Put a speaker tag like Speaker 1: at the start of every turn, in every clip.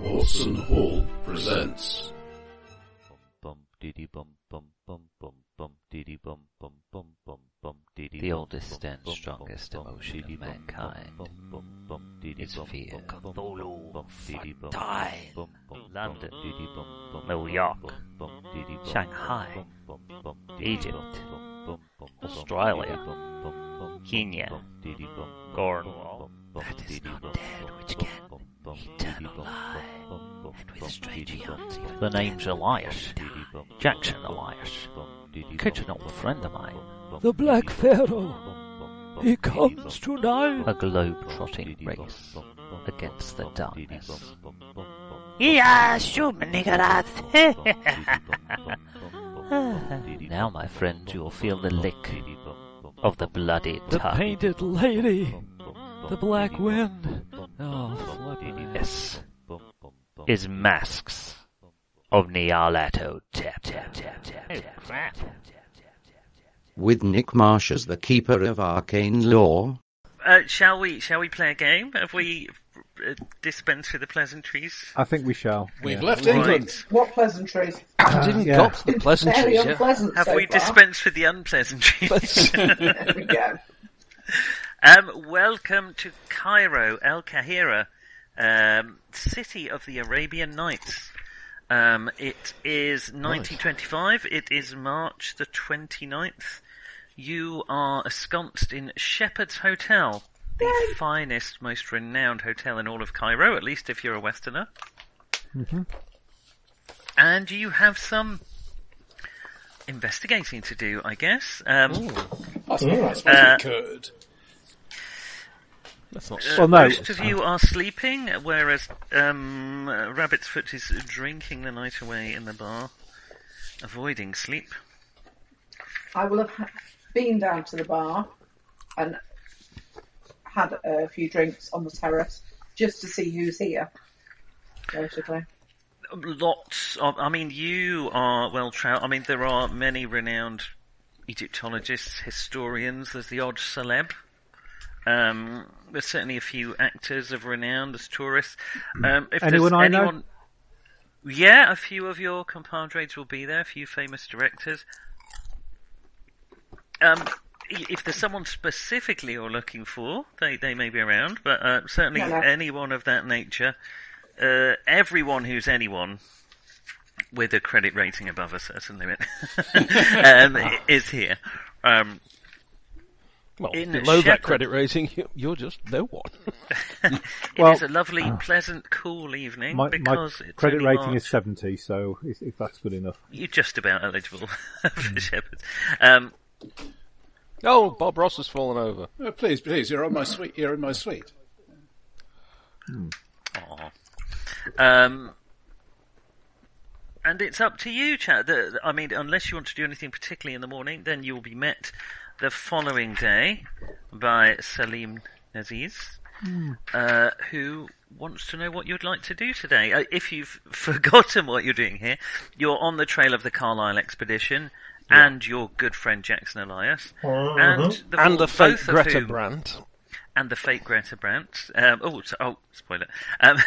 Speaker 1: Watson Hall presents.
Speaker 2: The oldest and strongest emotion of mankind is fear. Cthulhu, Fontaine, London, New York, Shanghai, Egypt, Australia, Kenya, Cornwall. That is not dead, which can eternalize. And with strange eons, even the name's Elias, Jackson Elias, Kitchen old friend of mine.
Speaker 3: The Black Pharaoh. He comes tonight.
Speaker 2: A globe-trotting race against the darkness. Yeah, shoot me, Now, my friend, you'll feel the lick of the bloody
Speaker 3: The
Speaker 2: tongue.
Speaker 3: Painted Lady. The Black Wind. Oh, flippin' heck.
Speaker 2: Yes. Is masks of Nyarlathotep. Tap, tap, tap, tap, tap.
Speaker 4: with Nick Marsh as the keeper of arcane law.
Speaker 5: Uh, shall we? Shall we play a game? Have we uh, dispensed with the pleasantries?
Speaker 6: I think we shall.
Speaker 1: We've
Speaker 6: Yeah.
Speaker 1: left England.
Speaker 5: Right.
Speaker 7: What pleasantries?
Speaker 6: Uh, yeah.
Speaker 7: The Very unpleasant
Speaker 5: Have
Speaker 7: so
Speaker 5: we
Speaker 7: far.
Speaker 5: dispensed with the unpleasantries?
Speaker 7: There we go.
Speaker 5: um, welcome to Cairo, El Kahira, um, city of the Arabian Nights. Um, it is 1925. It is March the 29th. You are ensconced in Shepherd's Hotel, the finest, most renowned hotel in all of Cairo, at least if you're a Westerner. And you have some investigating to do, I guess. Um,
Speaker 1: That's not right. It's supposed to
Speaker 5: Uh,
Speaker 1: be curd.
Speaker 6: Well, no.
Speaker 5: Most of you are sleeping, whereas um, uh, Rabbit's Foot is drinking the night away in the bar, avoiding sleep.
Speaker 7: I will have ha- been down to the bar and had a few drinks on the terrace just to see who's here. Notably.
Speaker 5: Lots of, I mean, you are well traveled. I mean, there are many renowned Egyptologists, historians. There's the odd celeb. Um, there's certainly a few actors of renown. There's tourists. Um, if
Speaker 6: Anyone
Speaker 5: there's
Speaker 6: I know?
Speaker 5: anyone, yeah, a few of your compadres will be there. A few famous directors. Um, i- if there's someone specifically you're looking for, they they may be around. But uh, certainly
Speaker 7: Hello.
Speaker 5: anyone of that nature, uh, everyone who's anyone with a credit rating above a certain limit um, i- is here. Um,
Speaker 8: Well,
Speaker 5: In
Speaker 8: below
Speaker 5: Shepherd-
Speaker 8: that credit rating, you- you're just no one.
Speaker 5: It is
Speaker 6: Well-
Speaker 5: a
Speaker 6: ah.
Speaker 5: lovely, pleasant, cool evening
Speaker 6: My, my
Speaker 5: because it's
Speaker 6: credit
Speaker 5: only
Speaker 6: rating
Speaker 5: March.
Speaker 6: is 70, so if, if that's good enough.
Speaker 5: You're just about eligible
Speaker 6: Hmm.
Speaker 5: for Shepherd. Um,
Speaker 8: Oh, Bob Ross has fallen over.
Speaker 1: Oh, please, please, you're on my suite. You're in my suite.
Speaker 5: aw. um, and it's up to you, chat. The, I mean, unless you want to do anything particularly in the morning, then you'll be met the following day by Salim Naziz, uh, who wants to know what you'd like to do today. Uh, if you've forgotten what you're doing here, you're on the trail of the Carlisle expedition and your good friend Jackson Elias and the,
Speaker 8: And the fake
Speaker 5: both of
Speaker 8: Greta
Speaker 5: whom-
Speaker 8: Brandt.
Speaker 5: and the fake Greta Brandt. Um, oh, so, oh, spoiler. Um,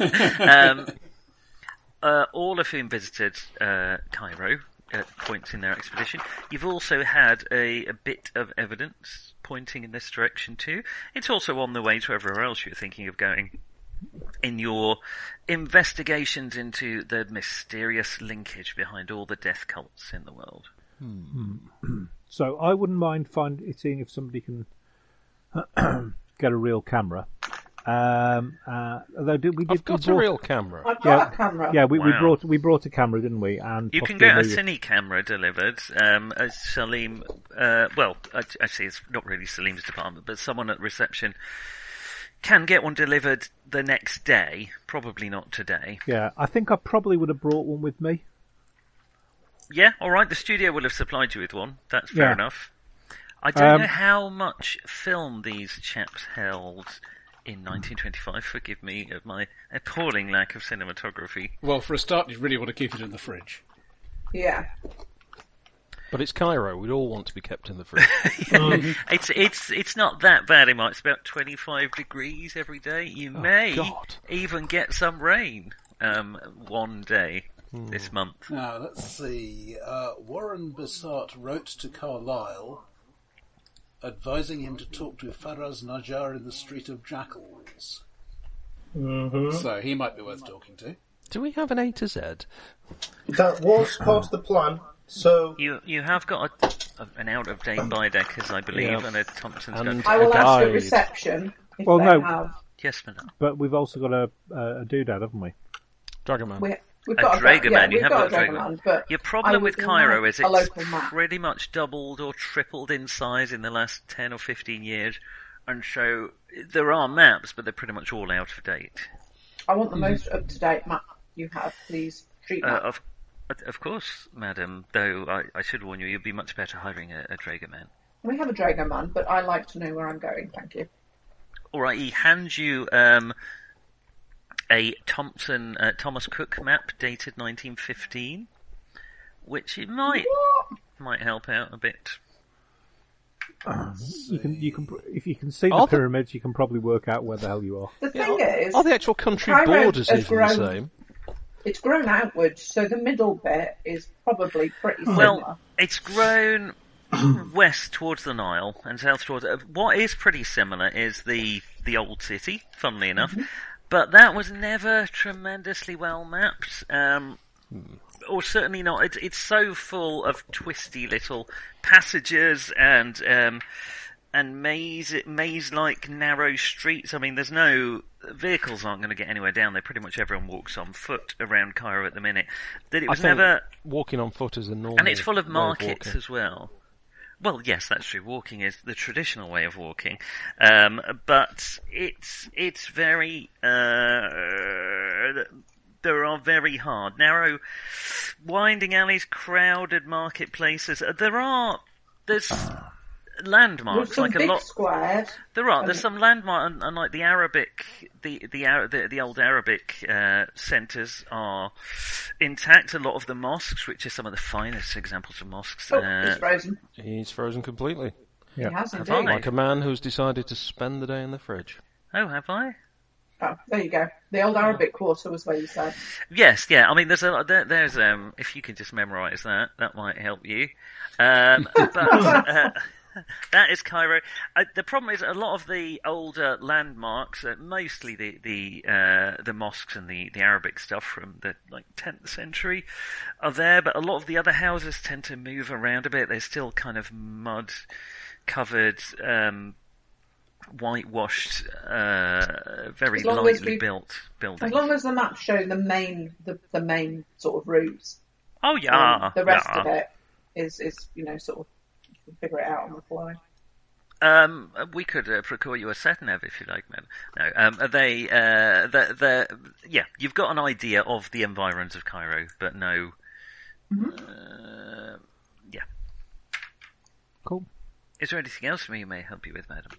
Speaker 5: um, uh, all of whom visited uh, Cairo at points in their expedition. You've also had a, a bit of evidence pointing in this direction too. It's also on the way to everywhere else you're thinking of going in your investigations into the mysterious linkage behind all the death cults in the world.
Speaker 6: So I wouldn't mind find, seeing if somebody can get a real camera. Um, uh, although did, we did,
Speaker 8: I've got
Speaker 6: we
Speaker 8: a
Speaker 6: brought-
Speaker 8: real camera.
Speaker 7: I've got
Speaker 6: Yeah.
Speaker 7: a camera.
Speaker 6: Yeah, we, we
Speaker 5: Wow.
Speaker 6: brought we brought a camera, didn't we? And
Speaker 5: You can
Speaker 6: possibly
Speaker 5: get a
Speaker 6: maybe-
Speaker 5: cine camera delivered. Um, as Salim, uh, well, act- actually, it's not really Salim's department, but someone at reception can get one delivered the next day. Probably not today.
Speaker 6: Yeah, I think I probably would have brought one with me.
Speaker 5: Yeah, all right. The studio will have supplied you with one. That's fair
Speaker 6: Yeah.
Speaker 5: enough. I don't
Speaker 6: Um,
Speaker 5: know how much film these chaps held in 1925. Forgive me of my appalling lack of cinematography.
Speaker 1: Well, for a start, you really want to keep it in the fridge.
Speaker 7: Yeah.
Speaker 8: But it's Cairo. We'd all want to be kept in the fridge. Um,
Speaker 5: It's it's it's not that bad in March. It's about twenty five degrees every day. You may
Speaker 8: Oh, God.
Speaker 5: even get some rain. um, one day
Speaker 8: Hmm.
Speaker 5: this month.
Speaker 1: Now, let's see. Uh, Warren Bassart wrote to Carlyle advising him to talk to Faraz Najjar in the Street of Jackals.
Speaker 9: hmm
Speaker 1: So he might be worth talking to.
Speaker 8: Do we have an A to Z?
Speaker 9: That was part of the plan. So
Speaker 5: You you have got a, an out of date Bideck, as I believe,
Speaker 8: Um, Yeah.
Speaker 5: and a Thompson's
Speaker 8: And-
Speaker 5: got.
Speaker 7: I will ask
Speaker 8: Guide.
Speaker 7: the reception if
Speaker 6: Well,
Speaker 7: they
Speaker 6: no.
Speaker 7: have.
Speaker 5: Yes, madam.
Speaker 6: But we've also got a, a, a doodad, haven't we?
Speaker 8: Dragoman.
Speaker 7: We, we've
Speaker 5: A
Speaker 7: got
Speaker 5: Dragoman,
Speaker 7: yeah,
Speaker 5: you
Speaker 7: we've
Speaker 5: have
Speaker 7: got,
Speaker 5: got a
Speaker 7: a
Speaker 5: Dragoman.
Speaker 7: Dragoman, but
Speaker 5: Your
Speaker 7: I
Speaker 5: problem
Speaker 7: would
Speaker 5: with Cairo
Speaker 7: like
Speaker 5: is
Speaker 7: a
Speaker 5: it's
Speaker 7: local map.
Speaker 5: pretty much doubled or tripled in size in the last 10 or 15 years, and so there are maps, but they're pretty much all out of date.
Speaker 7: I want the most up to date map you have, please. Street
Speaker 5: Hmm. Uh,
Speaker 7: map.
Speaker 5: of of course, madam, though I, I should warn you, you'd be much better hiring a, a Dragoman.
Speaker 7: we have a Dragoman, but I like to know where I'm going. Thank you.
Speaker 5: Alright, he hands you um, a Thompson uh, Thomas Cook map dated 1915, which it might,
Speaker 7: What?
Speaker 5: might help out a bit.
Speaker 6: You can, you can, pr- if you can see the
Speaker 8: Are there-
Speaker 6: pyramids, you can probably work out where the hell you are.
Speaker 7: The
Speaker 8: Yeah,
Speaker 7: thing
Speaker 8: are,
Speaker 7: is,
Speaker 8: are the actual country
Speaker 7: Cairo
Speaker 8: borders
Speaker 7: has
Speaker 8: even the
Speaker 7: grown-
Speaker 8: same?
Speaker 7: it's grown outwards, so the middle bit is probably pretty
Speaker 9: Oh,
Speaker 7: similar.
Speaker 5: Hmm. Well, it's grown west towards the Nile and south towards. Uh, what is pretty similar is the the old city, funnily enough, but that was never tremendously well mapped. Um, or certainly not. It's it's so full of twisty little passages and um, and maze maze like narrow streets. I mean, there's no vehicles aren't going to get anywhere down there. Pretty much everyone walks on foot around Cairo at the minute. That it
Speaker 8: I
Speaker 5: was
Speaker 8: think
Speaker 5: never
Speaker 8: walking on foot is the normal.
Speaker 5: and it's full of
Speaker 8: way
Speaker 5: markets
Speaker 8: walking.
Speaker 5: as well. Well, yes, that's true. Walking is the traditional way of walking, um, but it's it's very uh, there are very hard, narrow, winding alleys, crowded marketplaces. Uh, There are there's
Speaker 8: Ah.
Speaker 7: There's
Speaker 5: landmarks
Speaker 7: some
Speaker 5: like a
Speaker 7: big
Speaker 5: lot.
Speaker 7: squares.
Speaker 5: There are.
Speaker 7: Um,
Speaker 5: There's some landmark, and, and like the Arabic, the the Ara- the, the old Arabic uh, centres are intact. A lot of the mosques, which are some of the finest examples of mosques,
Speaker 7: Oh,
Speaker 5: uh,
Speaker 7: he's frozen.
Speaker 8: He's frozen completely,
Speaker 7: He has
Speaker 5: have
Speaker 7: indeed.
Speaker 5: I?
Speaker 8: like a man who's decided to spend the day in the fridge.
Speaker 5: Oh, have I?
Speaker 7: Oh, there you go. The old Arabic quarter was where you said.
Speaker 5: Yes, yeah. I mean, there's a there, there's um. If you can just memorise that, that might help you. Um, but uh, that is Cairo. Uh, the problem is a lot of the older landmarks, uh, mostly the the uh, the mosques and the, the Arabic stuff from the like 10th century, are there. But a lot of the other houses tend to move around a bit. They're still kind of mud covered. Um, Whitewashed, uh, very
Speaker 7: As long as
Speaker 5: lightly
Speaker 7: we-
Speaker 5: built buildings.
Speaker 7: As long as the maps show the main, the, the main sort of routes,
Speaker 5: Oh
Speaker 7: um,
Speaker 5: yeah,
Speaker 7: the rest
Speaker 5: yeah. uh-uh.
Speaker 7: of it is, is you know sort of you can figure it out on the fly.
Speaker 5: Um, we could uh, procure you a Setnev if you like, man. No, um, are they, uh, the, the, yeah, you've got an idea of the environs of Cairo, but no,
Speaker 7: Mm-hmm.
Speaker 5: uh, yeah.
Speaker 6: Cool.
Speaker 5: Is there anything else we may help you with, madam?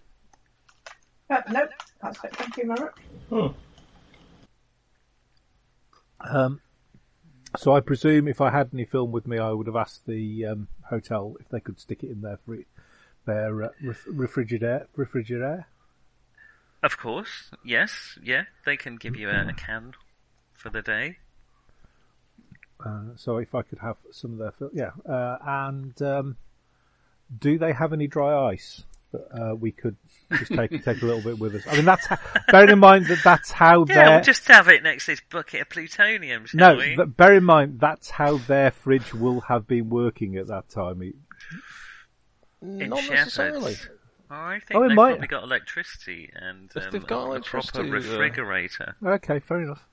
Speaker 7: But no, that's it. Thank you, Merrick.
Speaker 6: Um, so I presume if I had any film with me, I would have asked the um, hotel if they could stick it in their free, their uh, ref- refrigerator. Refrigerator.
Speaker 5: Of course, yes, yeah. They can give you a, a can for the day.
Speaker 6: Uh, so if I could have some of their film, yeah. Uh, and um, do they have any dry ice that uh, we could just take take a little bit with us? I mean, that's how, bearing in mind that that's how
Speaker 5: Yeah,
Speaker 6: their
Speaker 5: we'll just have it next to this bucket of plutonium, shall
Speaker 6: no.
Speaker 5: we?
Speaker 6: But bear in mind that's how their fridge will have been working at that time. It-
Speaker 8: Not
Speaker 5: Shepherds.
Speaker 8: necessarily.
Speaker 5: I think
Speaker 6: Oh, it
Speaker 5: they've
Speaker 6: might-
Speaker 5: probably got electricity and
Speaker 8: If
Speaker 5: um,
Speaker 8: they've got
Speaker 5: a proper
Speaker 8: electricity, uh,
Speaker 5: refrigerator.
Speaker 6: okay, fair enough.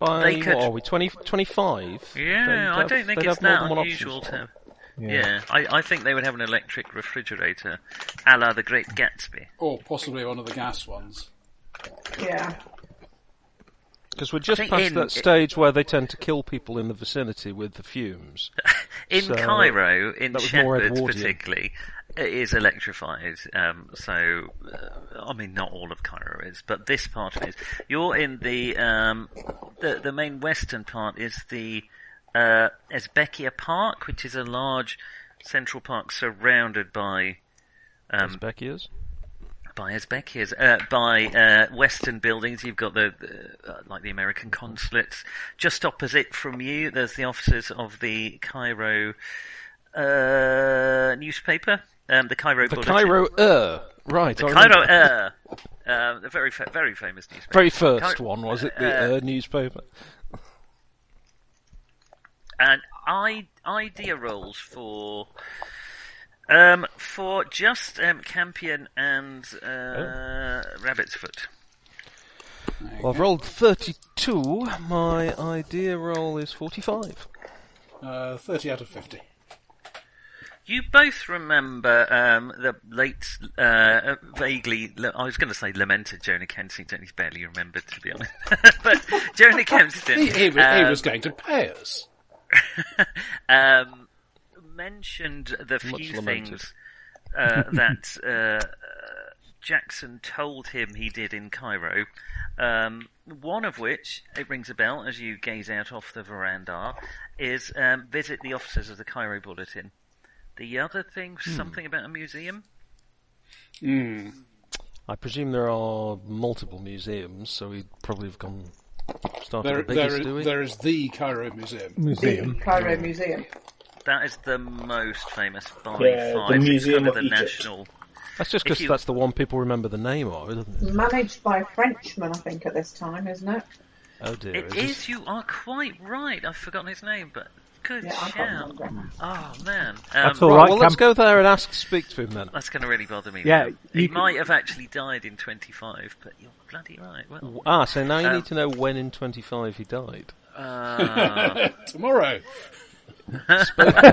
Speaker 8: By
Speaker 5: They
Speaker 8: what
Speaker 5: could-
Speaker 8: are we? 20, 25?
Speaker 5: Yeah, I don't think it's that unusual to have. Yeah, I, I think they would have an electric refrigerator, a la the Great Gatsby.
Speaker 1: Or possibly one of the gas ones.
Speaker 7: Yeah.
Speaker 8: Because we're just
Speaker 5: think
Speaker 8: past
Speaker 5: in-
Speaker 8: that stage where they tend to kill people in the vicinity with the fumes.
Speaker 5: Um, In
Speaker 8: So,
Speaker 5: Cairo, in
Speaker 8: that was more
Speaker 5: Shepherds
Speaker 8: Edwardian.
Speaker 5: particularly, it is electrified. Um, so, uh, I mean, not all of Cairo is, but this part of it is. You're in the um, the, the main western part is the uh, Ezbekia Park, which is a large central park surrounded by um,
Speaker 8: As Becky is.
Speaker 5: by Uzbekians, uh, by uh, Western buildings. You've got the, the uh, like the American consulates just opposite from you. There's the offices of the Cairo uh, newspaper, um, the Cairo.
Speaker 8: The
Speaker 5: Bulletin.
Speaker 8: Cairo Ur. Right.
Speaker 5: The
Speaker 8: I
Speaker 5: Cairo
Speaker 8: remember.
Speaker 5: Air. Um, the very, fa- very famous newspaper.
Speaker 8: Very first
Speaker 5: Cairo-
Speaker 8: one, was it? The
Speaker 5: uh,
Speaker 8: Ur newspaper?
Speaker 5: and I idea rolls for um for just um, Campion and uh,
Speaker 8: Oh.
Speaker 5: Rabbit's Foot.
Speaker 8: Well, I've rolled 32. My idea roll is 45.
Speaker 1: Uh, 30 out of 50.
Speaker 5: You both remember um, the late, uh, vaguely, I was going to say lamented Jonah Kensington. He's barely remembered, to be honest. but Jonah Kensington.
Speaker 1: He, he, was, he
Speaker 5: um,
Speaker 1: was going to pay us.
Speaker 5: um, mentioned the
Speaker 8: Much
Speaker 5: few
Speaker 8: lamented.
Speaker 5: things uh, that uh, Jackson told him he did in Cairo. Um, one of which, it rings a bell as you gaze out off the veranda, is um, visit the offices of the Cairo Bulletin. The other thing,
Speaker 1: Hmm.
Speaker 5: something about a museum.
Speaker 1: Mm.
Speaker 8: I presume there are multiple museums, so we'd probably have gone. Started
Speaker 1: There,
Speaker 8: the biggest, do
Speaker 1: there,
Speaker 8: we?
Speaker 1: there is the Cairo Museum.
Speaker 7: The
Speaker 6: Museum.
Speaker 7: Cairo Museum.
Speaker 5: That is the most famous by
Speaker 9: Yeah, the
Speaker 5: far. It's
Speaker 9: Museum
Speaker 5: kind of
Speaker 9: of
Speaker 5: the
Speaker 9: Egypt.
Speaker 5: national.
Speaker 8: That's just
Speaker 5: if
Speaker 8: because
Speaker 5: you-
Speaker 8: that's the one people remember the name of, isn't it?
Speaker 7: Managed by Frenchmen, I think, at this time, isn't it?
Speaker 8: Oh dear.
Speaker 5: It
Speaker 8: this-
Speaker 5: is. You are quite right. I've forgotten his name, but good
Speaker 7: Yeah, I can't
Speaker 5: shout.
Speaker 7: remember.
Speaker 5: Oh man, um,
Speaker 6: That's all
Speaker 8: Right,
Speaker 6: right,
Speaker 8: well, let's
Speaker 6: Camp-
Speaker 8: go there and ask, speak to him then.
Speaker 5: That's going to really bother me.
Speaker 6: Yeah,
Speaker 5: though.
Speaker 6: you
Speaker 5: he
Speaker 6: can-
Speaker 5: might have actually died in 25, but you're bloody right. Well,
Speaker 8: Ah, so now you
Speaker 5: Um,
Speaker 8: need to know when in 25 he died.
Speaker 6: Oh.
Speaker 5: uh,
Speaker 1: Tomorrow.
Speaker 5: in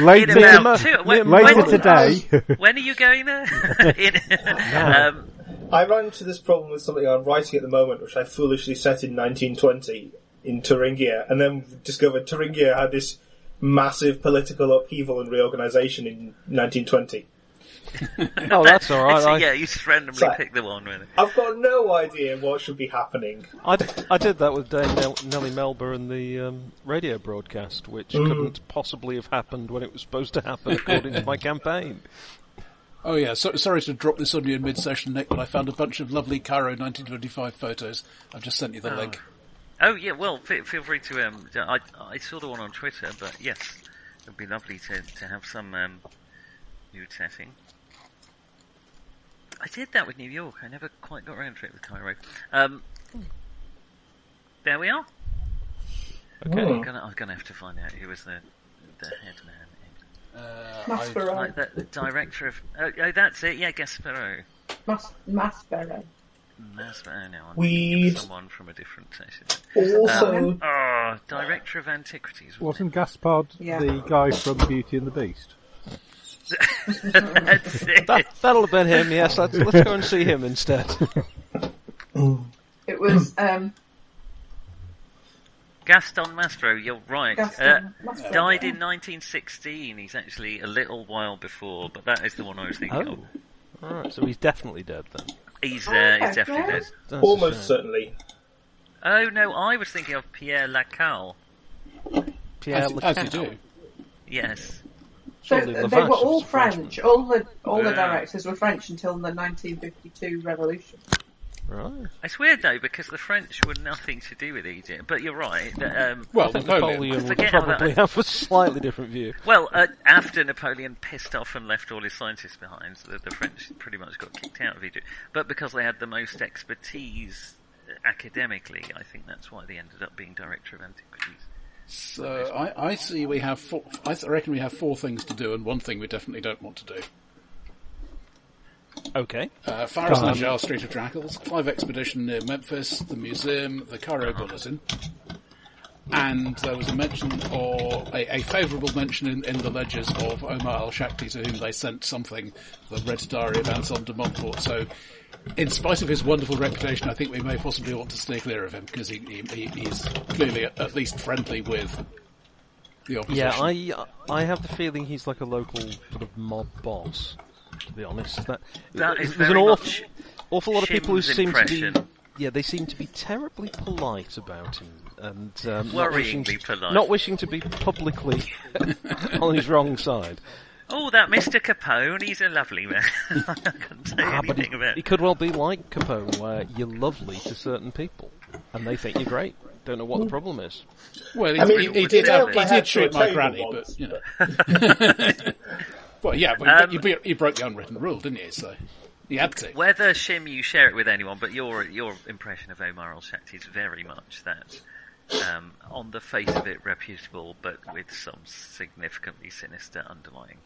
Speaker 6: Later,
Speaker 5: about two. When,
Speaker 6: later
Speaker 5: when-
Speaker 6: today.
Speaker 5: When are you going there? in, um,
Speaker 9: I ran into this problem with something I'm writing at the moment, which I foolishly set in 1920 in Thuringia, and then discovered Thuringia had this massive political upheaval and reorganisation in 1920.
Speaker 8: Oh, that's all right.
Speaker 5: so,
Speaker 8: I,
Speaker 5: yeah, you just randomly
Speaker 9: Sorry.
Speaker 5: pick the one, really.
Speaker 9: I've got no idea what should be happening.
Speaker 8: I, d- I did that with Dame Nell- Nellie Melba and the um, radio broadcast, which couldn't possibly have happened when it was supposed to happen according to my campaign.
Speaker 1: Oh yeah, so, sorry to drop this on you in mid-session, Nick, but I found a bunch of lovely Cairo 1925 photos. I've just sent you the link.
Speaker 5: Oh, yeah, well, fe- feel free to. Um, I, I saw the one on Twitter, but yes, it would be lovely to, to have some um, nude setting. I did that with New York. I never quite got around to it with Cairo. Um, there we are.
Speaker 8: Okay.
Speaker 5: I'm gonna, I'm gonna have to find out who was the the head man.
Speaker 1: Uh, I,
Speaker 7: Maspero.
Speaker 5: Like the, the director of. Oh, oh, that's it. Yeah, Gasparo. Hmm,
Speaker 7: Mas- Maspero.
Speaker 5: Maspero. No, I'm thinking
Speaker 9: We'd
Speaker 5: of someone from a different session.
Speaker 9: also
Speaker 5: Oh, director of antiquities. wasn't
Speaker 6: Wasn't Gaspard
Speaker 7: Yeah.
Speaker 6: the guy from Beauty and the Beast?
Speaker 5: it? that's it.
Speaker 8: That, that'll have been him, yes. Let's, let's go and see him instead.
Speaker 7: It was um,
Speaker 5: Gaston Maspero. You're right.
Speaker 7: Gaston
Speaker 5: uh,
Speaker 7: Maspero.
Speaker 5: Died in 1916. He's actually a little while before, but that is the one I was thinking
Speaker 8: Oh.
Speaker 5: of.
Speaker 8: Alright, so he's definitely dead then.
Speaker 5: He's uh,
Speaker 7: Oh,
Speaker 5: he's definitely
Speaker 7: okay.
Speaker 5: dead.
Speaker 8: That's a
Speaker 9: almost
Speaker 8: shame.
Speaker 9: certainly.
Speaker 5: Oh no, I was thinking of Pierre Lacalle.
Speaker 8: Pierre
Speaker 1: as, as you
Speaker 8: Lacan.
Speaker 1: do.
Speaker 5: Yes.
Speaker 7: So
Speaker 8: Surely
Speaker 7: th- they
Speaker 8: Lavache
Speaker 7: were all
Speaker 8: was a Frenchman.
Speaker 7: French. All the all the
Speaker 5: Yeah.
Speaker 7: directors were French until the 1952 revolution.
Speaker 8: Right.
Speaker 5: It's weird though because the French were nothing to do with Egypt. But you're right. that, Um,
Speaker 1: Well,
Speaker 8: I think
Speaker 1: Napoleon.
Speaker 8: Napoleon would
Speaker 5: Forget how that-
Speaker 8: probably have a slightly different view.
Speaker 5: Well, uh, after Napoleon pissed off and left all his scientists behind, the, the French pretty much got kicked out of Egypt. But because they had the most expertise uh, academically, I think that's why they ended up being director of antiquities.
Speaker 1: So Uh, I, I see we have four, I th- reckon we have four things to do and one thing we definitely don't want to do.
Speaker 8: Okay.
Speaker 1: Uh, Faraz Najjar, Street of Jackals, Clive Expedition near Memphis, the museum, the Cairo Bulletin, and there was a mention or a, a favourable mention in, in the ledgers of Omar al Shakti to whom they sent something, the Red Diary of Anselm de Montfort. So, in spite of his wonderful reputation, I think we may possibly want to stay clear of him because he, he, he, he's clearly at, at least friendly with the opposition.
Speaker 8: Yeah, I uh, I have the feeling he's like a local sort of mob boss. To be honest, that,
Speaker 5: That is
Speaker 8: there's an
Speaker 5: very
Speaker 8: awful,
Speaker 5: much
Speaker 8: awful lot of people who
Speaker 5: Shim's
Speaker 8: seem to
Speaker 5: impression.
Speaker 8: be yeah they seem to be terribly polite about him and um, not wishing
Speaker 5: Worryingly
Speaker 8: to,
Speaker 5: polite.
Speaker 8: not wishing to be publicly on his wrong side.
Speaker 5: Oh, that Mr. Capone, he's a lovely man. I can't say
Speaker 8: Ah, but
Speaker 5: anything
Speaker 8: it,
Speaker 5: about
Speaker 8: it could well be like Capone, where you're lovely to certain people, and they think you're great. Don't know what
Speaker 9: Hmm.
Speaker 8: the problem is.
Speaker 1: Well, he,
Speaker 9: I mean,
Speaker 1: he,
Speaker 9: he-
Speaker 1: he
Speaker 9: he
Speaker 1: did,
Speaker 9: nailed
Speaker 1: he
Speaker 9: my
Speaker 1: did
Speaker 9: head
Speaker 1: shoot
Speaker 9: to a
Speaker 1: my
Speaker 9: table
Speaker 1: granny,
Speaker 9: once,
Speaker 1: but you know. well, yeah, but
Speaker 5: Um,
Speaker 1: you, you, you broke the unwritten rule, didn't you? So you had to.
Speaker 5: Whether Shim you share it with anyone, but your your impression of Omar Al Shakti is very much that, um, on the face of it, reputable, but with some significantly sinister underlying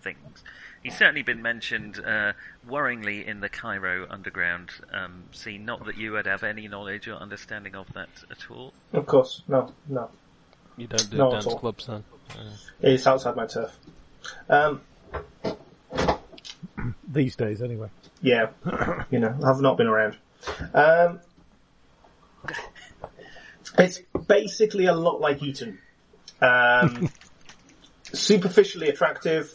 Speaker 5: things. He's certainly been mentioned uh, worryingly in the Cairo underground um, scene. Not that you would have any knowledge or understanding of that at all.
Speaker 9: Of course, no, no.
Speaker 8: You don't do
Speaker 9: No,
Speaker 8: dance
Speaker 9: at all.
Speaker 8: clubs then.
Speaker 9: It's outside my turf. Um,
Speaker 6: These days, anyway.
Speaker 9: yeah, you know, I've not been around. Um, it's basically a lot like Eton. Um, superficially attractive,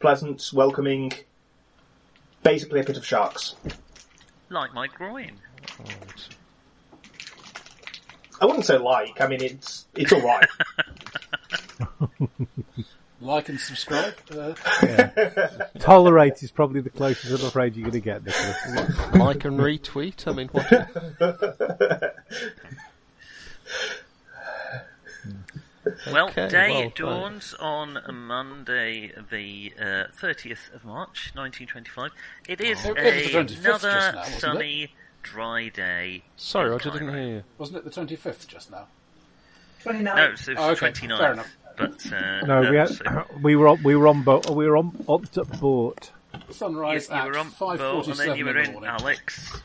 Speaker 9: pleasant, welcoming. Basically, a pit of sharks.
Speaker 5: Like my groin.
Speaker 9: I wouldn't say like. I mean, it's it's all right.
Speaker 1: Like and subscribe. Uh,
Speaker 6: Tolerate is probably the closest I'm afraid you're going to get, Nicholas.
Speaker 8: Like and retweet. I mean, what?
Speaker 5: Well,
Speaker 8: Okay,
Speaker 5: day
Speaker 8: well, uh,
Speaker 5: dawns on Monday, the uh, thirtieth of March, nineteen twenty-five. It is
Speaker 1: It was the 25th just
Speaker 5: another
Speaker 1: now, wasn't it?
Speaker 5: sunny, dry day.
Speaker 8: Sorry,
Speaker 5: in
Speaker 8: Roger,
Speaker 5: Cairo.
Speaker 8: didn't hear you.
Speaker 1: wasn't it the 25th just now?
Speaker 7: 29.
Speaker 5: No, it's, it's
Speaker 1: Oh, okay, fair
Speaker 5: 29th.
Speaker 1: enough.
Speaker 5: But uh,
Speaker 6: No, we had,
Speaker 5: so-
Speaker 6: we were on, we were on boat, we were on up to board.
Speaker 1: Sunrise
Speaker 5: you, you were
Speaker 1: at
Speaker 5: on board, and
Speaker 1: 5.47
Speaker 5: then you were
Speaker 1: in the
Speaker 5: in,
Speaker 1: morning.
Speaker 5: Alex.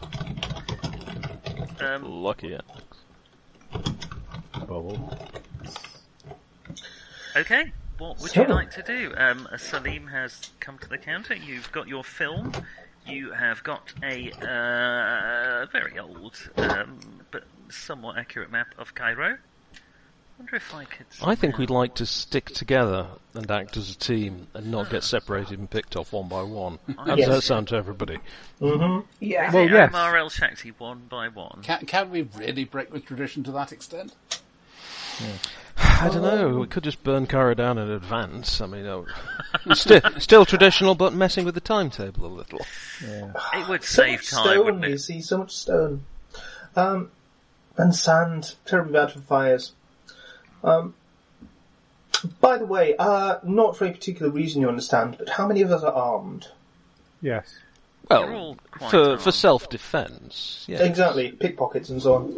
Speaker 5: Um,
Speaker 8: Lucky it.
Speaker 5: okay, what would you like to do? Um, Salim has come to the counter. You've got your film. You have got a uh, very old um, but somewhat accurate map of Cairo. Wonder if I could.
Speaker 8: I think we'd like to stick together and act as a team and not get separated and picked off one by one. How does
Speaker 9: Yes.
Speaker 8: that sound to everybody?
Speaker 7: Yeah.
Speaker 6: Well, yes.
Speaker 5: MRL Shakti one by one.
Speaker 1: Can, can we really break with tradition to that extent?
Speaker 8: I don't know. We could just burn Cairo down in advance. I mean, oh, still, still traditional, but messing with the timetable a little.
Speaker 5: It would
Speaker 9: So
Speaker 5: save
Speaker 9: much
Speaker 5: time,
Speaker 9: stone,
Speaker 5: wouldn't
Speaker 9: you
Speaker 5: it?
Speaker 9: see, so much stone. Um, and sand, terribly bad for fires. Um, by the way, uh, not for any particular reason you understand, but how many of us are armed?
Speaker 6: Yes.
Speaker 5: You're all
Speaker 8: Well,
Speaker 5: quite
Speaker 8: for, for
Speaker 5: armed.
Speaker 8: self-defense. Yeah.
Speaker 9: Exactly, pickpockets and so on.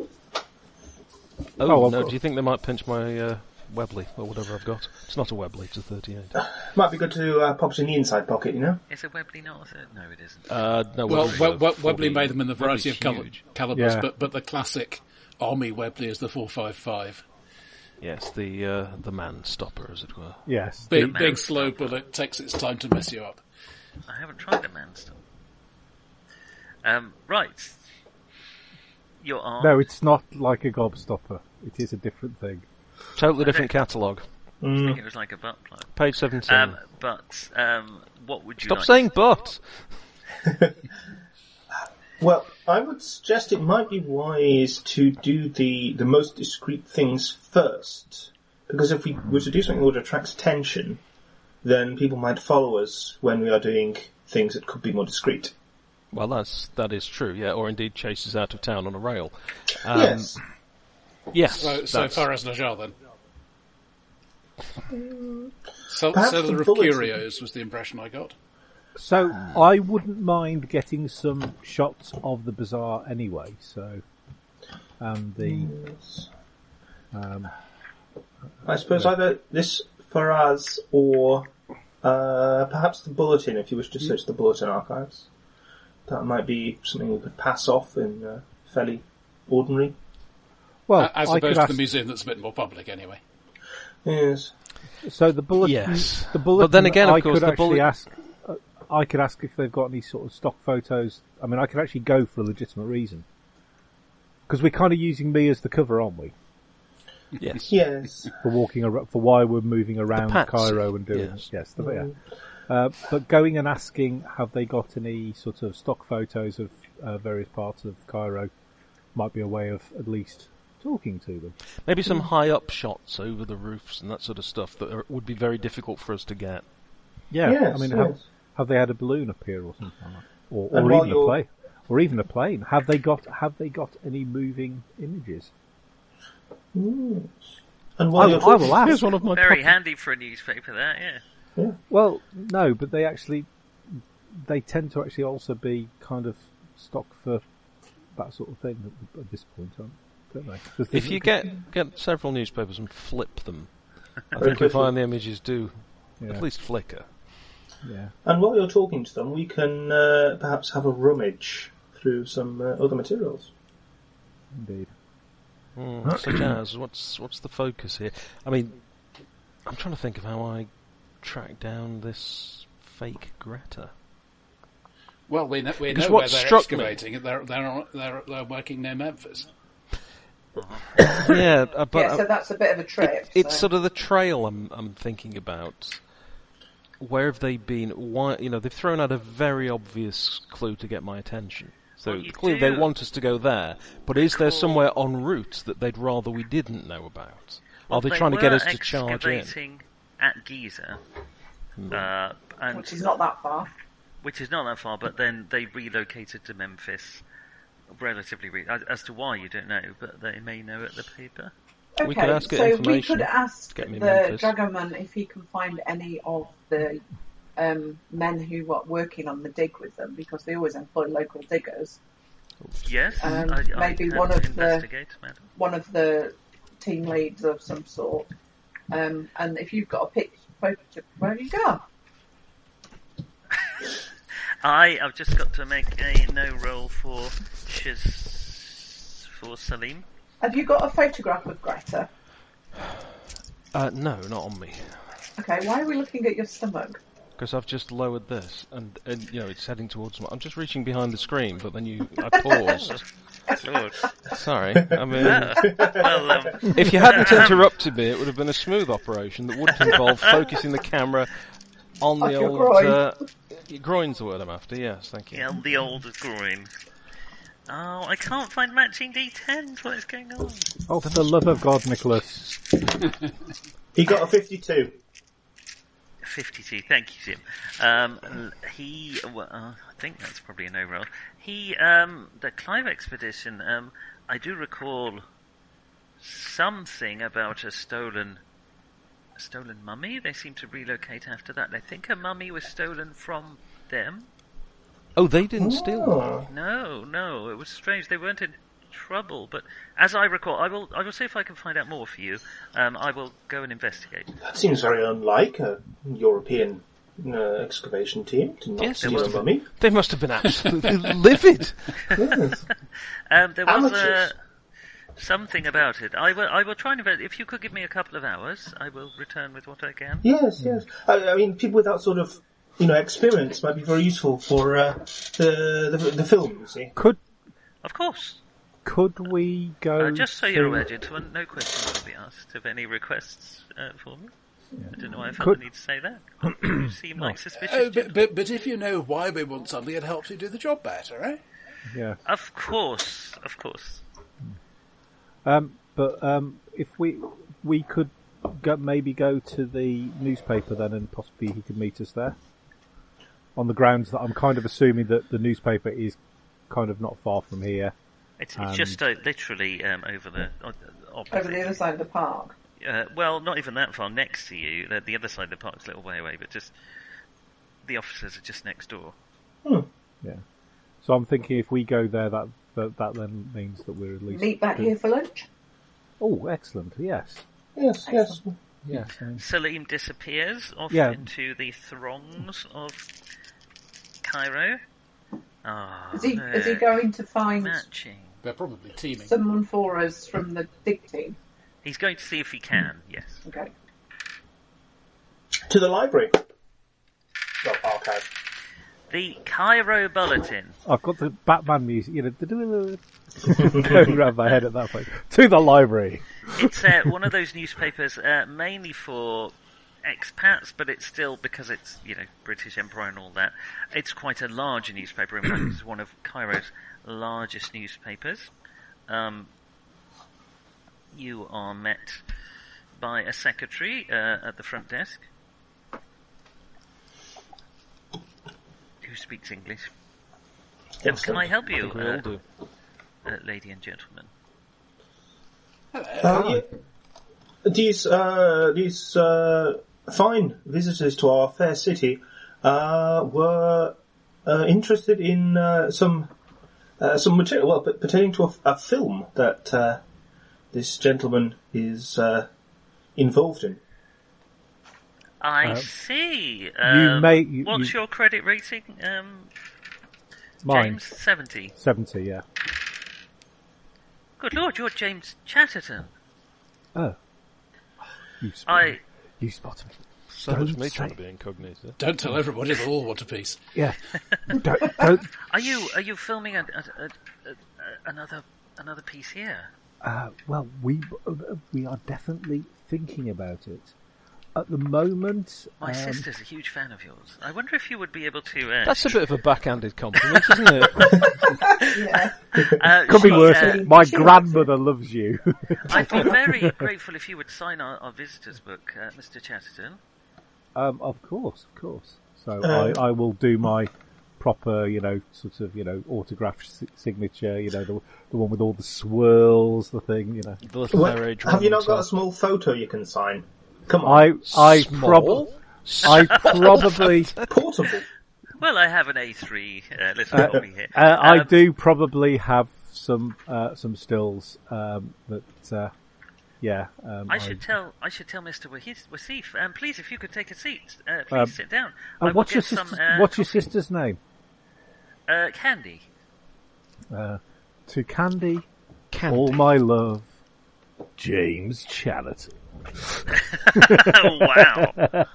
Speaker 8: Oh,
Speaker 6: Oh, well,
Speaker 8: no,
Speaker 6: cool.
Speaker 8: do you think they might pinch my uh, Webley or whatever I've got? It's not a Webley, it's a 38.
Speaker 9: Might be good to uh, pop it in the inside pocket, you know?
Speaker 5: Is it Webley not? a- No, it isn't.
Speaker 8: Uh, no,
Speaker 1: Well,
Speaker 8: Webley's
Speaker 1: well,
Speaker 8: a
Speaker 1: well Webley
Speaker 8: 40.
Speaker 1: made them in the variety of colour,
Speaker 8: Webley's huge.
Speaker 1: calibers,
Speaker 6: Yeah.
Speaker 1: but, but the classic army Webley is the 455.
Speaker 8: Yes, the uh, the man stopper, as it were.
Speaker 6: Yes.
Speaker 1: Big,
Speaker 5: man.
Speaker 1: big slow bullet takes its time to mess you up.
Speaker 5: I haven't tried a man still. Um, right. Your arm.
Speaker 6: No, it's not like a gobstopper. It is a different thing.
Speaker 8: Totally different catalogue.
Speaker 5: I think it was like a butt plug.
Speaker 8: Page 17.
Speaker 5: Um, but um, what would you
Speaker 8: Stop
Speaker 5: like?
Speaker 8: saying but!
Speaker 9: Well, I would suggest it might be wise to do the, the most discreet things first. Because if we were to do something that would attract attention, then people might follow us when we are doing things that could be more discreet.
Speaker 8: Well, that's, that is true, yeah, or indeed chases out of town on a rail. Um,
Speaker 9: yes.
Speaker 8: Yes.
Speaker 1: So, so
Speaker 8: that's-
Speaker 1: far as Najal then. So,
Speaker 9: Mm. Perhaps the
Speaker 1: Seller of
Speaker 9: bullets-
Speaker 1: Curios was the impression I got.
Speaker 6: So
Speaker 8: Ah.
Speaker 6: I wouldn't mind getting some shots of the bazaar anyway. So, and the
Speaker 1: Mm.
Speaker 9: I suppose either this Faraz or uh, perhaps the bulletin. If you wish
Speaker 6: Mm.
Speaker 9: to search the bulletin archives, that might be something we could pass off in uh, fairly ordinary.
Speaker 6: well,
Speaker 1: as
Speaker 6: Oh, I could
Speaker 1: opposed to
Speaker 6: ask,
Speaker 1: the museum that's a bit more public anyway.
Speaker 9: Yes,
Speaker 6: so the bulletin.
Speaker 8: Yes.
Speaker 6: The
Speaker 8: But
Speaker 6: bulletin.
Speaker 8: then again, of
Speaker 6: I
Speaker 8: course,
Speaker 6: could
Speaker 8: the
Speaker 6: actually
Speaker 8: bullet-
Speaker 6: ask. uh, I could ask if they've got any sort of stock photos. I mean, I could actually go for a legitimate reason because we're kind of using me as the cover, aren't we?
Speaker 8: Yes.
Speaker 9: yes.
Speaker 6: for walking around, for why we're moving around
Speaker 8: patsy,
Speaker 6: Cairo and doing
Speaker 8: yes.
Speaker 6: yes, the, Oh,
Speaker 9: Mm.
Speaker 6: yeah. Uh, but going and asking, have they got any sort of stock photos of uh, various parts of Cairo? Might be a way of at least talking to them.
Speaker 8: Maybe some high up shots over the roofs and that sort of stuff that are, would be very difficult for us to get.
Speaker 6: Yeah,
Speaker 9: Yes,
Speaker 6: I mean,
Speaker 9: yes.
Speaker 6: have, have they had a balloon appear or something like that, or,
Speaker 9: And
Speaker 6: or
Speaker 9: while
Speaker 6: even a
Speaker 9: you're-
Speaker 6: plane, or even a plane? Have they got have they got any moving images?
Speaker 9: And
Speaker 6: I,
Speaker 9: while you're
Speaker 6: will- I will
Speaker 8: Here's
Speaker 6: ask.
Speaker 8: one of my
Speaker 5: Very
Speaker 8: puppets.
Speaker 5: handy for a newspaper, that, yeah.
Speaker 6: Well, no, but they actually they tend to actually also be kind of stock for that sort of thing at, at this point, aren't don't they? 'Cause
Speaker 8: If
Speaker 6: there's-
Speaker 8: you get get several newspapers and flip them, I
Speaker 9: Very
Speaker 8: think you'll
Speaker 9: quickly.
Speaker 8: find the images do
Speaker 6: yeah,
Speaker 8: at least flicker.
Speaker 6: yeah.
Speaker 9: And while you're talking to them, we can uh, perhaps have a rummage through some uh, other materials.
Speaker 6: Indeed.
Speaker 8: Mm, such as what's what's the focus here? I mean, I'm trying to think of how I track down this fake Greta.
Speaker 1: Well, we know, we know
Speaker 8: Because
Speaker 1: where
Speaker 8: what
Speaker 1: they're
Speaker 8: struck me-
Speaker 1: excavating. and They're, they're, on- they're, they're working near Memphis.
Speaker 8: yeah, uh, but
Speaker 7: yeah,
Speaker 8: uh,
Speaker 7: so that's a bit of a trip.
Speaker 8: it- it's
Speaker 7: so.
Speaker 8: sort of the trail I'm I'm thinking about. Where have they been? Why you know they've thrown out a very obvious clue to get my attention. So
Speaker 5: Well, you
Speaker 8: clearly
Speaker 5: do.
Speaker 8: they want us to go there, but is there somewhere en route that they'd rather we didn't know about? Are they, trying to get
Speaker 5: were
Speaker 8: us to charge in? Hmm.
Speaker 5: excavating At Giza, uh, and
Speaker 7: which is not that far.
Speaker 5: which is not that far, but then they relocated to Memphis relatively re- as- as to why you don't know, but they may know at the paper.
Speaker 7: Okay,
Speaker 8: We could ask it
Speaker 7: so we
Speaker 8: information.
Speaker 7: could ask
Speaker 8: Get me
Speaker 7: the
Speaker 8: Memphis.
Speaker 7: dragoman if he can find any of the um, men who were working on the dig with them, because they always employ local diggers.
Speaker 5: Yes,
Speaker 7: Um,
Speaker 5: I, I
Speaker 7: maybe
Speaker 5: can
Speaker 7: one of the-
Speaker 5: investigate, madam.
Speaker 7: One of the team leads of some sort, um, and if you've got a picture, photo, where have you gone?
Speaker 5: I have just got to make a no roll for Shiz for Salim.
Speaker 7: Have you got a photograph of Greta?
Speaker 8: Uh, no, not on me.
Speaker 7: Okay, why are we looking at your stomach?
Speaker 8: Because I've just lowered this, and, and you know it's heading towards my. I'm just reaching behind the screen, but then you, I paused.
Speaker 5: Lord.
Speaker 8: Sorry. I mean,
Speaker 5: well, um,
Speaker 8: if you hadn't interrupted me, it would have been a smooth operation that wouldn't involve focusing the camera on
Speaker 7: Off
Speaker 8: the
Speaker 7: your
Speaker 8: old
Speaker 7: groin.
Speaker 8: Uh, groin's the word I'm after. Yes, thank you.
Speaker 5: yeah, the old groin. Oh, I can't find matching D10s. What is going on?
Speaker 6: Oh, for the love of God, Nicholas!
Speaker 9: He got a 52.
Speaker 5: 52. Thank you, Jim. Um, l- he, well, uh, I think that's probably a no roll. He, um, the Clive expedition. Um, I do recall something about a stolen, a stolen mummy. They seem to relocate after that. I think a mummy was stolen from them.
Speaker 8: Oh, they didn't steal. one.
Speaker 9: Ah,
Speaker 5: No, no, it was strange. They weren't in trouble, but as I recall, I will, I will see if I can find out more for you. Um, I will go and investigate.
Speaker 9: That seems very unlike a European uh, excavation team to not
Speaker 8: Yes, it
Speaker 9: steal a
Speaker 8: was.
Speaker 9: mummy.
Speaker 8: They must have been absolutely livid.
Speaker 9: Yes.
Speaker 5: Um, there was uh,
Speaker 9: Amateurs.
Speaker 5: something about it. I will. I will try and invent. If you could give me a couple of hours, I will return with what I can.
Speaker 9: Yes,
Speaker 6: Hmm.
Speaker 9: yes. I, I mean, people with that sort of you know experience might be very useful for uh, the, the the film. You see,
Speaker 6: Could
Speaker 5: Of course.
Speaker 6: could we go?
Speaker 5: Uh, just so you're
Speaker 6: to-
Speaker 5: aware, gentlemen, no questions will be asked of any requests uh, for me. I don't know why I felt
Speaker 6: Could- Uh,
Speaker 5: the need to say that. you seem like
Speaker 1: Oh,
Speaker 5: suspicious.
Speaker 1: but, but, but if you know why we want something, it helps you do the job better, eh?
Speaker 6: Yeah.
Speaker 5: Of course, of course.
Speaker 6: Um, but um, if we we could go, maybe go to the newspaper then, and possibly he could meet us there. On the grounds that I'm kind of assuming that the newspaper is kind of not far from here.
Speaker 5: It's, it's
Speaker 6: Um,
Speaker 5: just uh, literally um, over the o- opposite.
Speaker 7: Over the other side of the park.
Speaker 5: Uh, well, not even that far next to you. The, the other side of the park's a little way away, but just the offices are just next door.
Speaker 6: So I'm thinking if we go there, that that, that then means that we're at least.
Speaker 7: Meet back here for lunch.
Speaker 6: Oh, excellent! Yes,
Speaker 9: yes, yes.
Speaker 6: yes. I mean,
Speaker 5: Salim disappears off
Speaker 6: Yeah.
Speaker 5: into the throngs of Cairo. Ah,
Speaker 7: Is he, is he
Speaker 5: look,
Speaker 7: going to find
Speaker 5: matching?
Speaker 1: They're probably teaming.
Speaker 7: someone for us from the dig team?
Speaker 5: He's going to see if he can. Yes.
Speaker 7: Okay.
Speaker 9: To the library. Not archive.
Speaker 5: The Cairo Bulletin.
Speaker 6: I've got the Batman music. You know,
Speaker 9: eh?
Speaker 6: going around my head at that point. To the library.
Speaker 5: It's uh, one of those newspapers uh, mainly for expats, but it's still because it's you know British Empire and all that. It's quite a large newspaper. In fact, it's one of Cairo's largest newspapers. Um, you are met by a secretary uh, at the front desk. speaks English. Um,
Speaker 9: Yes,
Speaker 5: can I help
Speaker 8: I
Speaker 5: you,
Speaker 8: think we all
Speaker 5: uh,
Speaker 8: do.
Speaker 5: uh, lady and gentlemen?
Speaker 9: Uh, these uh, these uh, fine visitors to our fair city uh, were uh, interested in uh, some uh, some material, well, p- pertaining to a, f- a film that uh, this gentleman is uh, involved in.
Speaker 5: I
Speaker 6: Uh,
Speaker 5: see. Um,
Speaker 6: may- you-
Speaker 5: what's
Speaker 6: you-
Speaker 5: your credit rating? Um,
Speaker 6: Mine.
Speaker 5: James seventy.
Speaker 6: 70, yeah.
Speaker 5: Good lord, you're James Chatterton.
Speaker 6: Oh. You spot
Speaker 5: I
Speaker 6: me. You spot me.
Speaker 8: So much
Speaker 6: Don't
Speaker 8: me
Speaker 6: say-
Speaker 8: trying to be incognito.
Speaker 1: Don't tell everybody they'll all want a piece.
Speaker 6: Yeah. don't, don't,
Speaker 5: are you are you filming a, a, a, a, another another piece here?
Speaker 6: Uh, well, we we are definitely thinking about it. At the moment,
Speaker 5: My
Speaker 6: um,
Speaker 5: sister's a huge fan of yours. I wonder if you would be able to. Uh,
Speaker 8: That's a bit of a backhanded compliment, isn't it?
Speaker 7: Yeah.
Speaker 5: uh,
Speaker 6: could be
Speaker 5: she,
Speaker 6: worse.
Speaker 5: uh,
Speaker 6: My
Speaker 7: she
Speaker 6: grandmother loves you.
Speaker 5: I'd be very grateful if you would sign our, our visitors book, uh, Mr. Chatterton.
Speaker 6: um, of course, of course. So I, I will do my proper, you know, sort of, you know, autograph si- signature. You know, the the one with all the swirls, the thing. You know,
Speaker 8: the little
Speaker 9: What?
Speaker 8: marriage
Speaker 9: Have you not
Speaker 8: romantic.
Speaker 9: got a small photo you can sign? Come on,
Speaker 6: I I
Speaker 8: Small?
Speaker 6: probably I probably
Speaker 9: portable.
Speaker 5: Well, I have an A3 uh, little copy here.
Speaker 6: uh, I
Speaker 5: Um,
Speaker 6: do probably have some uh, some stills um, that. Uh, yeah, um,
Speaker 5: I should tell I should tell Mr. Wahis- Wasif. Um, please, if you could take a seat, uh, please
Speaker 6: Um,
Speaker 5: sit down. I
Speaker 6: And
Speaker 5: will
Speaker 6: what's your
Speaker 5: get some,
Speaker 6: sister's,
Speaker 5: uh,
Speaker 6: what's your sister's name?
Speaker 5: uh, candy.
Speaker 6: Uh, to Candy,
Speaker 8: Candy.
Speaker 6: all my love, James Chatterton.
Speaker 5: oh wow!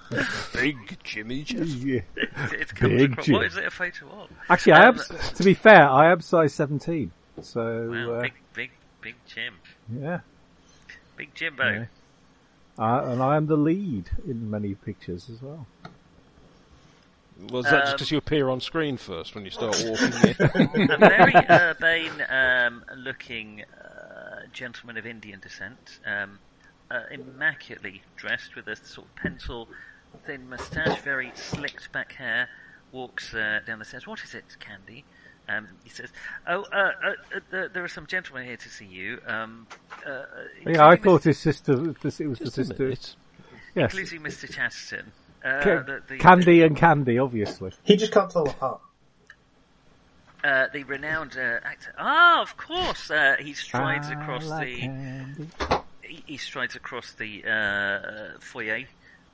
Speaker 8: Big Jimmy Jeff.
Speaker 6: Yeah.
Speaker 5: It's, it's come
Speaker 6: Big
Speaker 5: across.
Speaker 6: Jim.
Speaker 5: What is it a photo of?
Speaker 6: Actually, I
Speaker 5: Um,
Speaker 6: am. To be fair, I am size seventeen.
Speaker 5: Wow,
Speaker 6: So uh,
Speaker 5: big, big, big Jim,
Speaker 6: yeah,
Speaker 5: big Jimbo.
Speaker 6: Yeah. I, and I am the lead in many pictures as well.
Speaker 8: Was that just
Speaker 5: Um,
Speaker 8: because you appear on screen first when you start walking in?
Speaker 5: a very urbane um, looking uh, gentleman of Indian descent, um, uh, immaculately dressed with a sort of pencil thin moustache, very slicked back hair, walks uh, down the stairs. What is it, Candy? Um, he says, "Oh, uh, uh, uh, there- there are some gentlemen here to see you." Um, uh,
Speaker 6: Yeah, I
Speaker 5: including
Speaker 6: thought his sister. This, it was
Speaker 8: Just
Speaker 6: the
Speaker 8: a
Speaker 6: sister.
Speaker 8: minute.
Speaker 6: Yes,
Speaker 5: including Mr. Chatterton. Uh,
Speaker 6: Ca-
Speaker 5: the- the-
Speaker 6: Candy and Candy, obviously.
Speaker 9: He just can't tell apart.
Speaker 5: uh, the renowned uh, actor. Ah, of course. Uh, he strides
Speaker 6: I
Speaker 5: across
Speaker 6: like
Speaker 5: the.
Speaker 6: Candy.
Speaker 5: he, he strides across the uh, foyer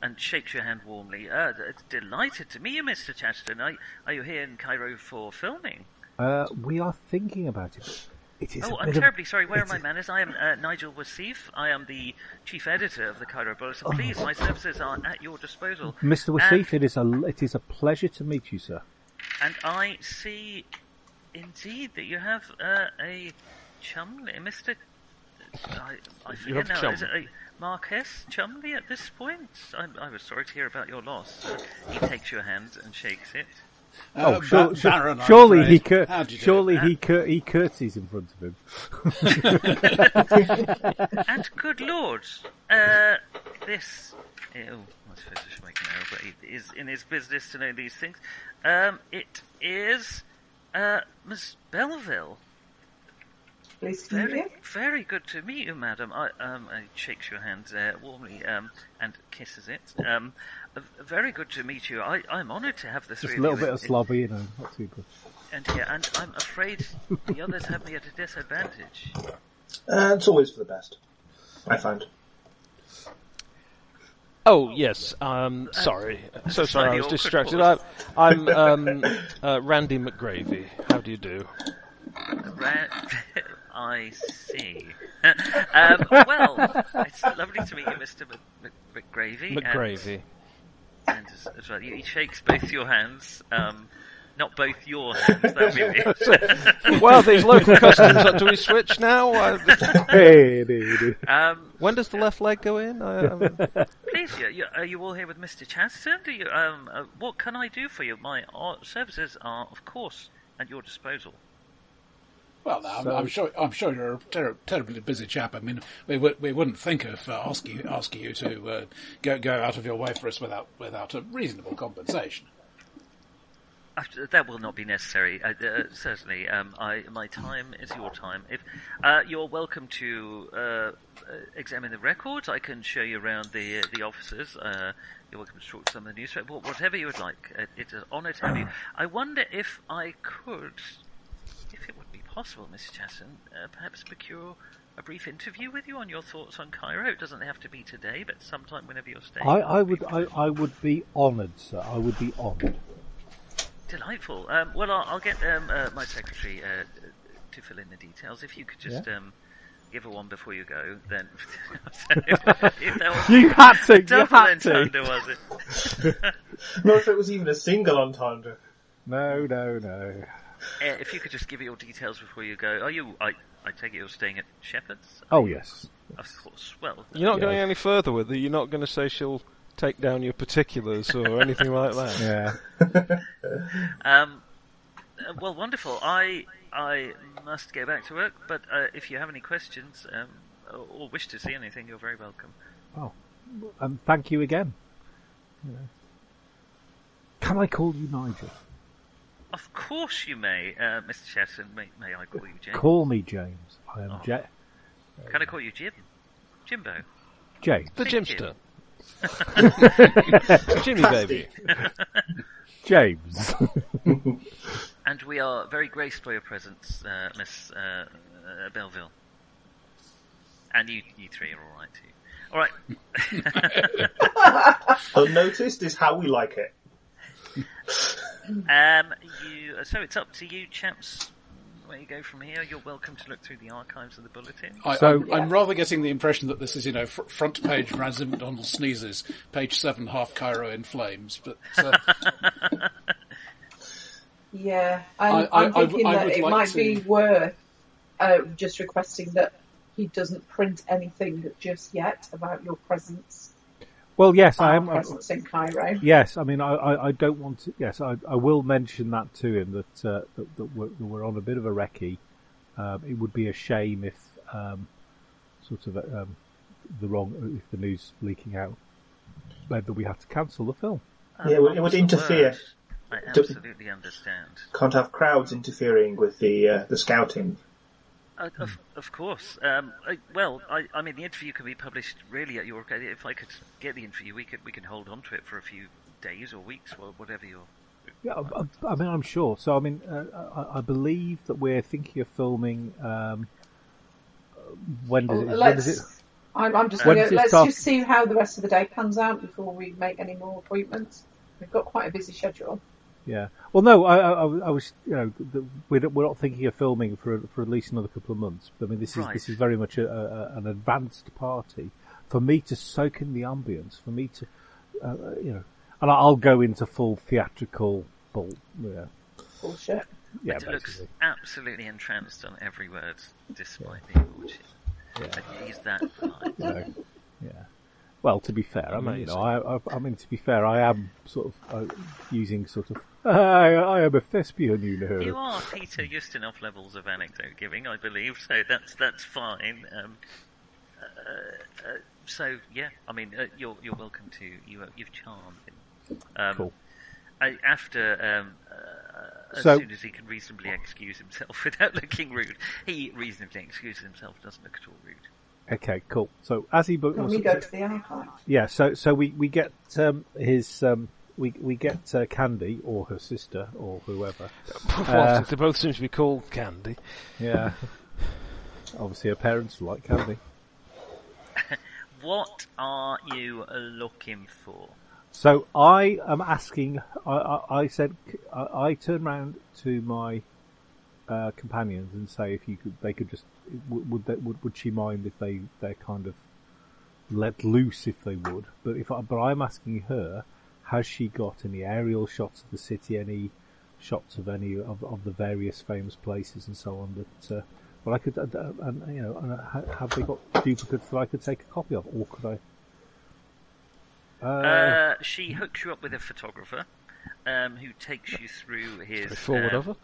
Speaker 5: and shakes your hand warmly. Uh, d- delighted to meet you, Mr. Chatterton. Are, are you here in Cairo for filming?
Speaker 6: Uh, we are thinking about it. It is.
Speaker 5: oh,
Speaker 6: a
Speaker 5: I'm
Speaker 6: bit of-
Speaker 5: terribly sorry. Where are
Speaker 6: it's
Speaker 5: my manners? I am uh, Nigel Wasif. I am the chief editor of the Cairo Bulletin. Please, my services are at your disposal. And-
Speaker 6: Mr. Oh. Wasif, it is a it is a pleasure to meet you, sir.
Speaker 5: And I see, indeed, that you have uh, a Chumley, Mr. I, I forget
Speaker 8: have
Speaker 5: now. Is it
Speaker 8: Chumley.
Speaker 5: a Marquess Chumley at this point? I, I was sorry to hear about your loss. He takes your hand and shakes it.
Speaker 1: Uh,
Speaker 6: oh, sure,
Speaker 1: Ba-
Speaker 6: sure-
Speaker 1: Baron, I'm
Speaker 6: surely
Speaker 1: afraid.
Speaker 6: he cur-
Speaker 1: How'd you do
Speaker 6: surely
Speaker 5: it?
Speaker 6: he cur- he curtsies in front of him.
Speaker 5: And good lord, uh, this. Oh, I suppose I should make an error, but it is in his business to know these things. Um, it is uh, Miss Belville.
Speaker 7: Please to meet
Speaker 5: Very,
Speaker 7: you.
Speaker 5: very good to meet you, madam. I, um, I shakes your hand uh, warmly um, and kisses it. Um, uh, very good to meet you. I, I'm honoured to have the three
Speaker 6: Just a
Speaker 5: of
Speaker 6: little
Speaker 5: you
Speaker 6: bit of
Speaker 5: in-
Speaker 6: slobber, you know, not too good.
Speaker 5: And here, and I'm afraid the others have me at a disadvantage.
Speaker 9: Uh, it's always for the best, I find.
Speaker 8: Oh yes, um, sorry, so sorry, I
Speaker 5: slightly
Speaker 8: was
Speaker 5: awkward
Speaker 8: distracted. I,
Speaker 5: pause.
Speaker 8: I'm um, uh, Randy McGravy. How do you do?
Speaker 5: Ra- I see. um, well, it's lovely to meet you, Mr. Mc- Mc- McGravy. and-
Speaker 8: McGravy.
Speaker 5: And, as, as well, he shakes both your hands. Um, not both your hands, that would be weird.
Speaker 8: well, these local customs. uh, Do we switch now? Uh,
Speaker 6: Hey, dude.
Speaker 5: um,
Speaker 8: when does the left leg go in? I, um,
Speaker 5: Please, you, you, are you all here with Mr. Chanston? Do you, um, uh, what can I do for you? My uh, services are, of course, at your disposal.
Speaker 1: Well, no, I'm, I'm sure I'm sure you're a ter- terribly busy chap. I mean, we, would we wouldn't think of uh, asking asking you to uh, go go out of your way for us without without a reasonable compensation.
Speaker 5: after- that will not be necessary. Uh, uh, certainly, um, I, my time is your time. If uh, you're welcome to uh, uh, examine the records, I can show you around the uh, the offices. Uh, you're welcome to talk to some of the newspaper, wha- whatever you would like. It, it's an honour to have you. I wonder if I could, if it would be possible, Mr. Chasson, uh, perhaps procure. A brief interview with you on your thoughts on Cairo. It doesn't have to be today, but sometime whenever you're staying.
Speaker 6: I,
Speaker 5: that
Speaker 6: I
Speaker 5: be
Speaker 6: would I, I would be honoured, sir. I would be honoured.
Speaker 5: Delightful. Um, well, I'll, I'll get um, uh, my secretary uh, to fill in the details. If you could just um, give her one before you go, then. If that was-
Speaker 6: You had to. You
Speaker 5: Double
Speaker 6: had to.
Speaker 5: entendre, was it?
Speaker 9: Not if it was even a single entendre.
Speaker 6: No, no, no.
Speaker 5: Uh, if you could just give it your details before you go. Are you? I, I take it you're staying at Shepherd's.
Speaker 6: Oh yes.
Speaker 5: Of course. Well,
Speaker 8: You're not
Speaker 6: Yeah.
Speaker 8: going any further with it. You're not going to say she'll take down your particulars or anything like that.
Speaker 6: Yeah.
Speaker 5: Um, uh, well, wonderful. I I must get back to work, but uh, if you have any questions um, or, or wish to see anything, you're very welcome.
Speaker 6: And thank you again. You know. Can I call you Nigel?
Speaker 5: Of course, you may, uh, Mr. Shetton. May, may I call you Oh. James?
Speaker 6: Call me James. I am Ja
Speaker 5: Can I call you Jim? Jimbo.
Speaker 6: James.
Speaker 8: The
Speaker 5: Thank
Speaker 8: Jimster. Jimmy baby.
Speaker 6: James.
Speaker 5: And we are very graced by your presence, uh, Miss uh, uh, Belleville. And you, you three are all right too. All right.
Speaker 9: Unnoticed is how we like it.
Speaker 5: Um, you. So it's up to you, chaps. Where you go from here? You're welcome to look through the archives of the bulletin.
Speaker 9: Uh,
Speaker 1: I,
Speaker 6: So-
Speaker 1: I'm, I'm rather getting the impression that this is, you know, fr- front page Ransom McDonald sneezes, page seven, half Cairo in flames. But uh,
Speaker 7: Yeah, I'm,
Speaker 1: I-
Speaker 7: I,
Speaker 1: I-
Speaker 7: am thinking
Speaker 1: I- I
Speaker 7: that
Speaker 1: would
Speaker 7: it
Speaker 1: like
Speaker 7: might
Speaker 1: to-
Speaker 7: be worth uh, just requesting that he doesn't print anything just yet about your presence,
Speaker 6: well, yes, I
Speaker 7: our
Speaker 6: am.
Speaker 7: presence in Cairo.
Speaker 6: Yes, I mean, I, I, I don't want to. Yes, I, I will mention that to him that uh, that, that we're, that we're on a bit of a recce. Um, it would be a shame if um, sort of um, the wrong if the news leaking out meant that we had to cancel the film.
Speaker 5: Um,
Speaker 9: Yeah,
Speaker 7: Um,
Speaker 9: it would- it would interfere.
Speaker 5: I
Speaker 9: Don't-
Speaker 5: absolutely understand.
Speaker 9: Can't have crowds interfering with the uh, the scouting.
Speaker 5: Uh, of, of course. Um, I, well, I, I mean, the interview can be published really at your. If I could get the interview, we could we can hold on to it for a few days or weeks or whatever you're.
Speaker 6: Yeah, I, I- I mean, I'm sure. So, I mean, uh, I, I believe that we're thinking of filming. Um, when does it? When does it?
Speaker 7: Let's. I'm, I'm just
Speaker 6: When
Speaker 7: gonna,
Speaker 6: does it
Speaker 7: let's
Speaker 6: start?
Speaker 7: just see how the rest of the day pans out before we make any more appointments. We've got quite a busy schedule.
Speaker 6: Yeah. Well, no, I, I, I was- I was, you know, the, we're, not- we're not thinking of filming for for at least another couple of months. I mean, this is
Speaker 5: Right.
Speaker 6: this is very much a, a, a- an advanced party for me to soak in the ambience, for me to, uh, you know, and I'll go into full theatrical bull. Yeah,
Speaker 7: Bullshit.
Speaker 6: yeah,
Speaker 5: it looks
Speaker 6: basically.
Speaker 5: absolutely entranced on every word, despite the bullshit. But he's that polite.
Speaker 6: Yeah. Well, to be fair, I mean, you know, I, I, I mean, to be fair, I am sort of uh, using sort of, I, I am a thespian, you know.
Speaker 5: You are Peter Ustinov levels of anecdote giving, I believe. So that's that's fine. Um, uh, uh, so yeah, I mean, uh, you're you're welcome to you. uh, You've charmed him. Um,
Speaker 6: Cool.
Speaker 5: I, after um, uh, as
Speaker 6: So-
Speaker 5: soon as he can reasonably excuse himself without looking rude, he reasonably excuses himself. Doesn't look at all rude.
Speaker 6: Okay, cool. So as he booked,
Speaker 7: Can we go to the archive?
Speaker 6: yeah. So so we we get um, his um, we we get uh, Candy or her sister or whoever.
Speaker 8: Well, they both seem to be called Candy.
Speaker 6: Yeah. Obviously, her parents like Candy.
Speaker 5: What are you looking for?
Speaker 6: So I am asking. I, I, I said I, I turn round to my uh, companions and say if you could, they could just would would, they, would would she mind if they they're kind of let loose if they would. But if I, but I'm asking her, has she got any aerial shots of the city, any shots of any of, of the various famous places and so on that. Uh, well, I could, uh, uh, and you know, and, uh, ha- have they got duplicates that I could take a copy of, or could I?
Speaker 5: Uh, she hooks you up with a photographer um, who takes you through his
Speaker 8: Forward
Speaker 5: uh,
Speaker 8: of her.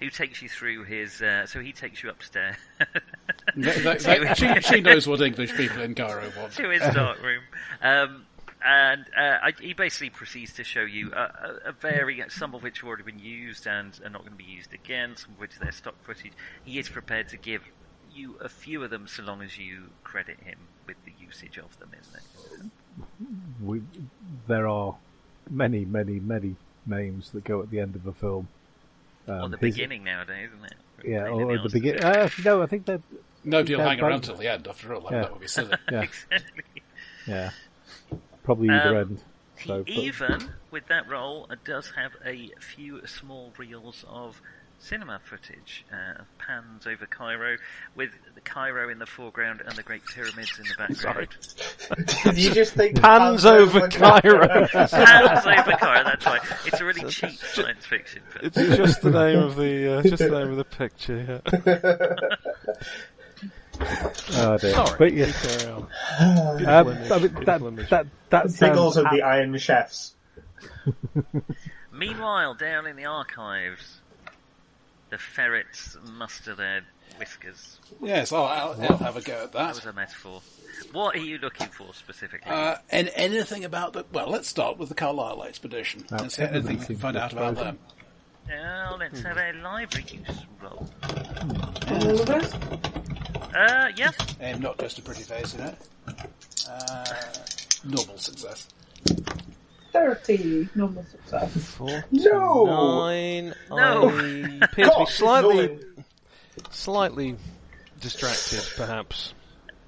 Speaker 5: who takes you through his. Uh, so he takes you upstairs
Speaker 1: they- they- they- she, she knows what English people in Cairo want.
Speaker 5: to his dark room, um, and uh, I, he basically proceeds to show you a, a, a very some of which have already been used and are not going to be used again. Some of which they're stock footage. He is prepared to give you a few of them so long as you credit him with the usage of them, isn't it?
Speaker 6: We, there are many, many, many names that go at the end of a film. Um,
Speaker 5: or the
Speaker 6: his-
Speaker 5: beginning nowadays, isn't it?
Speaker 6: Yeah,
Speaker 5: Really
Speaker 6: or at the
Speaker 5: nails
Speaker 6: beginning.
Speaker 5: it.
Speaker 6: Uh, no, I think that.
Speaker 1: No deal
Speaker 6: Yeah,
Speaker 1: hang around
Speaker 6: probably.
Speaker 1: till the end, after all. I mean,
Speaker 6: Yeah.
Speaker 1: That would be silly.
Speaker 6: Yeah,
Speaker 5: Exactly.
Speaker 6: yeah. Probably either
Speaker 5: Um,
Speaker 6: end.
Speaker 5: He
Speaker 6: So, but-
Speaker 5: even, with that role, uh, does have a few small reels of cinema footage, uh, of pans over Cairo, with the Cairo in the foreground and the Great Pyramids in the background.
Speaker 9: Did you just think
Speaker 8: Pans over Cairo.
Speaker 5: pans over Cairo, that's right. It's a really cheap science fiction film.
Speaker 8: It's just the name of the uh, just the name of the picture. Yeah.
Speaker 6: oh, dear.
Speaker 8: Sorry.
Speaker 6: But yeah,
Speaker 8: Carry on.
Speaker 6: um,
Speaker 8: image,
Speaker 6: I mean, that,
Speaker 8: beautiful image.
Speaker 6: that, that
Speaker 9: Singles
Speaker 6: sounds
Speaker 9: of the Iron Chefs.
Speaker 5: Meanwhile, down in the archives, the ferrets muster their whiskers.
Speaker 1: Yes, I'll, I'll, I'll have a go at
Speaker 5: That
Speaker 1: that.
Speaker 5: was a metaphor. What are you looking for specifically?
Speaker 1: Uh, and anything about the well, let's start with the Carlisle expedition and see anything we can find out about them.
Speaker 5: now, let's have a library use roll.
Speaker 7: All of us?
Speaker 5: Uh, yeah.
Speaker 1: Um, not just a pretty face in it. Uh, normal success.
Speaker 7: 30 normal success.
Speaker 9: No!
Speaker 8: Nine.
Speaker 5: No.
Speaker 8: I appear to be
Speaker 9: God,
Speaker 8: slightly,
Speaker 9: Nolan.
Speaker 8: slightly distracted, perhaps.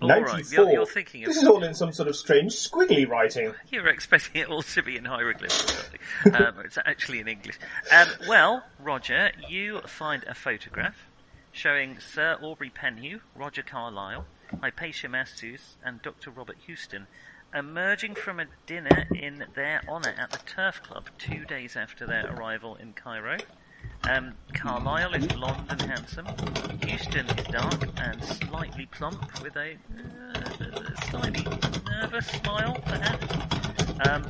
Speaker 5: All right,
Speaker 9: 94.
Speaker 5: you're, you're thinking of
Speaker 9: This is all in some sort of strange squiggly writing.
Speaker 5: you're expecting it all to be in hieroglyphics. aren't you? um, it's actually in English. Um, well, Roger, you find a photograph showing Sir Aubrey Penhew, Roger Carlyle, Hypatia Mastus, and Dr. Robert Houston emerging from a dinner in their honour at the Turf Club two days after their arrival in Cairo. Um, Carlyle is blonde and handsome. Houston is dark and slightly plump, with a uh, slightly nervous smile, perhaps. Um,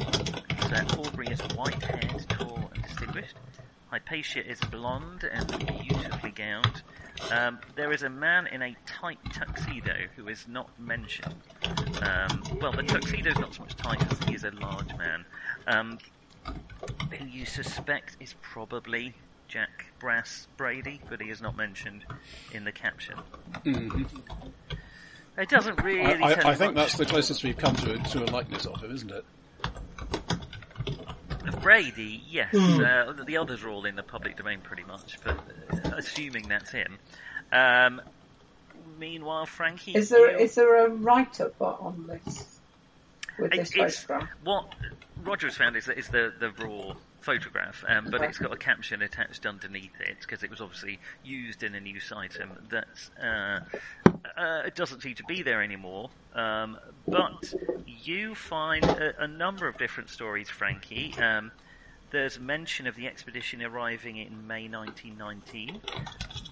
Speaker 5: so Aubrey is white-haired, tall, and distinguished. Hypatia is blonde and beautifully gowned. Um, there is a man in a tight tuxedo who is not mentioned. Um, well, the tuxedo is not so much tight as he is a large man. Um, who you suspect is probably Jack Brass Brady, but he is not mentioned in the caption. It doesn't really.
Speaker 1: I,
Speaker 5: tell
Speaker 1: I, I
Speaker 5: you
Speaker 1: think
Speaker 5: much
Speaker 1: that's the closest we've come to a, to a likeness of him, isn't it?
Speaker 5: of Brady. Yes,
Speaker 7: Hmm.
Speaker 5: uh, the- the others are all in the public domain pretty much, but uh, assuming that's him. Um, meanwhile, Frankie
Speaker 7: Is there
Speaker 5: you-
Speaker 7: is there a write up on this? With
Speaker 5: It's-
Speaker 7: this
Speaker 5: it's-
Speaker 7: photograph?
Speaker 5: What Roger has found is, is the, the raw photograph, um, but it's got a caption attached underneath it because it was obviously used in a news item that uh, uh, it doesn't seem to be there anymore. Um, but you find a, a number of different stories, Frankie. Um, there's mention of the expedition arriving in May 1919.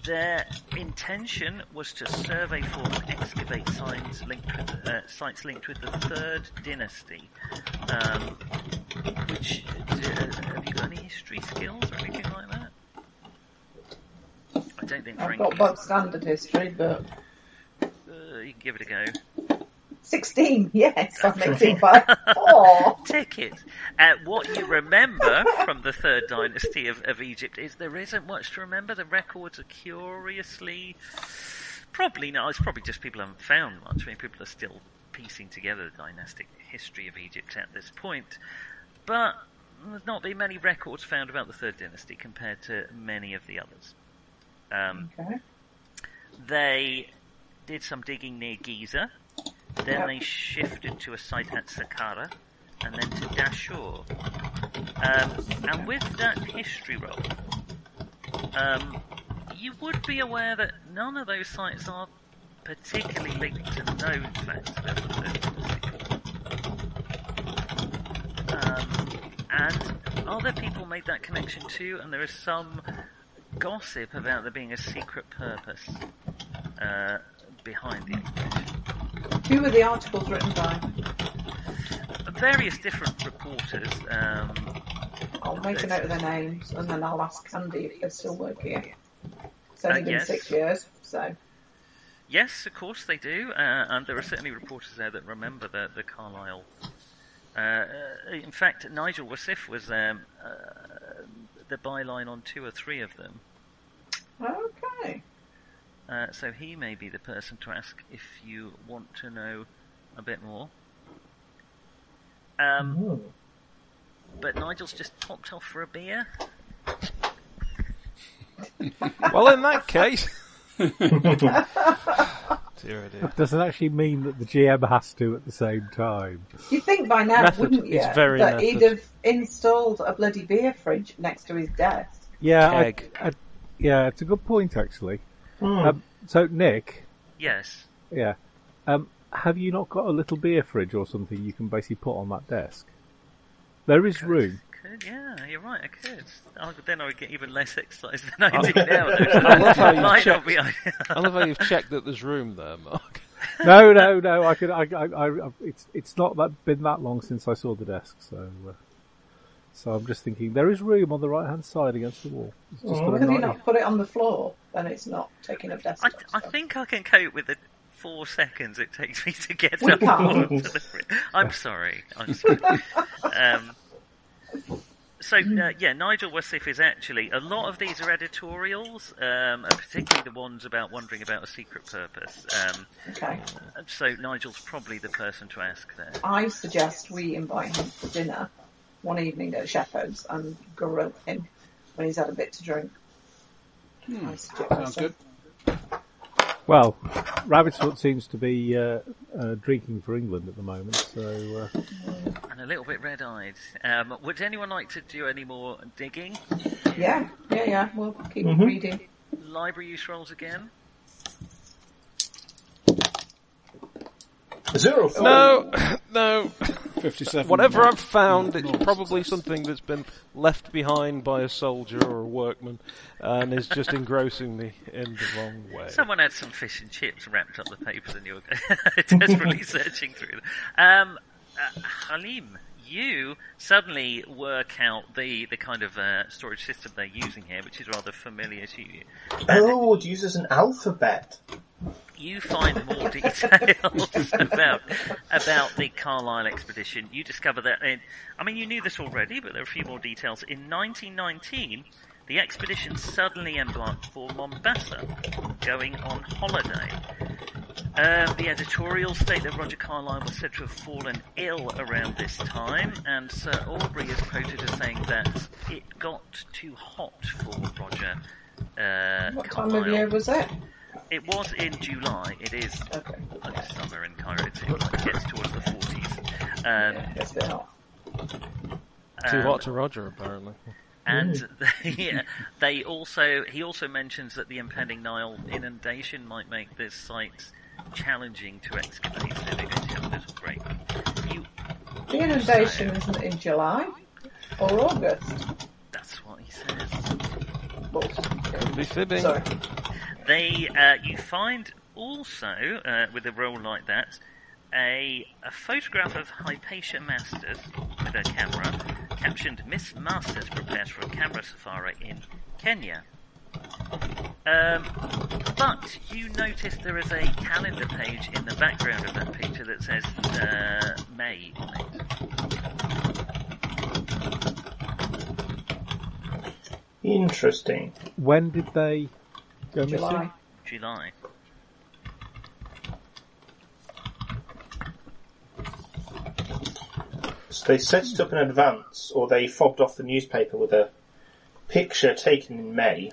Speaker 5: Their intention was to survey for and excavate signs linked with, uh, sites linked with the Third Dynasty. Um, which uh, have you got any history skills or anything like that? I don't think
Speaker 7: I've
Speaker 5: Frankie.
Speaker 7: got bog standard history, but
Speaker 5: Uh, you can give it a go.
Speaker 7: 16, yes, I'm making by four.
Speaker 5: ticket. Uh, what you remember from the third dynasty of, of Egypt is there isn't much to remember. The records are curiously, probably not. It's probably just people haven't found much. I mean, people are still piecing together the dynastic history of Egypt at this point, but there's not been many records found about the third dynasty compared to many of the others. Um,
Speaker 7: Okay.
Speaker 5: they did some digging near Giza. Then
Speaker 7: Yep.
Speaker 5: they shifted to a site at Saqqara, and then to Dashur. Um, and with that history roll, um, you would be aware that none of those sites are particularly linked to known facts about the Third Dynasty. Um, and other people made that connection too, and there is some gossip about there being a secret purpose uh, behind the expedition.
Speaker 7: Who were the articles written by?
Speaker 5: Various different reporters. Um,
Speaker 7: I'll make a note of their names and then I'll ask Candy if they still work here. It's
Speaker 5: Uh,
Speaker 7: only been
Speaker 5: yes.
Speaker 7: six years, so.
Speaker 5: yes, of course they do, uh, and there are certainly reporters there that remember the, the Carlisle Uh, in fact, Nigel Wasif was um, uh, the byline on two or three of them.
Speaker 7: Okay.
Speaker 5: Uh, so he may be the person to ask if you want to know a bit more. Um, But Nigel's just popped off for a beer.
Speaker 8: Well, in that case. dear, oh dear.
Speaker 6: Doesn't actually mean that the GM has to at the same time.
Speaker 7: You'd think by now,
Speaker 8: Method.
Speaker 7: wouldn't you?
Speaker 8: It's very
Speaker 7: that he'd
Speaker 8: method.
Speaker 7: have installed a bloody beer fridge next to his desk.
Speaker 6: Yeah, I-
Speaker 8: Keg.
Speaker 6: I- yeah, it's a good point actually.
Speaker 7: Hmm.
Speaker 6: Um, so Nick,
Speaker 5: Yes.
Speaker 6: yeah, um, have you not got a little beer fridge or something you can basically put on that desk? There is room.
Speaker 5: Could, yeah, you're right, I could. I would- then I would get even less exercise than I do now.
Speaker 8: I love how you
Speaker 5: Might not
Speaker 8: checked.
Speaker 5: be
Speaker 8: I love how you've checked that there's room there, Mark.
Speaker 6: No, no, no. I could. I, I, I, it's it's not that been that long since I saw the desk, so uh, so I'm just thinking there is room on the right hand side against the wall. It's just got a
Speaker 7: Could he
Speaker 6: nice-
Speaker 7: Oh, not put it on the floor? Then it's not taking up desk.
Speaker 5: I, th- I think I can cope with the four seconds it takes me to get
Speaker 7: We
Speaker 5: up.
Speaker 7: can't.
Speaker 5: onto the fri- I'm sorry. I'm sorry. um, so uh, yeah, Nigel Wassif is actually a lot of these are editorials, um, and particularly the ones about wondering about a secret purpose. Um,
Speaker 7: Okay.
Speaker 5: so Nigel's probably the person to ask there.
Speaker 7: I suggest we invite him for dinner one evening at Shepard's and grill him when he's had a bit to drink.
Speaker 5: Hmm.
Speaker 7: I suggest
Speaker 1: Sounds
Speaker 7: so.
Speaker 1: good.
Speaker 6: Well, Rabbit's Foot seems to be uh, uh, drinking for England at the moment, so uh,
Speaker 5: And a little bit red-eyed. Um, would anyone like to do any more digging?
Speaker 7: Yeah, yeah, yeah. We'll keep
Speaker 9: Mm-hmm.
Speaker 7: reading.
Speaker 5: Library use rolls again.
Speaker 9: Zero four.
Speaker 8: No, no.
Speaker 1: 57.
Speaker 8: Whatever I've found, it's probably something that's been left behind by a soldier or a workman and is just engrossing me in the wrong way.
Speaker 5: Someone had some fish and chips wrapped up the papers, and you were desperately searching through them. Um, uh, Halim, you suddenly work out the, the kind of uh, storage system they're using here, which is rather familiar to you.
Speaker 9: Oh, it uses an alphabet.
Speaker 5: You find more details about about the Carlisle expedition. You discover that, in, I mean, you knew this already, but there are a few more details. In 1919, the expedition suddenly embarked for Mombasa, going on holiday. Um, the editorials state that Roger Carlyle was said to have fallen ill around this time, and Sir Aubrey is quoted as saying that it got too hot for Roger. Uh,
Speaker 7: What time
Speaker 5: Carlyle.
Speaker 7: of year was it?
Speaker 5: It was in July. It is
Speaker 7: Okay.
Speaker 5: like summer in Cairo. It's, it gets towards the 40s. Um,
Speaker 7: Yeah, it's a bit hot.
Speaker 8: Too
Speaker 5: um,
Speaker 8: hot to Roger, apparently.
Speaker 5: And they, they also he also mentions that the impending Nile inundation might make this site challenging to excavate. So they go to have a little break. You,
Speaker 7: The inundation isn't in July or August.
Speaker 5: that's what he says.
Speaker 7: But,
Speaker 8: Be fibbing.
Speaker 7: sorry.
Speaker 5: They, uh, you find also uh, with a roll like that, a, a photograph of Hypatia Masters with her camera, captioned "Miss Masters prepares for a camera safari in Kenya." Um, but you notice there is a calendar page in the background of that picture that says uh, May on it.
Speaker 9: Interesting.
Speaker 6: when did they go missing?
Speaker 7: July.
Speaker 5: July.
Speaker 9: So they set it up in advance, or they fobbed off the newspaper with a picture taken in May.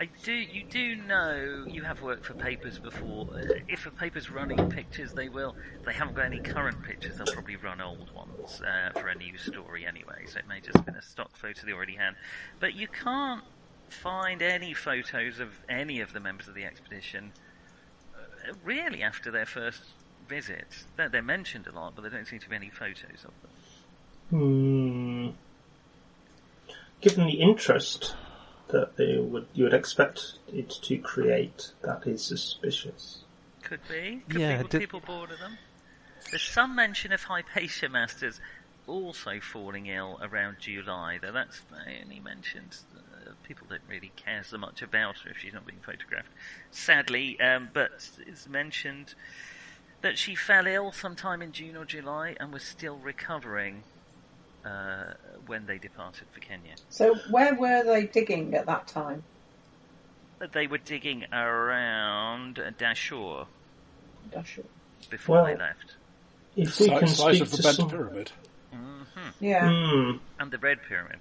Speaker 5: I do. You do know you have worked for papers before. Uh, If a paper's running pictures, they will. If they haven't got any current pictures, they'll probably run old ones uh, for a news story anyway. So it may just have been a stock photo they already had. But you can't find any photos of any of the members of the expedition uh, really after their first visit. They're, they're mentioned a lot, but there don't seem to be any photos of them.
Speaker 9: Hmm. Given the interest that they would, you would expect it to create, that is suspicious.
Speaker 5: Could be. Could
Speaker 8: Yeah,
Speaker 5: be. Were
Speaker 8: did-
Speaker 5: people bored of them? There's some mention of Hypatia Masters also falling ill around July, though that's only mentioned. Uh, people don't really care so much about her if she's not being photographed, sadly. Um, but it's mentioned that she fell ill sometime in June or July and was still recovering uh, when they departed for Kenya.
Speaker 7: So where were they digging at that time?
Speaker 5: But They were digging around Dashur
Speaker 7: Dashur.
Speaker 5: before they
Speaker 9: Well-
Speaker 5: left,
Speaker 9: If we
Speaker 1: Slice,
Speaker 9: can
Speaker 1: slice
Speaker 9: speak
Speaker 1: of the
Speaker 9: to
Speaker 1: bent
Speaker 9: some...
Speaker 1: pyramid.
Speaker 7: Yeah.
Speaker 9: Hmm.
Speaker 5: Mm-hmm. and the Red Pyramid.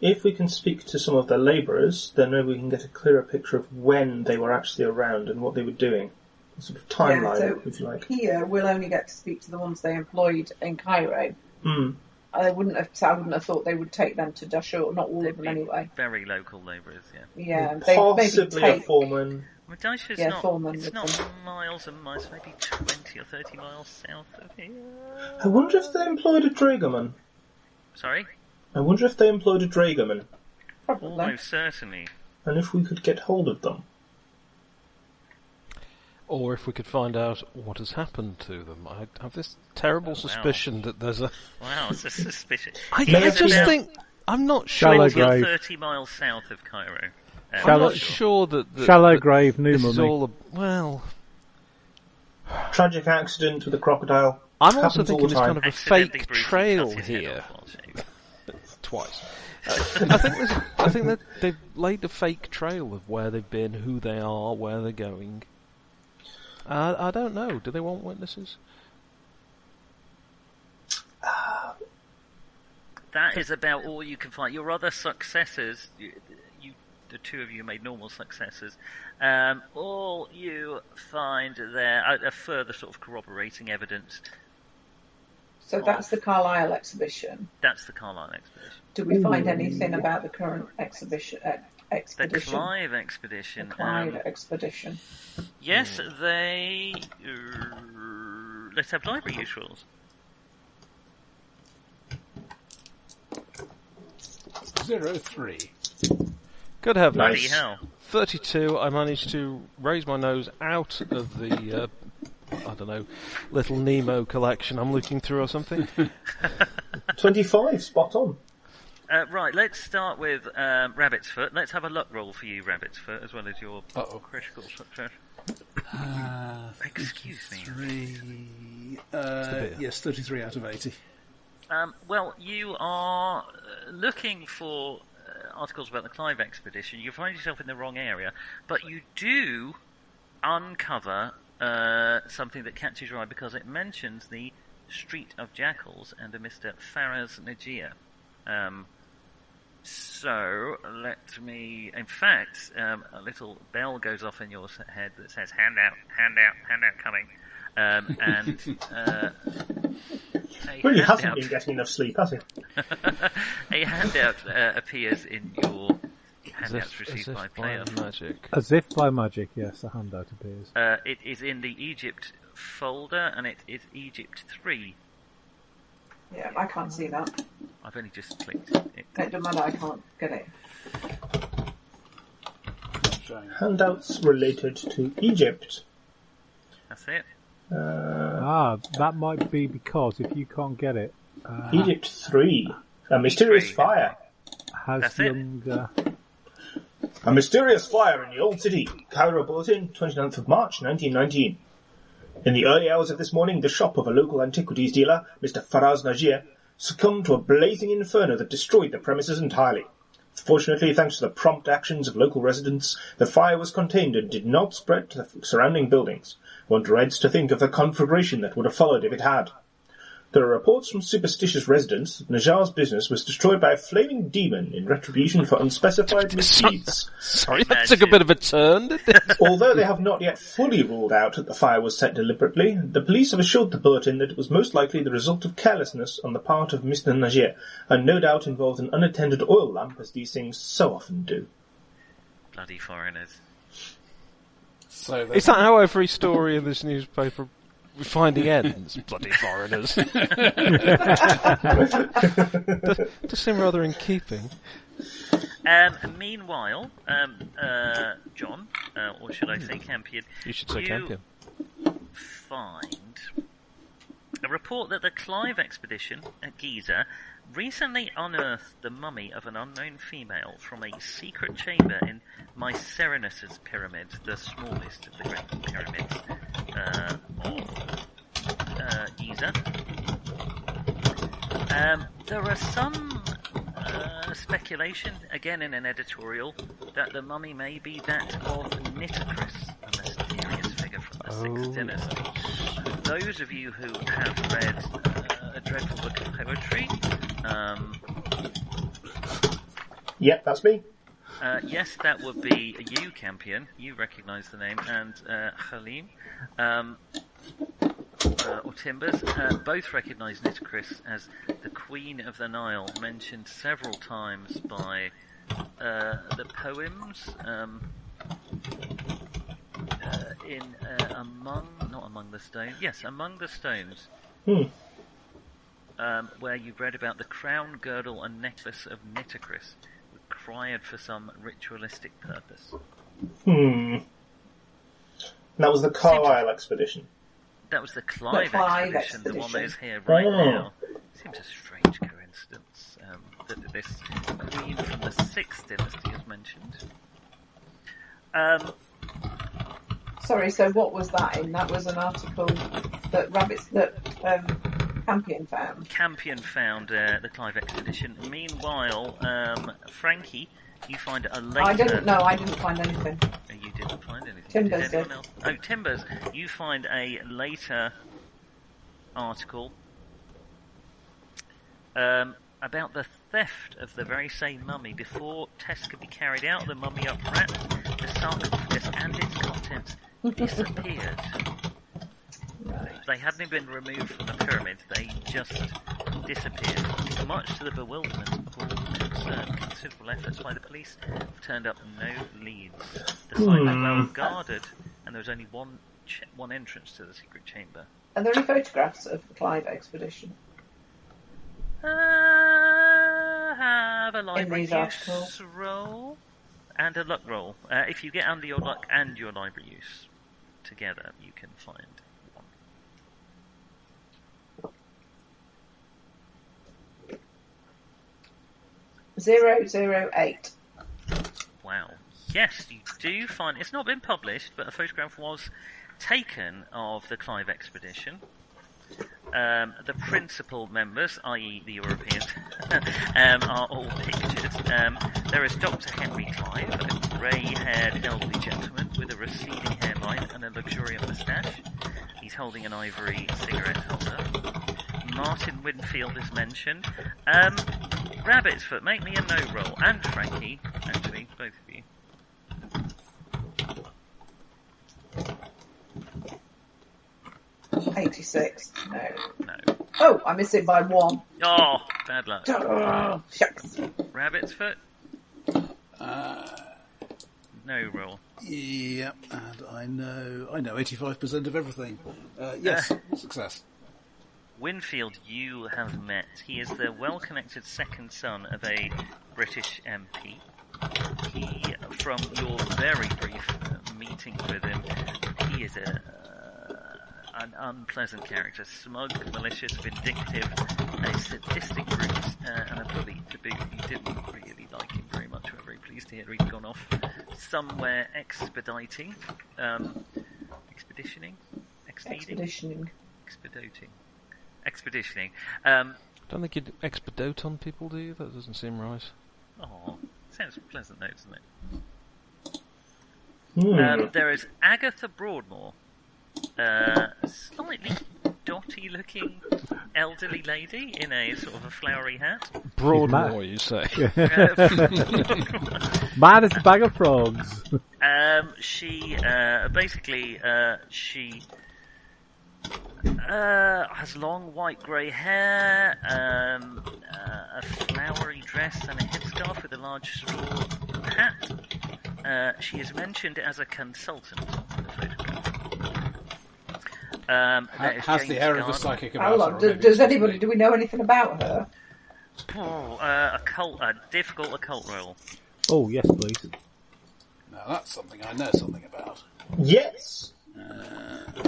Speaker 9: If we can speak to some of the labourers, then maybe we can get a clearer picture of when they were actually around and what they were doing. A sort of
Speaker 7: yeah
Speaker 9: timeline,
Speaker 7: so
Speaker 9: if you like.
Speaker 7: here we'll only get to speak to the ones they employed in Cairo.
Speaker 9: Mm.
Speaker 7: I wouldn't have. I wouldn't have thought they would take them to Dashur. Not all of them anyway.
Speaker 5: Very local labourers, yeah.
Speaker 7: Yeah. They maybe
Speaker 9: Possibly a
Speaker 7: take.
Speaker 9: foreman.
Speaker 5: Well, Daisha's
Speaker 7: Yeah,
Speaker 5: not,
Speaker 7: Thorman
Speaker 5: it's
Speaker 7: would
Speaker 5: not miles and miles, maybe 20 or 30 miles south of here.
Speaker 9: I wonder if they employed a dragoman.
Speaker 5: Sorry?
Speaker 9: I wonder if they employed a dragoman,
Speaker 7: Probably.
Speaker 5: Almost Oh, certainly.
Speaker 9: and if we could get hold of them.
Speaker 8: Or if we could find out what has happened to them. I have this terrible suspicion that there's a.
Speaker 5: Wow, it's a suspicious.
Speaker 8: Oh, I,
Speaker 5: He
Speaker 8: I
Speaker 5: is
Speaker 8: just
Speaker 5: about
Speaker 8: think. I'm not sure.
Speaker 6: Shallow
Speaker 5: 20 or
Speaker 6: grave.
Speaker 5: 30 miles south of Cairo. Uh,
Speaker 8: I'm
Speaker 6: Shallow-
Speaker 8: not sure that. that
Speaker 6: Shallow
Speaker 8: that
Speaker 6: grave, new
Speaker 8: This is
Speaker 6: mummy.
Speaker 8: all a, well.
Speaker 9: Tragic accident with a crocodile.
Speaker 8: I'm also
Speaker 9: Happens all
Speaker 8: thinking
Speaker 9: the
Speaker 8: it's kind
Speaker 9: time.
Speaker 8: of a
Speaker 5: accidentally
Speaker 8: fake
Speaker 5: briefly
Speaker 8: trail
Speaker 5: cut his head
Speaker 8: here.
Speaker 5: off while shaving.
Speaker 8: Twice. Uh, I think there's, I think that they've laid a fake trail of where they've been, who they are, where they're going. Uh, I don't know. Do they want witnesses?
Speaker 5: That is about all you can find. Your other successors, you, you the two of you made normal successors. Um, all you find there are, are further sort of corroborating evidence.
Speaker 7: So that's the Carlisle exhibition.
Speaker 5: That's the Carlisle expedition.
Speaker 7: Do we find anything about the current exhibition? Uh,
Speaker 5: The
Speaker 7: expedition.
Speaker 5: Clive expedition.
Speaker 7: The Clyde
Speaker 5: um,
Speaker 7: expedition.
Speaker 5: yes, they. Uh, let's have library usuals.
Speaker 1: Zero three.
Speaker 8: Good heavens.
Speaker 5: Bloody hell.
Speaker 8: 32, I managed to raise my nose out of the, uh, I don't know, little Nemo collection I'm looking through or something.
Speaker 9: 25, spot on.
Speaker 5: Uh, right, let's start with um, Rabbit's Foot. Let's have a luck roll for you, Rabbit's Foot, as well as your
Speaker 1: Uh-oh.
Speaker 5: critical success.
Speaker 1: Uh,
Speaker 5: Excuse me.
Speaker 1: Three. Uh,
Speaker 8: bit.
Speaker 1: yes, 33 out of 80.
Speaker 5: Um, well, you are uh, looking for uh, articles about the Clive expedition. You find yourself in the wrong area, but you do uncover uh, something that catches your eye because it mentions the Street of Jackals and a Mr. Faraz Najia. Um, so let me. In fact, um, a little bell goes off in your s- head that says "handout, handout, handout coming," um, and uh, a
Speaker 9: Really hasn't
Speaker 5: handout-
Speaker 9: been getting enough sleep, has he?
Speaker 5: a handout uh, appears in your
Speaker 8: As
Speaker 5: handouts
Speaker 8: if, as
Speaker 5: received
Speaker 8: if by
Speaker 5: by player.
Speaker 8: magic.
Speaker 6: As if by magic, yes, a handout appears.
Speaker 5: Uh, it is in the Egypt folder, and it is Egypt three.
Speaker 7: Yeah, I can't see that.
Speaker 5: I've only just clicked it.
Speaker 7: It doesn't matter. I can't get it.
Speaker 1: Shame.
Speaker 9: Handouts related to Egypt. Uh,
Speaker 5: That's it.
Speaker 6: Ah, that might be because if you can't get it,
Speaker 9: Egypt 3. A mysterious
Speaker 5: Three.
Speaker 9: fire.
Speaker 6: has uh,
Speaker 5: That's it.
Speaker 6: younger.
Speaker 9: A mysterious fire in the old city. Cairo Bulletin, 29th of March, 1919. In the early hours of this morning, the shop of a local antiquities dealer, Mr. Faraz Najir, succumbed to a blazing inferno that destroyed the premises entirely. Fortunately, thanks to the prompt actions of local residents, the fire was contained and did not spread to the surrounding buildings. One dreads to think of the conflagration that would have followed if it had. There are reports from superstitious residents that Najjar's business was destroyed by a flaming demon in retribution for unspecified misdeeds.
Speaker 8: Sorry, that took a bit of a turn, didn't it?
Speaker 9: Although they have not yet fully ruled out that the fire was set deliberately, the police have assured the bulletin that it was most likely the result of carelessness on the part of Mr. Najir, and no doubt involved an unattended oil lamp, as these things so often do.
Speaker 5: Bloody foreigners.
Speaker 1: So that's
Speaker 8: Is that how every story in this newspaper we're finding ends? Bloody foreigners. does, does seem rather in keeping.
Speaker 5: Um, meanwhile, um, uh, John, uh, or should I say Campion,
Speaker 8: You should say
Speaker 5: You-
Speaker 8: Campion.
Speaker 5: find a report that the Clive expedition at Giza recently unearthed the mummy of an unknown female from a secret chamber in Mycerinus's pyramid, the smallest of the great pyramids uh, of uh, Giza. Um, there are some uh, speculation, again in an editorial, that the mummy may be that of Nitocris, a mysterious figure from the Sixth Dynasty. Those of you who have read uh, A Dreadful Book of Poetry, um,
Speaker 9: Yep, that's me.
Speaker 5: uh, yes, that would be you, Campion. You recognise the name, and uh, Halim, um, uh, or Timbers, uh, both recognise Nitocris as the Queen of the Nile, mentioned several times by uh, the poems. Um, uh, in uh, among, not among the stones. Yes, among the stones um, where you read about the crown, girdle, and necklace of Nitocris, required for some ritualistic purpose.
Speaker 9: Hmm. And that was the Carlisle expedition.
Speaker 5: That was the Clive,
Speaker 7: The Clive
Speaker 5: expedition, the one that
Speaker 7: expedition.
Speaker 5: is here right
Speaker 9: Oh.
Speaker 5: now. Seems a strange coincidence um, that this queen from the Sixth Dynasty is mentioned. Um,
Speaker 7: Sorry, so what was that in? That was an article that rabbits that um, Campion found.
Speaker 5: Campion found uh, the Clive expedition. Meanwhile, um, Frankie, you find a later.
Speaker 7: I didn't know. I didn't find anything.
Speaker 5: Uh, You didn't find anything.
Speaker 7: Timbers
Speaker 5: Did anyone
Speaker 7: did.
Speaker 5: else? Oh, Timbers, you find a later article um, about the theft of the very same mummy. Before tests could be carried out, the mummy unwrapped, the sarcophagus and its contents disappeared. They hadn't been removed from the pyramid, they just disappeared. Much to the bewilderment of all concerned, considerable efforts by the police have turned up no leads. The site was well guarded, and there was only one ch- one entrance to the secret chamber.
Speaker 7: Are there any photographs of the Clive expedition?
Speaker 5: Uh, have a library
Speaker 7: these
Speaker 5: use
Speaker 7: articles.
Speaker 5: roll and a luck roll. Uh, if you get under your luck and your library use together, you can find one.
Speaker 7: Zero zero eight.
Speaker 5: Wow. Yes, you do find it's not been published, but a photograph was taken of the Clive expedition. Um, the principal members, i.e., the Europeans, um, are all pictured. Um, there is Dr. Henry Clive, a grey-haired elderly gentleman with a receding hairline and a luxuriant moustache. He's holding an ivory cigarette holder. Martin Winfield is mentioned. Um, Rabbit's Foot, make me a no roll. And Frankie, actually, both of you.
Speaker 7: Eighty six. No.
Speaker 5: No.
Speaker 7: Oh, I miss it by one.
Speaker 5: Oh, bad luck.
Speaker 7: Oh, shucks.
Speaker 5: Rabbit's uh, Foot? no roll.
Speaker 1: Yep, and I know I know eighty five percent of everything. Uh, yes, success.
Speaker 5: Winfield, you have met. He is the well connected second son of a British MP. He, from your very brief uh, meeting with him, he is a, uh, an unpleasant character. Smug, malicious, vindictive, a sadistic brute, uh, and a bully to boot. You didn't really like him very much. We're very pleased to hear he's gone off somewhere expediting, um, expeditioning, exceeding,
Speaker 7: Expeditioning.
Speaker 5: expediting, expeditioning. Um,
Speaker 8: Don't think you'd expedite on people, do you? That doesn't seem right.
Speaker 5: oh, sounds pleasant though, doesn't it?
Speaker 9: Hmm.
Speaker 5: Um, there is Agatha Broadmore, uh, slightly dotty-looking elderly lady in a sort of a flowery hat.
Speaker 6: Broadmoor,
Speaker 8: you say?
Speaker 6: Mad as a bag of frogs.
Speaker 5: Um, she uh, basically uh, she uh, has long white grey hair, um, uh, a flowery dress, and a headscarf with a large straw hat. Uh, she is mentioned as a consultant. in the photograph.
Speaker 1: Ha-
Speaker 5: Um, there is
Speaker 1: has the
Speaker 5: James
Speaker 1: hair of a
Speaker 5: Garner.
Speaker 1: psychic about
Speaker 7: Hold
Speaker 1: her
Speaker 7: on.
Speaker 1: already,
Speaker 7: Does, does
Speaker 1: isn't it?
Speaker 7: anybody? Do we know anything about her?
Speaker 5: Oh, uh, occult, a difficult occult role.
Speaker 6: Oh yes, please.
Speaker 1: Now that's something I know something about.
Speaker 9: Yes.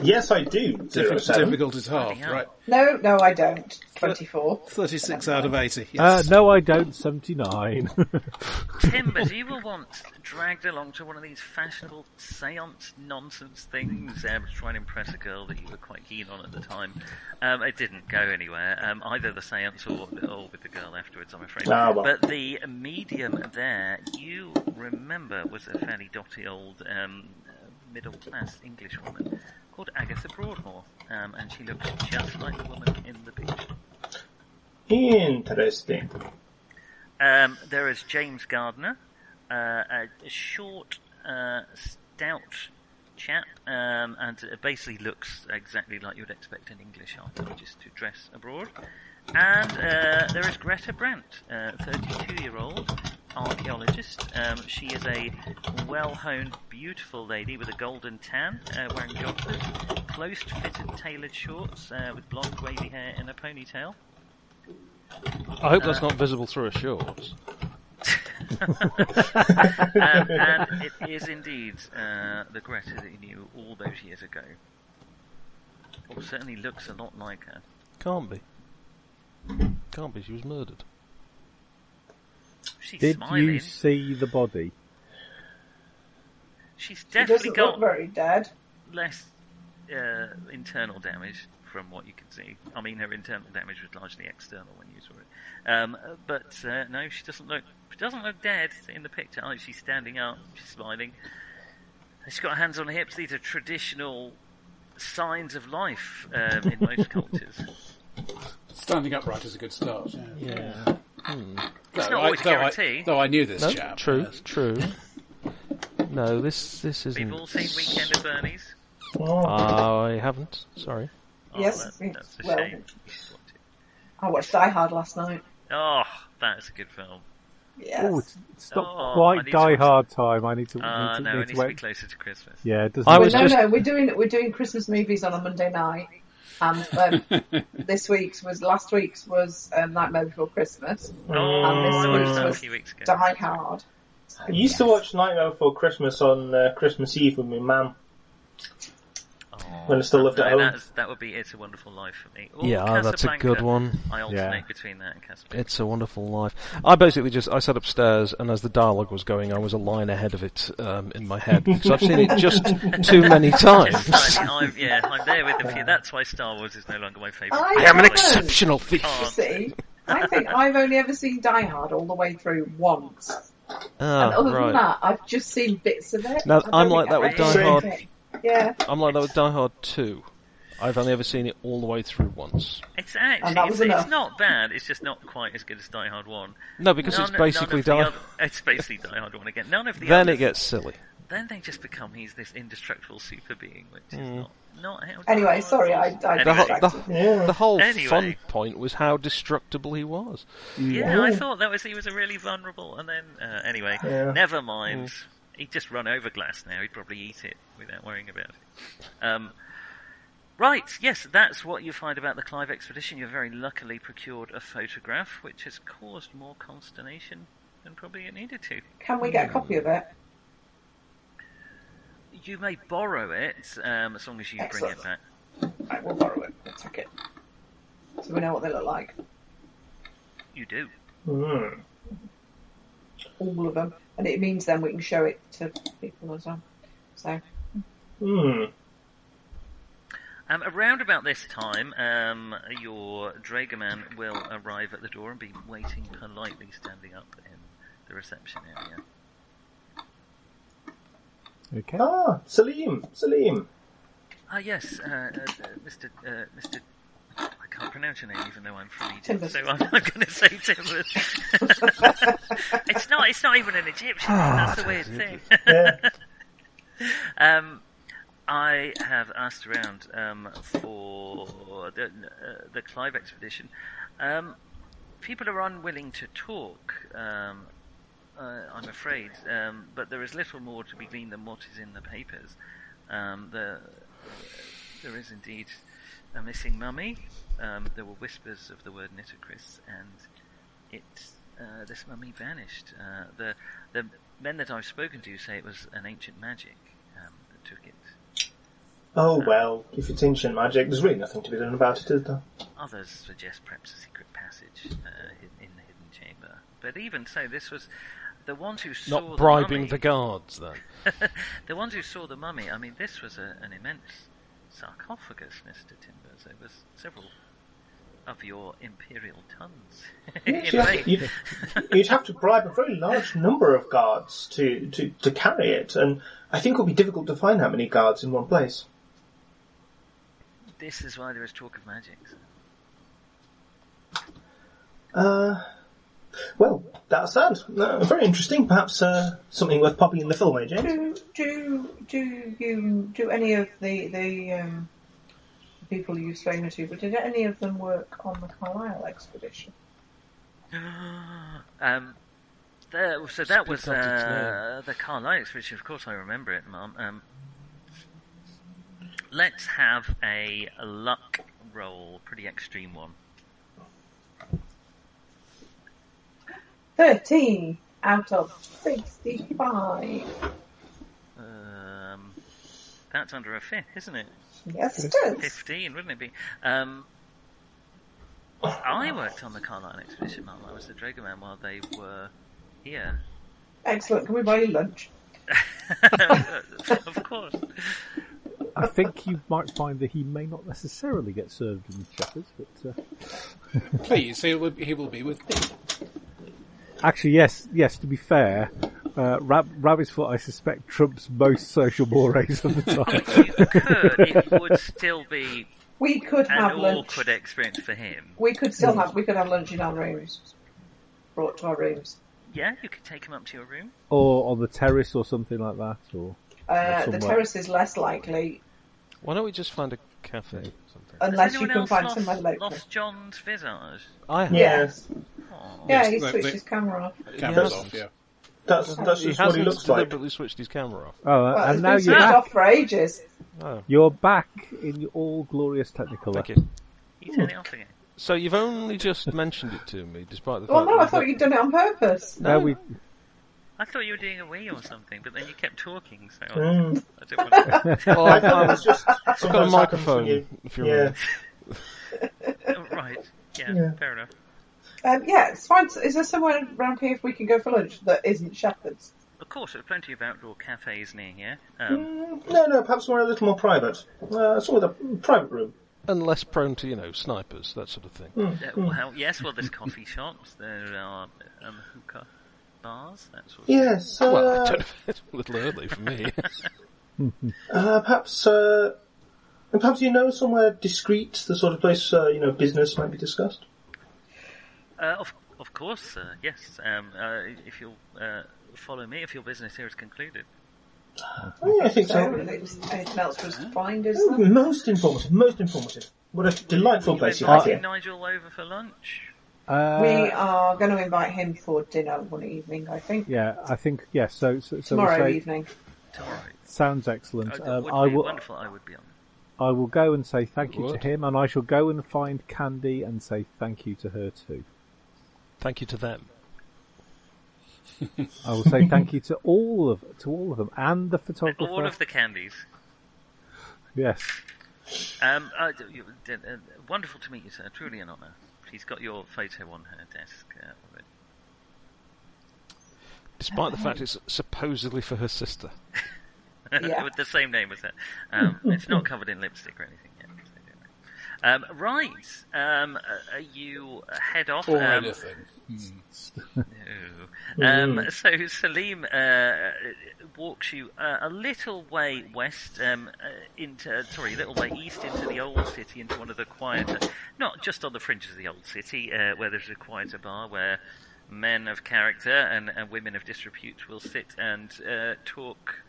Speaker 9: Yes, I do. Zero
Speaker 1: Difficult,
Speaker 9: seven.
Speaker 1: difficult is half,
Speaker 5: hell.
Speaker 1: right?
Speaker 7: No, no, I don't.
Speaker 9: Uh,
Speaker 7: 24.
Speaker 1: 36 out of 80,
Speaker 6: Uh,
Speaker 1: yes.
Speaker 6: no, I don't. Seventy-nine.
Speaker 5: Timbers, you were once dragged along to one of these fashionable seance nonsense things um, to try and impress a girl that you were quite keen on at the time. Um, it didn't go anywhere, um, either the seance or, or with the girl afterwards, I'm afraid.
Speaker 9: Ah, well.
Speaker 5: But the medium there, you remember, was a fairly dotty old um, middle class English woman called Agatha Broadmoor, um, and she looked just like the woman in the picture.
Speaker 9: Interesting.
Speaker 5: Um, there is James Gardner, uh, a a short, uh, stout chap, um, and uh, basically looks exactly like you would expect an English archaeologist to dress abroad. And uh, there is Greta Brandt, uh, 32-year-old archaeologist. Um, she is a well-honed, beautiful lady with a golden tan, uh, wearing joggers, close-fitted tailored shorts uh, with blonde wavy hair and a ponytail.
Speaker 8: I hope that's not visible through a shorts.
Speaker 5: um, and it is indeed uh, the Greta that you knew all those years ago. Well, certainly looks a lot like her.
Speaker 8: Can't be. Can't be. She was murdered.
Speaker 5: She's
Speaker 6: Did
Speaker 5: smiling.
Speaker 6: you see the body?
Speaker 5: She's
Speaker 7: She
Speaker 5: definitely
Speaker 7: doesn't
Speaker 5: got
Speaker 7: look very dead.
Speaker 5: less uh, internal damage from what you can see. I mean, her internal damage was largely external when you saw it. Um, uh, but uh, no, she doesn't look she doesn't look dead in the picture. Oh, she's standing up. She's smiling. She's got her hands on her hips. These are traditional signs of life um, in most cultures.
Speaker 1: Standing upright is a good start. Yeah.
Speaker 8: Yeah.
Speaker 1: Though I-
Speaker 5: not always
Speaker 1: though I,
Speaker 5: guarantee.
Speaker 1: though I knew this
Speaker 8: No,
Speaker 1: chap.
Speaker 8: true,
Speaker 1: yes.
Speaker 8: true. No, this this isn't. Ah,
Speaker 5: We've all seen Weekend at Bernie's.
Speaker 9: Oh.
Speaker 8: I haven't. Sorry.
Speaker 5: Oh,
Speaker 7: Yes,
Speaker 5: that- that's a
Speaker 7: well-
Speaker 5: shame.
Speaker 7: I watched Die Hard last night.
Speaker 5: Oh, that's a good film.
Speaker 7: Yes.
Speaker 6: Oh, it's, it's not
Speaker 5: Oh, I
Speaker 6: quite
Speaker 5: need
Speaker 6: Die
Speaker 5: to-
Speaker 6: Hard time. I need to.
Speaker 5: Uh,
Speaker 6: need to,
Speaker 5: no, it
Speaker 6: need to
Speaker 5: needs to be
Speaker 6: wait.
Speaker 5: closer to Christmas.
Speaker 6: yeah, it doesn't.
Speaker 8: I
Speaker 6: look-
Speaker 8: was
Speaker 7: no,
Speaker 8: just-
Speaker 7: no, we're doing we're doing Christmas movies on a Monday night, and um, this week's was last week's was um, Nightmare Before Christmas,
Speaker 5: Oh,
Speaker 7: and this
Speaker 5: I watched that a
Speaker 7: week's
Speaker 5: few
Speaker 7: was
Speaker 5: weeks ago.
Speaker 7: Die Hard.
Speaker 9: I used to watch Nightmare Before Christmas on uh, Christmas Eve with my mum.
Speaker 5: Oh,
Speaker 9: When I still lived at
Speaker 5: no,
Speaker 9: home.
Speaker 5: That, is, that would be It's a Wonderful Life for me. Or
Speaker 8: yeah, that's a
Speaker 5: Casablanca.
Speaker 8: good one.
Speaker 5: I alternate
Speaker 6: Yeah.
Speaker 5: between that and Casablanca.
Speaker 8: It's a wonderful life. I basically just I sat upstairs, and as the dialogue was going, I was a line ahead of it um, in my head because I've seen it just too many times.
Speaker 5: Slightly, I'm, yeah, I'm there with the few. That's why Star Wars is no longer my favourite.
Speaker 7: I
Speaker 8: I am an
Speaker 7: haven't.
Speaker 8: exceptional thief.
Speaker 7: You see, I think I've only ever seen Die Hard all the way through once, and
Speaker 8: Ah,
Speaker 7: other than
Speaker 8: right.
Speaker 7: that, I've just seen bits of it.
Speaker 8: Now,
Speaker 7: I don't
Speaker 8: I'm like
Speaker 7: think
Speaker 8: that
Speaker 7: I've
Speaker 8: with
Speaker 7: ever
Speaker 8: Die
Speaker 7: seen
Speaker 8: Hard.
Speaker 7: it. Yeah,
Speaker 8: I'm like that was Die Hard Two. I've only ever seen it all the way through once.
Speaker 5: It's actually,
Speaker 7: And that
Speaker 5: it's,
Speaker 7: was
Speaker 5: it's
Speaker 7: enough.
Speaker 5: not bad. It's just not quite as good as Die Hard 1.
Speaker 8: No, because
Speaker 5: None-
Speaker 8: it's
Speaker 5: none
Speaker 8: basically
Speaker 5: of the
Speaker 8: Die.
Speaker 5: other- It's basically Die Hard 1 again. None of the
Speaker 8: Then
Speaker 5: others-
Speaker 8: it gets silly.
Speaker 5: then they just become he's this indestructible super being, which is
Speaker 8: Mm.
Speaker 5: not not how.
Speaker 7: Anyway, sorry, I- I
Speaker 8: The,
Speaker 5: Anyway,
Speaker 8: whole- the,
Speaker 9: Yeah.
Speaker 8: the whole
Speaker 5: Anyway.
Speaker 8: fun point was how destructible he was.
Speaker 5: yeah, I thought that was he was a really vulnerable, and then uh, anyway,
Speaker 9: Yeah.
Speaker 5: never mind. He'd just run over glass now. He'd probably eat it without worrying about it. Um, right, yes, that's what you find about the Clive expedition. You very luckily procured a photograph, which has caused more consternation than probably it needed to.
Speaker 7: can we get a copy of it?
Speaker 5: You may borrow it um, as long as you bring it
Speaker 7: Excellent.
Speaker 5: back.
Speaker 7: Right, we'll borrow it. Take it. So we know what they look like.
Speaker 5: You do.
Speaker 9: Hmm.
Speaker 7: all of them, and it means then we can show it to people as well. So
Speaker 9: Hmm.
Speaker 5: Um, around about this time, um, your dragoman will arrive at the door and be waiting politely, standing up in the reception area.
Speaker 6: Okay.
Speaker 9: Ah, Salim. Salim.
Speaker 5: Ah, yes, uh, uh, uh, Mr. Uh, Mr. I can't pronounce your name, even though I'm from Egypt,
Speaker 7: Timbers.
Speaker 5: so I'm, I'm going to say Timbers. it's not. It's not even an Egyptian. That's the weird thing.
Speaker 9: Yeah.
Speaker 5: Um, I have asked around um, for the, uh, the Clive expedition. Um, people are unwilling to talk, um, uh, I'm afraid, um, but there is little more to be gleaned than what is in the papers. Um, the, there is indeed a missing mummy. Um, there were whispers of the word Nitocris, and it uh, this mummy vanished. Uh, the the men that I've spoken to say it was an ancient magic um, that took it.
Speaker 9: Oh well, if it's ancient magic, there's really nothing to be done about it, is there?
Speaker 5: Others suggest perhaps a secret passage uh, in, in the hidden chamber. But even so, this was the ones who saw
Speaker 8: Not bribing
Speaker 5: the,
Speaker 8: the guards, then.
Speaker 5: mummy, the ones who saw the mummy. I mean, this was a, an immense sarcophagus, Mister Timbers. There was several of your imperial tons. in
Speaker 9: You'd have,
Speaker 5: weight.
Speaker 9: to, you'd, you'd have to bribe a very large number of guards to, to, to carry it, and I think it would be difficult to find that many guards in one place.
Speaker 5: This is why there is talk of magic.
Speaker 9: Uh, well, that's that. Uh, very interesting. Perhaps uh, something worth popping in the film, eh, James?
Speaker 7: Do do do you do any of the the um, people you've spoken to? But did any of them work on the Carlisle expedition?
Speaker 5: Um, there, so that
Speaker 8: Speak
Speaker 5: was
Speaker 8: up, it's
Speaker 5: uh, the Carlisle which of course I remember it, Mum. Um, let's have a luck roll, pretty extreme one.
Speaker 7: Thirteen out of sixty-five.
Speaker 5: Um, that's under a fifth, isn't it?
Speaker 7: Yes, it is.
Speaker 5: Fifteen, wouldn't it be? Um, I worked on the Carlisle expedition, Mum. I was the dragoman while they were here.
Speaker 7: Excellent. Can we buy you lunch?
Speaker 5: of course.
Speaker 6: I think you might find that he may not necessarily get served in Shepherds, but uh,
Speaker 1: Please, he will, he will be with me.
Speaker 6: actually, yes, yes. To be fair, uh, Rab- Rabbit's Foot, I suspect, trumps most social mores of the time.
Speaker 5: If you could, it would still be
Speaker 7: We could
Speaker 5: an
Speaker 7: have lunch.
Speaker 5: awkward experience for him.
Speaker 7: We could still have. We could have lunch in our rooms. Brought to our rooms.
Speaker 5: Yeah, you could take him up to your room.
Speaker 6: or on the terrace, or something like that, or
Speaker 7: Uh, the
Speaker 6: somewhere.
Speaker 7: terrace is less likely
Speaker 8: Why don't we just find a cafe or something?
Speaker 5: Has
Speaker 7: unless you
Speaker 5: anyone
Speaker 7: can
Speaker 5: else
Speaker 7: find
Speaker 5: lost,
Speaker 7: somewhere local.
Speaker 5: lost John's visage?
Speaker 8: I have.
Speaker 7: Yes.
Speaker 5: Aw.
Speaker 7: Yeah, he
Speaker 1: Yes,
Speaker 7: switched
Speaker 1: they-
Speaker 7: his camera off.
Speaker 1: Cameras
Speaker 8: Yes.
Speaker 1: off, yeah.
Speaker 9: That's, that's
Speaker 8: He
Speaker 9: just what he
Speaker 8: hasn't
Speaker 9: looks like.
Speaker 8: deliberately switched his camera off.
Speaker 6: oh,
Speaker 7: Well,
Speaker 6: and
Speaker 7: it's
Speaker 6: now
Speaker 7: been
Speaker 6: you're
Speaker 7: switched
Speaker 6: back.
Speaker 7: off for ages.
Speaker 8: Oh,
Speaker 6: You're back in your all glorious technical.
Speaker 8: thank you.
Speaker 5: You turn it off again.
Speaker 8: So you've only just mentioned it to me, despite the
Speaker 7: Well,
Speaker 8: fact
Speaker 7: no,
Speaker 8: that
Speaker 7: I thought you'd done it on purpose.
Speaker 6: Now we
Speaker 5: I thought you were doing a wee or something, but then you kept talking, so I, Oh,
Speaker 9: Mm.
Speaker 5: I didn't want to.
Speaker 8: Well,
Speaker 9: I
Speaker 8: I've,
Speaker 9: think that's
Speaker 8: I've
Speaker 9: just
Speaker 8: got a
Speaker 9: sometimes happens when
Speaker 8: microphone,
Speaker 9: you-
Speaker 8: if you
Speaker 9: Yeah,
Speaker 8: remember.
Speaker 5: Oh, right. Yeah,
Speaker 9: Yeah.
Speaker 5: fair enough.
Speaker 7: Um, yeah, it's fine. Is there somewhere around here if we can go for lunch that isn't Shepherd's?
Speaker 5: Of course, there are plenty of outdoor cafes near here. Um,
Speaker 9: Mm, no, no. Perhaps one a little more private. Uh, sort of a private room.
Speaker 8: And less prone to, you know, snipers, that sort of thing.
Speaker 5: uh, well, yes, well, there's coffee shops, there are um, hookah bars, that sort of
Speaker 9: Yes. Uh,
Speaker 8: Well, I don't know. It's a little early for me.
Speaker 9: Uh, perhaps, uh, perhaps you know somewhere discreet, the sort of place uh, you know business might be discussed.
Speaker 5: Uh, of, of course, uh, yes. Um, uh, if you'll uh, follow me, if your business here is concluded.
Speaker 9: Oh, yeah, I think
Speaker 7: So
Speaker 9: so.
Speaker 7: it's- anything else for us to find, is
Speaker 9: Oh,
Speaker 7: there?
Speaker 9: most informative, most informative. What a delightful
Speaker 5: We're
Speaker 9: place you have
Speaker 5: inviting
Speaker 9: here.
Speaker 5: Nigel over for lunch.
Speaker 6: uh,
Speaker 7: We are going to invite him for dinner one evening, I think.
Speaker 6: Yeah, I think yeah. So so, so we
Speaker 7: Tomorrow
Speaker 6: say,
Speaker 7: evening.
Speaker 5: Tomorrow.
Speaker 6: sounds
Speaker 5: Oh,
Speaker 6: excellent.
Speaker 5: that
Speaker 6: Um,
Speaker 5: would
Speaker 6: I
Speaker 5: be
Speaker 6: will
Speaker 5: wonderful. I would be on.
Speaker 6: I will go and say thank you
Speaker 8: Good.
Speaker 6: to him, and I shall go and find Candy and say thank you to her too.
Speaker 8: Thank you to them.
Speaker 6: I will say thank you to all of to all of them and the photographer.
Speaker 5: All of the candies.
Speaker 6: Yes,
Speaker 5: Um, uh, d- you, d- uh, wonderful to meet you, sir. Truly an honour. She's got your photo on her desk. Uh, already.
Speaker 8: Despite the fact it's supposedly for her sister.
Speaker 7: Yeah.
Speaker 5: with the same name as her. Um, it's not covered in lipstick or anything yet. so don't worry. Um, right, um, uh, are you uh, head off?
Speaker 1: Or
Speaker 5: um,
Speaker 1: anything. Hmm.
Speaker 5: No. Um, so Salim uh, walks you uh, a little way west um, uh, into, sorry, a little way east into the old city, into one of the quieter, not just on the fringes of the old city, uh, where there's a quieter bar where men of character and, and women of disrepute will sit and uh, talk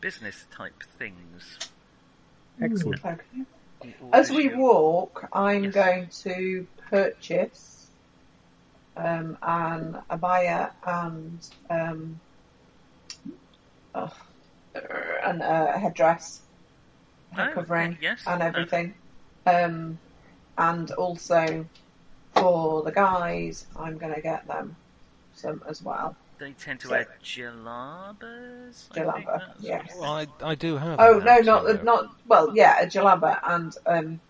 Speaker 5: business type things.
Speaker 6: excellent.
Speaker 7: Okay. As we
Speaker 5: You-
Speaker 7: walk, I'm
Speaker 5: Yes.
Speaker 7: going to purchase um, an abaya and um, oh, and a headdress, head
Speaker 5: Oh,
Speaker 7: covering,
Speaker 5: yes,
Speaker 7: and
Speaker 5: uh,
Speaker 7: everything. Um, and also for the guys, I'm going to get them some as well.
Speaker 5: They tend to wear jalabas. I think
Speaker 7: Jalaba,
Speaker 5: that's-
Speaker 7: yes.
Speaker 8: Well, I, I do have.
Speaker 7: Oh
Speaker 8: an
Speaker 7: no,
Speaker 8: accent
Speaker 7: not
Speaker 8: there.
Speaker 7: not well. Yeah, a jalaba and um,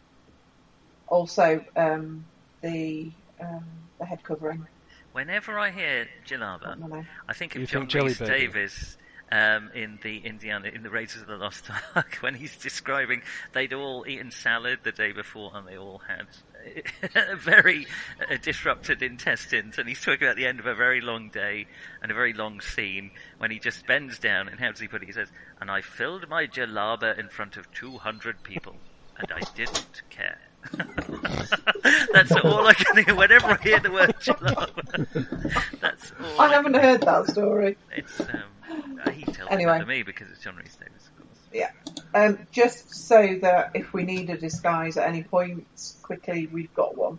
Speaker 7: also um, the um, the head covering.
Speaker 5: Whenever I hear
Speaker 7: I don't
Speaker 5: jalaba,
Speaker 7: know.
Speaker 5: I think of
Speaker 8: You
Speaker 5: John
Speaker 8: think Jelly
Speaker 5: Rhys
Speaker 8: Baby.
Speaker 5: Davis um, in the Indiana in the Raiders of the Lost Ark when he's describing they'd all eaten salad the day before and they all had very uh, disrupted intestines and he's talking about the end of a very long day and a very long scene when he just bends down and how does he put it? He says, "And I filled my jalaba in front of two hundred people and I didn't care." That's all I can hear whenever I hear the word jalaba. That's all.
Speaker 7: I
Speaker 5: I
Speaker 7: haven't heard that story.
Speaker 5: it's um, uh, he tells
Speaker 7: Anyway.
Speaker 5: it to me because it's John Rhys Davis, of course.
Speaker 7: Yeah. Um, just so that if we need a disguise at any point, quickly we've got one.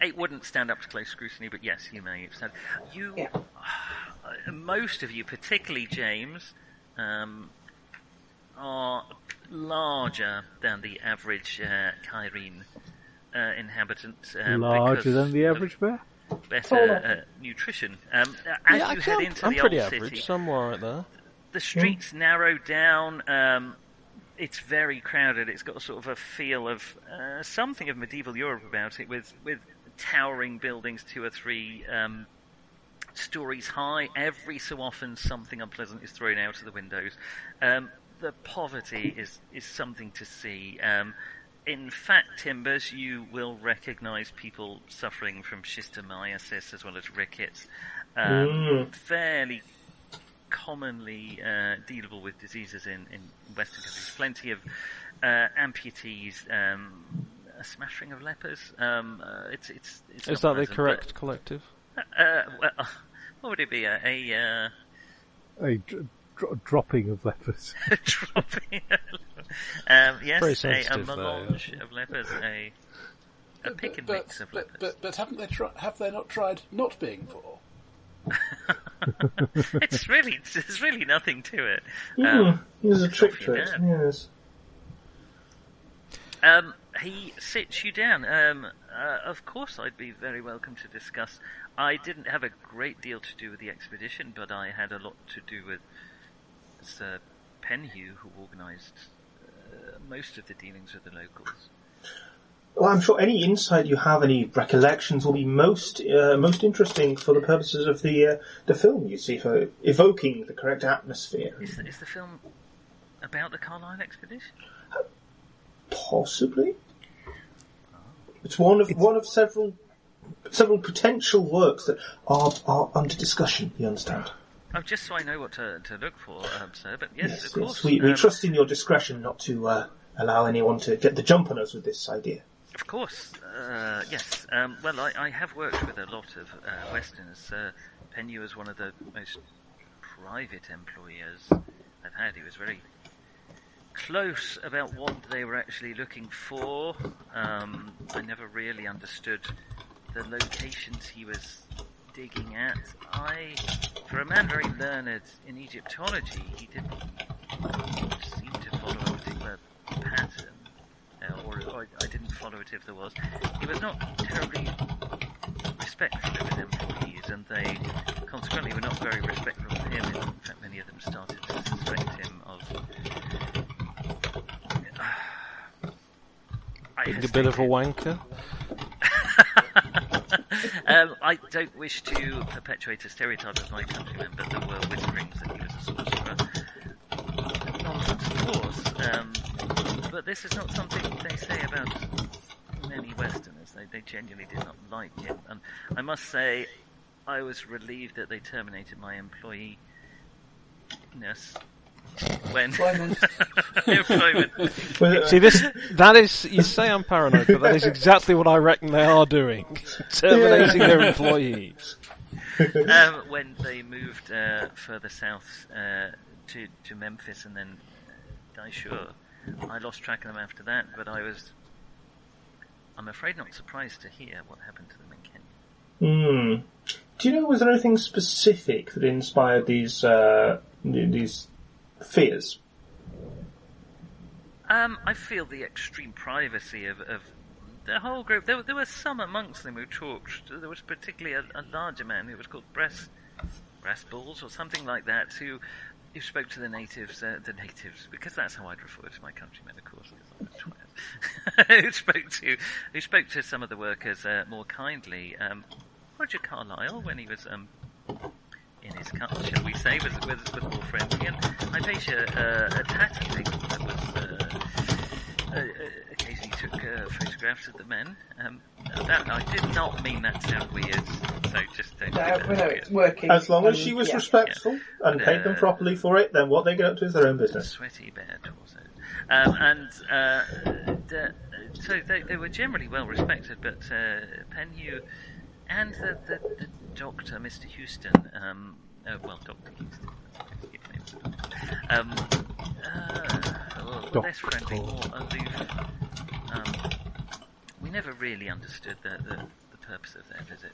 Speaker 5: It wouldn't stand up to close scrutiny, but yes, you may have said you.
Speaker 7: Yeah.
Speaker 5: uh, Most of you, particularly James, um, are larger than the average uh, Kyrene uh, inhabitant. Um,
Speaker 6: Larger
Speaker 5: because
Speaker 6: than the
Speaker 5: of
Speaker 6: average bear?
Speaker 5: Better uh, nutrition. Um, uh, as
Speaker 8: Yeah,
Speaker 5: you
Speaker 8: actually,
Speaker 5: head
Speaker 8: I'm,
Speaker 5: into
Speaker 8: I'm
Speaker 5: the
Speaker 8: pretty
Speaker 5: old
Speaker 8: average,
Speaker 5: city,
Speaker 8: somewhere right there.
Speaker 5: the streets narrow down. Um, it's very crowded. It's got sort of a feel of uh, something of medieval Europe about it, with with towering buildings, two or three um, stories high. Every so often, something unpleasant is thrown out of the windows. Um, the poverty is is something to see. Um, in fact, Timbers, you will recognise people suffering from schistomiasis as well as rickets. Um, Fairly commonly uh, dealable with diseases in, in Western countries. Plenty of uh, amputees, um, a smattering of lepers. Um, uh, it's, it's, it's
Speaker 8: Is
Speaker 5: not
Speaker 8: that the
Speaker 5: pleasant,
Speaker 8: correct collective?
Speaker 5: But, uh, well, what would it be? A, a, uh,
Speaker 6: A dr- dr- dropping of lepers.
Speaker 5: a dropping. uh, um,
Speaker 8: Very
Speaker 5: yes, a, a
Speaker 8: sensitive there,
Speaker 5: melange of lepers. A, a pick and
Speaker 1: but,
Speaker 5: mix of
Speaker 1: but,
Speaker 5: lepers.
Speaker 1: but, but haven't they tri- have they not tried not being poor?
Speaker 5: it's really, there's really nothing to it.
Speaker 9: Hmm,
Speaker 5: Um,
Speaker 9: There's a trick
Speaker 5: Coffee
Speaker 9: to it.
Speaker 5: dad.
Speaker 9: Yes.
Speaker 5: Um, he sits you down. Um, uh, of course, I'd be very welcome to discuss. I didn't have a great deal to do with the expedition, but I had a lot to do with Sir Penhew, who organised uh, most of the dealings with the locals.
Speaker 9: Well, I'm sure any insight you have, any recollections, will be most uh, most interesting for the purposes of the uh, the film. You see, for evoking the correct atmosphere,
Speaker 5: Is the, is the film about the Carlisle expedition?
Speaker 9: possibly. It's one of one of several several potential works that are are under discussion. You understand?
Speaker 5: Oh, just so I know what to, to look for, um, sir. But yes, of course.
Speaker 9: We, we
Speaker 5: um,
Speaker 9: trust in your discretion not to uh, allow anyone to get the jump on us with this idea.
Speaker 5: Of course, uh, yes. Um, well, I, I have worked with a lot of uh, Westerners. Uh, Penyu was one of the most private employers I've had. He was very close about what they were actually looking for. Um, I never really understood the locations he was digging at. I, for a man very learned in Egyptology, he didn't seem to follow a particular pattern, uh, or, or I didn't follow it if there was. uh, He was not terribly respectful of his employees, and they consequently were not very respectful of him. In fact, many of them started to suspect him of. I
Speaker 8: Being a bit
Speaker 5: hesitate
Speaker 8: of a
Speaker 5: here.
Speaker 8: wanker.
Speaker 5: um, I don't wish to perpetuate a stereotype of my countrymen, but there were whisperings that he was a sorcerer. Nonsense, of course. Um, but this is not something they say about many Westerners. They, they genuinely did not like him. And I must say, I was relieved that they terminated my employee ness when
Speaker 7: Employment.
Speaker 5: employment.
Speaker 9: Well,
Speaker 8: See this? That is. You say I'm paranoid, but that is exactly what I reckon they are doing: terminating their employee.
Speaker 5: um, when they moved uh, further south uh, to to Memphis and then uh, Daishur, I lost track of them after that. But I was, I'm afraid, not surprised to hear what happened to them in Kenya.
Speaker 9: Hmm. Do you know was there anything specific that inspired these uh, th- these fears?
Speaker 5: Um, I feel the extreme privacy of, of the whole group. There, were- there were some amongst them who talked. There was particularly a, a larger man who was called Brass Brass Balls or something like that, who who spoke to the natives, uh, the natives, because that's how I'd refer to my countrymen, of course. 'cause I'm a twat. who spoke to who spoke to some of the workers uh, more kindly. Um, Roger Carlyle, when he was um, in his car, shall we say, was was, was more friendly. And Hypatia uh, attacked people that was. Uh, uh, occasionally took uh, photographs of the men. Um, that, I did not mean that to sound weird, so just don't.
Speaker 7: No, we
Speaker 5: do
Speaker 7: know
Speaker 5: that.
Speaker 7: it's working.
Speaker 9: As long as
Speaker 7: um,
Speaker 9: she was
Speaker 7: yeah.
Speaker 9: respectful and paid them
Speaker 5: Uh,
Speaker 9: properly for it, then what they get up to is their own business.
Speaker 5: Sweaty bear torso. Um, and uh, the, so they, they were generally well respected, but uh, Penhew and the, the, the doctor, Mr. Houston, um, uh, well, Dr. Houston, his name was Doctor. um, uh, were less friendly, more aloof. Um, we never really understood the, the, the purpose of their visit.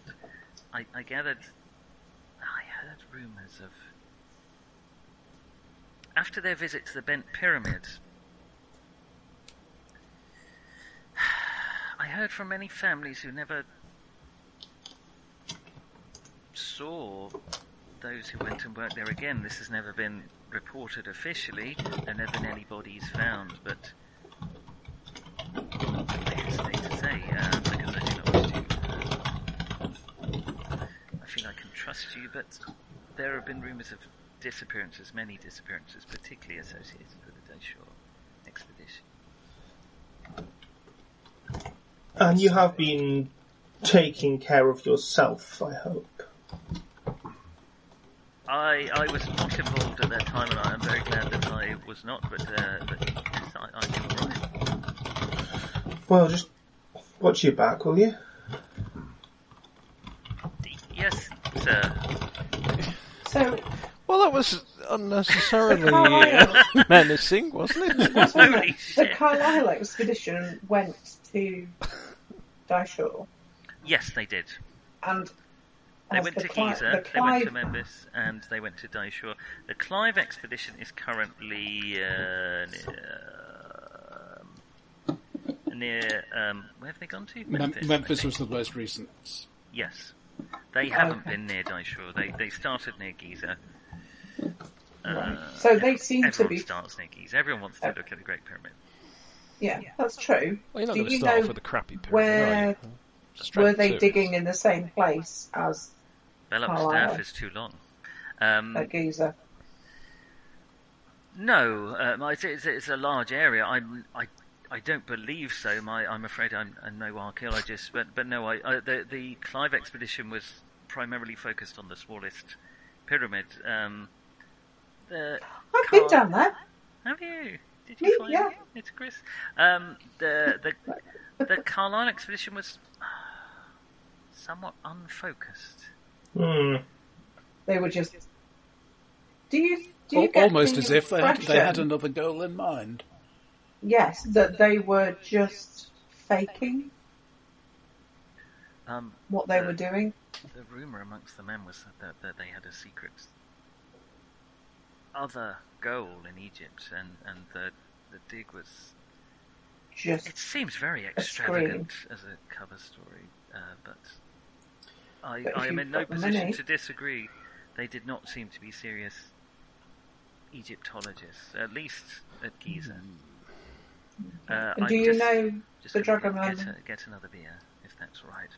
Speaker 5: I, I gathered, I heard rumours of after their visit to the Bent Pyramids, I heard from many families who never saw those who went and worked there again. This has never been reported officially, and never been any bodies found, but I hesitate to say, uh, because I do not trust you. I feel I can trust you, but there have been rumours of disappearances, many disappearances, particularly associated with the Dayshore expedition.
Speaker 9: And you have been taking care of yourself, I hope.
Speaker 5: I, I was not involved at that time, and I am very glad that I was not, but, uh, but yes, I, I did all right.
Speaker 9: Well, just watch your back, will you?
Speaker 5: Yes, sir.
Speaker 7: So,
Speaker 8: Well, that was unnecessarily
Speaker 7: Carlisle,
Speaker 8: menacing, wasn't it?
Speaker 7: that's one
Speaker 5: Holy
Speaker 7: that- the
Speaker 5: shit.
Speaker 7: Carlisle expedition went to Daishore
Speaker 5: Yes, they did.
Speaker 7: and
Speaker 5: They
Speaker 7: as
Speaker 5: went
Speaker 7: the
Speaker 5: to
Speaker 7: Cli-
Speaker 5: Giza,
Speaker 7: the
Speaker 5: they went to
Speaker 7: Clive-
Speaker 5: Memphis, and they went to Daishore. The Clive expedition is currently uh, near, um, near um, where have they gone to?
Speaker 1: Mem-
Speaker 5: I
Speaker 1: Memphis was
Speaker 5: think.
Speaker 1: the most recent.
Speaker 5: Yes. They haven't been near Daishore. They they started near Giza.
Speaker 7: So they seem to
Speaker 5: Everyone
Speaker 7: be.
Speaker 5: starts near Giza. Everyone wants to look at the Great Pyramid.
Speaker 7: Yeah, that's true.
Speaker 8: Well, you're not
Speaker 7: Do
Speaker 8: going to
Speaker 7: you
Speaker 8: start off
Speaker 7: know
Speaker 8: with a crappy pyramid,
Speaker 7: where
Speaker 8: are you? Straight
Speaker 7: were they
Speaker 8: to it.
Speaker 7: digging in the same place as
Speaker 5: Bellum's
Speaker 7: Oh, wow.
Speaker 5: staff is too long. Um,
Speaker 7: at Giza?
Speaker 5: No, um, it's, it's, it's a large area. I'm, I, I don't believe so. My, I'm afraid I'm, I'm no archaeologist, but but no, I, I the the Clive expedition was primarily focused on the smallest pyramid. Um, the,
Speaker 7: I've been
Speaker 5: Carl-
Speaker 7: down there.
Speaker 5: Have you? Did
Speaker 7: Me?
Speaker 5: you find
Speaker 7: Yeah.
Speaker 5: it? It's Chris. Um, the the the Carlisle expedition was uh, somewhat unfocused.
Speaker 9: Hmm.
Speaker 7: They were just. Do you? Do you
Speaker 1: Al-
Speaker 7: get
Speaker 1: almost
Speaker 7: the
Speaker 1: as if they had, they had
Speaker 7: impression-
Speaker 1: another goal in mind.
Speaker 7: Yes, that they were just faking
Speaker 5: Um,
Speaker 7: what they
Speaker 5: the,
Speaker 7: were doing.
Speaker 5: The rumor amongst the men was that, that, that they had a secret other goal in Egypt, and and the the dig was.
Speaker 7: Just
Speaker 5: It seems very extravagant as a cover story, uh, but I
Speaker 7: But if
Speaker 5: I am
Speaker 7: you've
Speaker 5: in no
Speaker 7: got the
Speaker 5: position
Speaker 7: money-
Speaker 5: to disagree. They did not seem to be serious Egyptologists, at least at Giza. Uh,
Speaker 7: Hmm. And
Speaker 5: I'm
Speaker 7: do you
Speaker 5: just-
Speaker 7: know
Speaker 5: just
Speaker 7: the
Speaker 5: gonna
Speaker 7: Dragoman?
Speaker 5: Get, a- get another beer, if that's all right.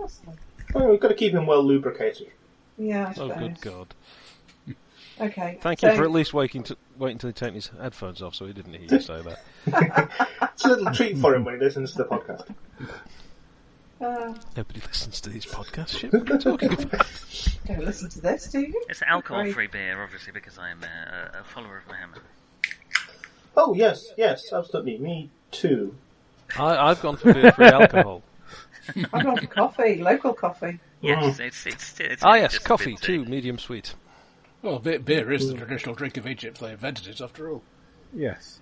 Speaker 7: Honestly,
Speaker 9: Well, we've got to keep him well lubricated.
Speaker 7: Yeah, I
Speaker 8: Oh,
Speaker 7: suppose.
Speaker 8: good God.
Speaker 7: Okay.
Speaker 8: Thank
Speaker 7: so
Speaker 8: you for at least waiting to wait until he taken his headphones off so he didn't hear you say that.
Speaker 9: It's a little treat for him when he listens to the podcast.
Speaker 7: uh,
Speaker 8: Nobody listens to these podcasts. Shit, what are you talking about?
Speaker 7: don't listen to this, do you?
Speaker 5: It's alcohol-free beer, obviously, because I'm uh, a, a follower of Mohammed.
Speaker 9: Oh, yes, yes, absolutely. Me too.
Speaker 8: I, I've gone for beer free alcohol.
Speaker 7: I love coffee, local coffee.
Speaker 5: Yes, it's it's, it's
Speaker 8: Ah, yes,
Speaker 5: just a
Speaker 8: coffee
Speaker 5: bit,
Speaker 8: too,
Speaker 5: uh,
Speaker 8: medium sweet.
Speaker 1: Well, beer, beer is the traditional drink of Egypt. They invented it after all.
Speaker 6: Yes.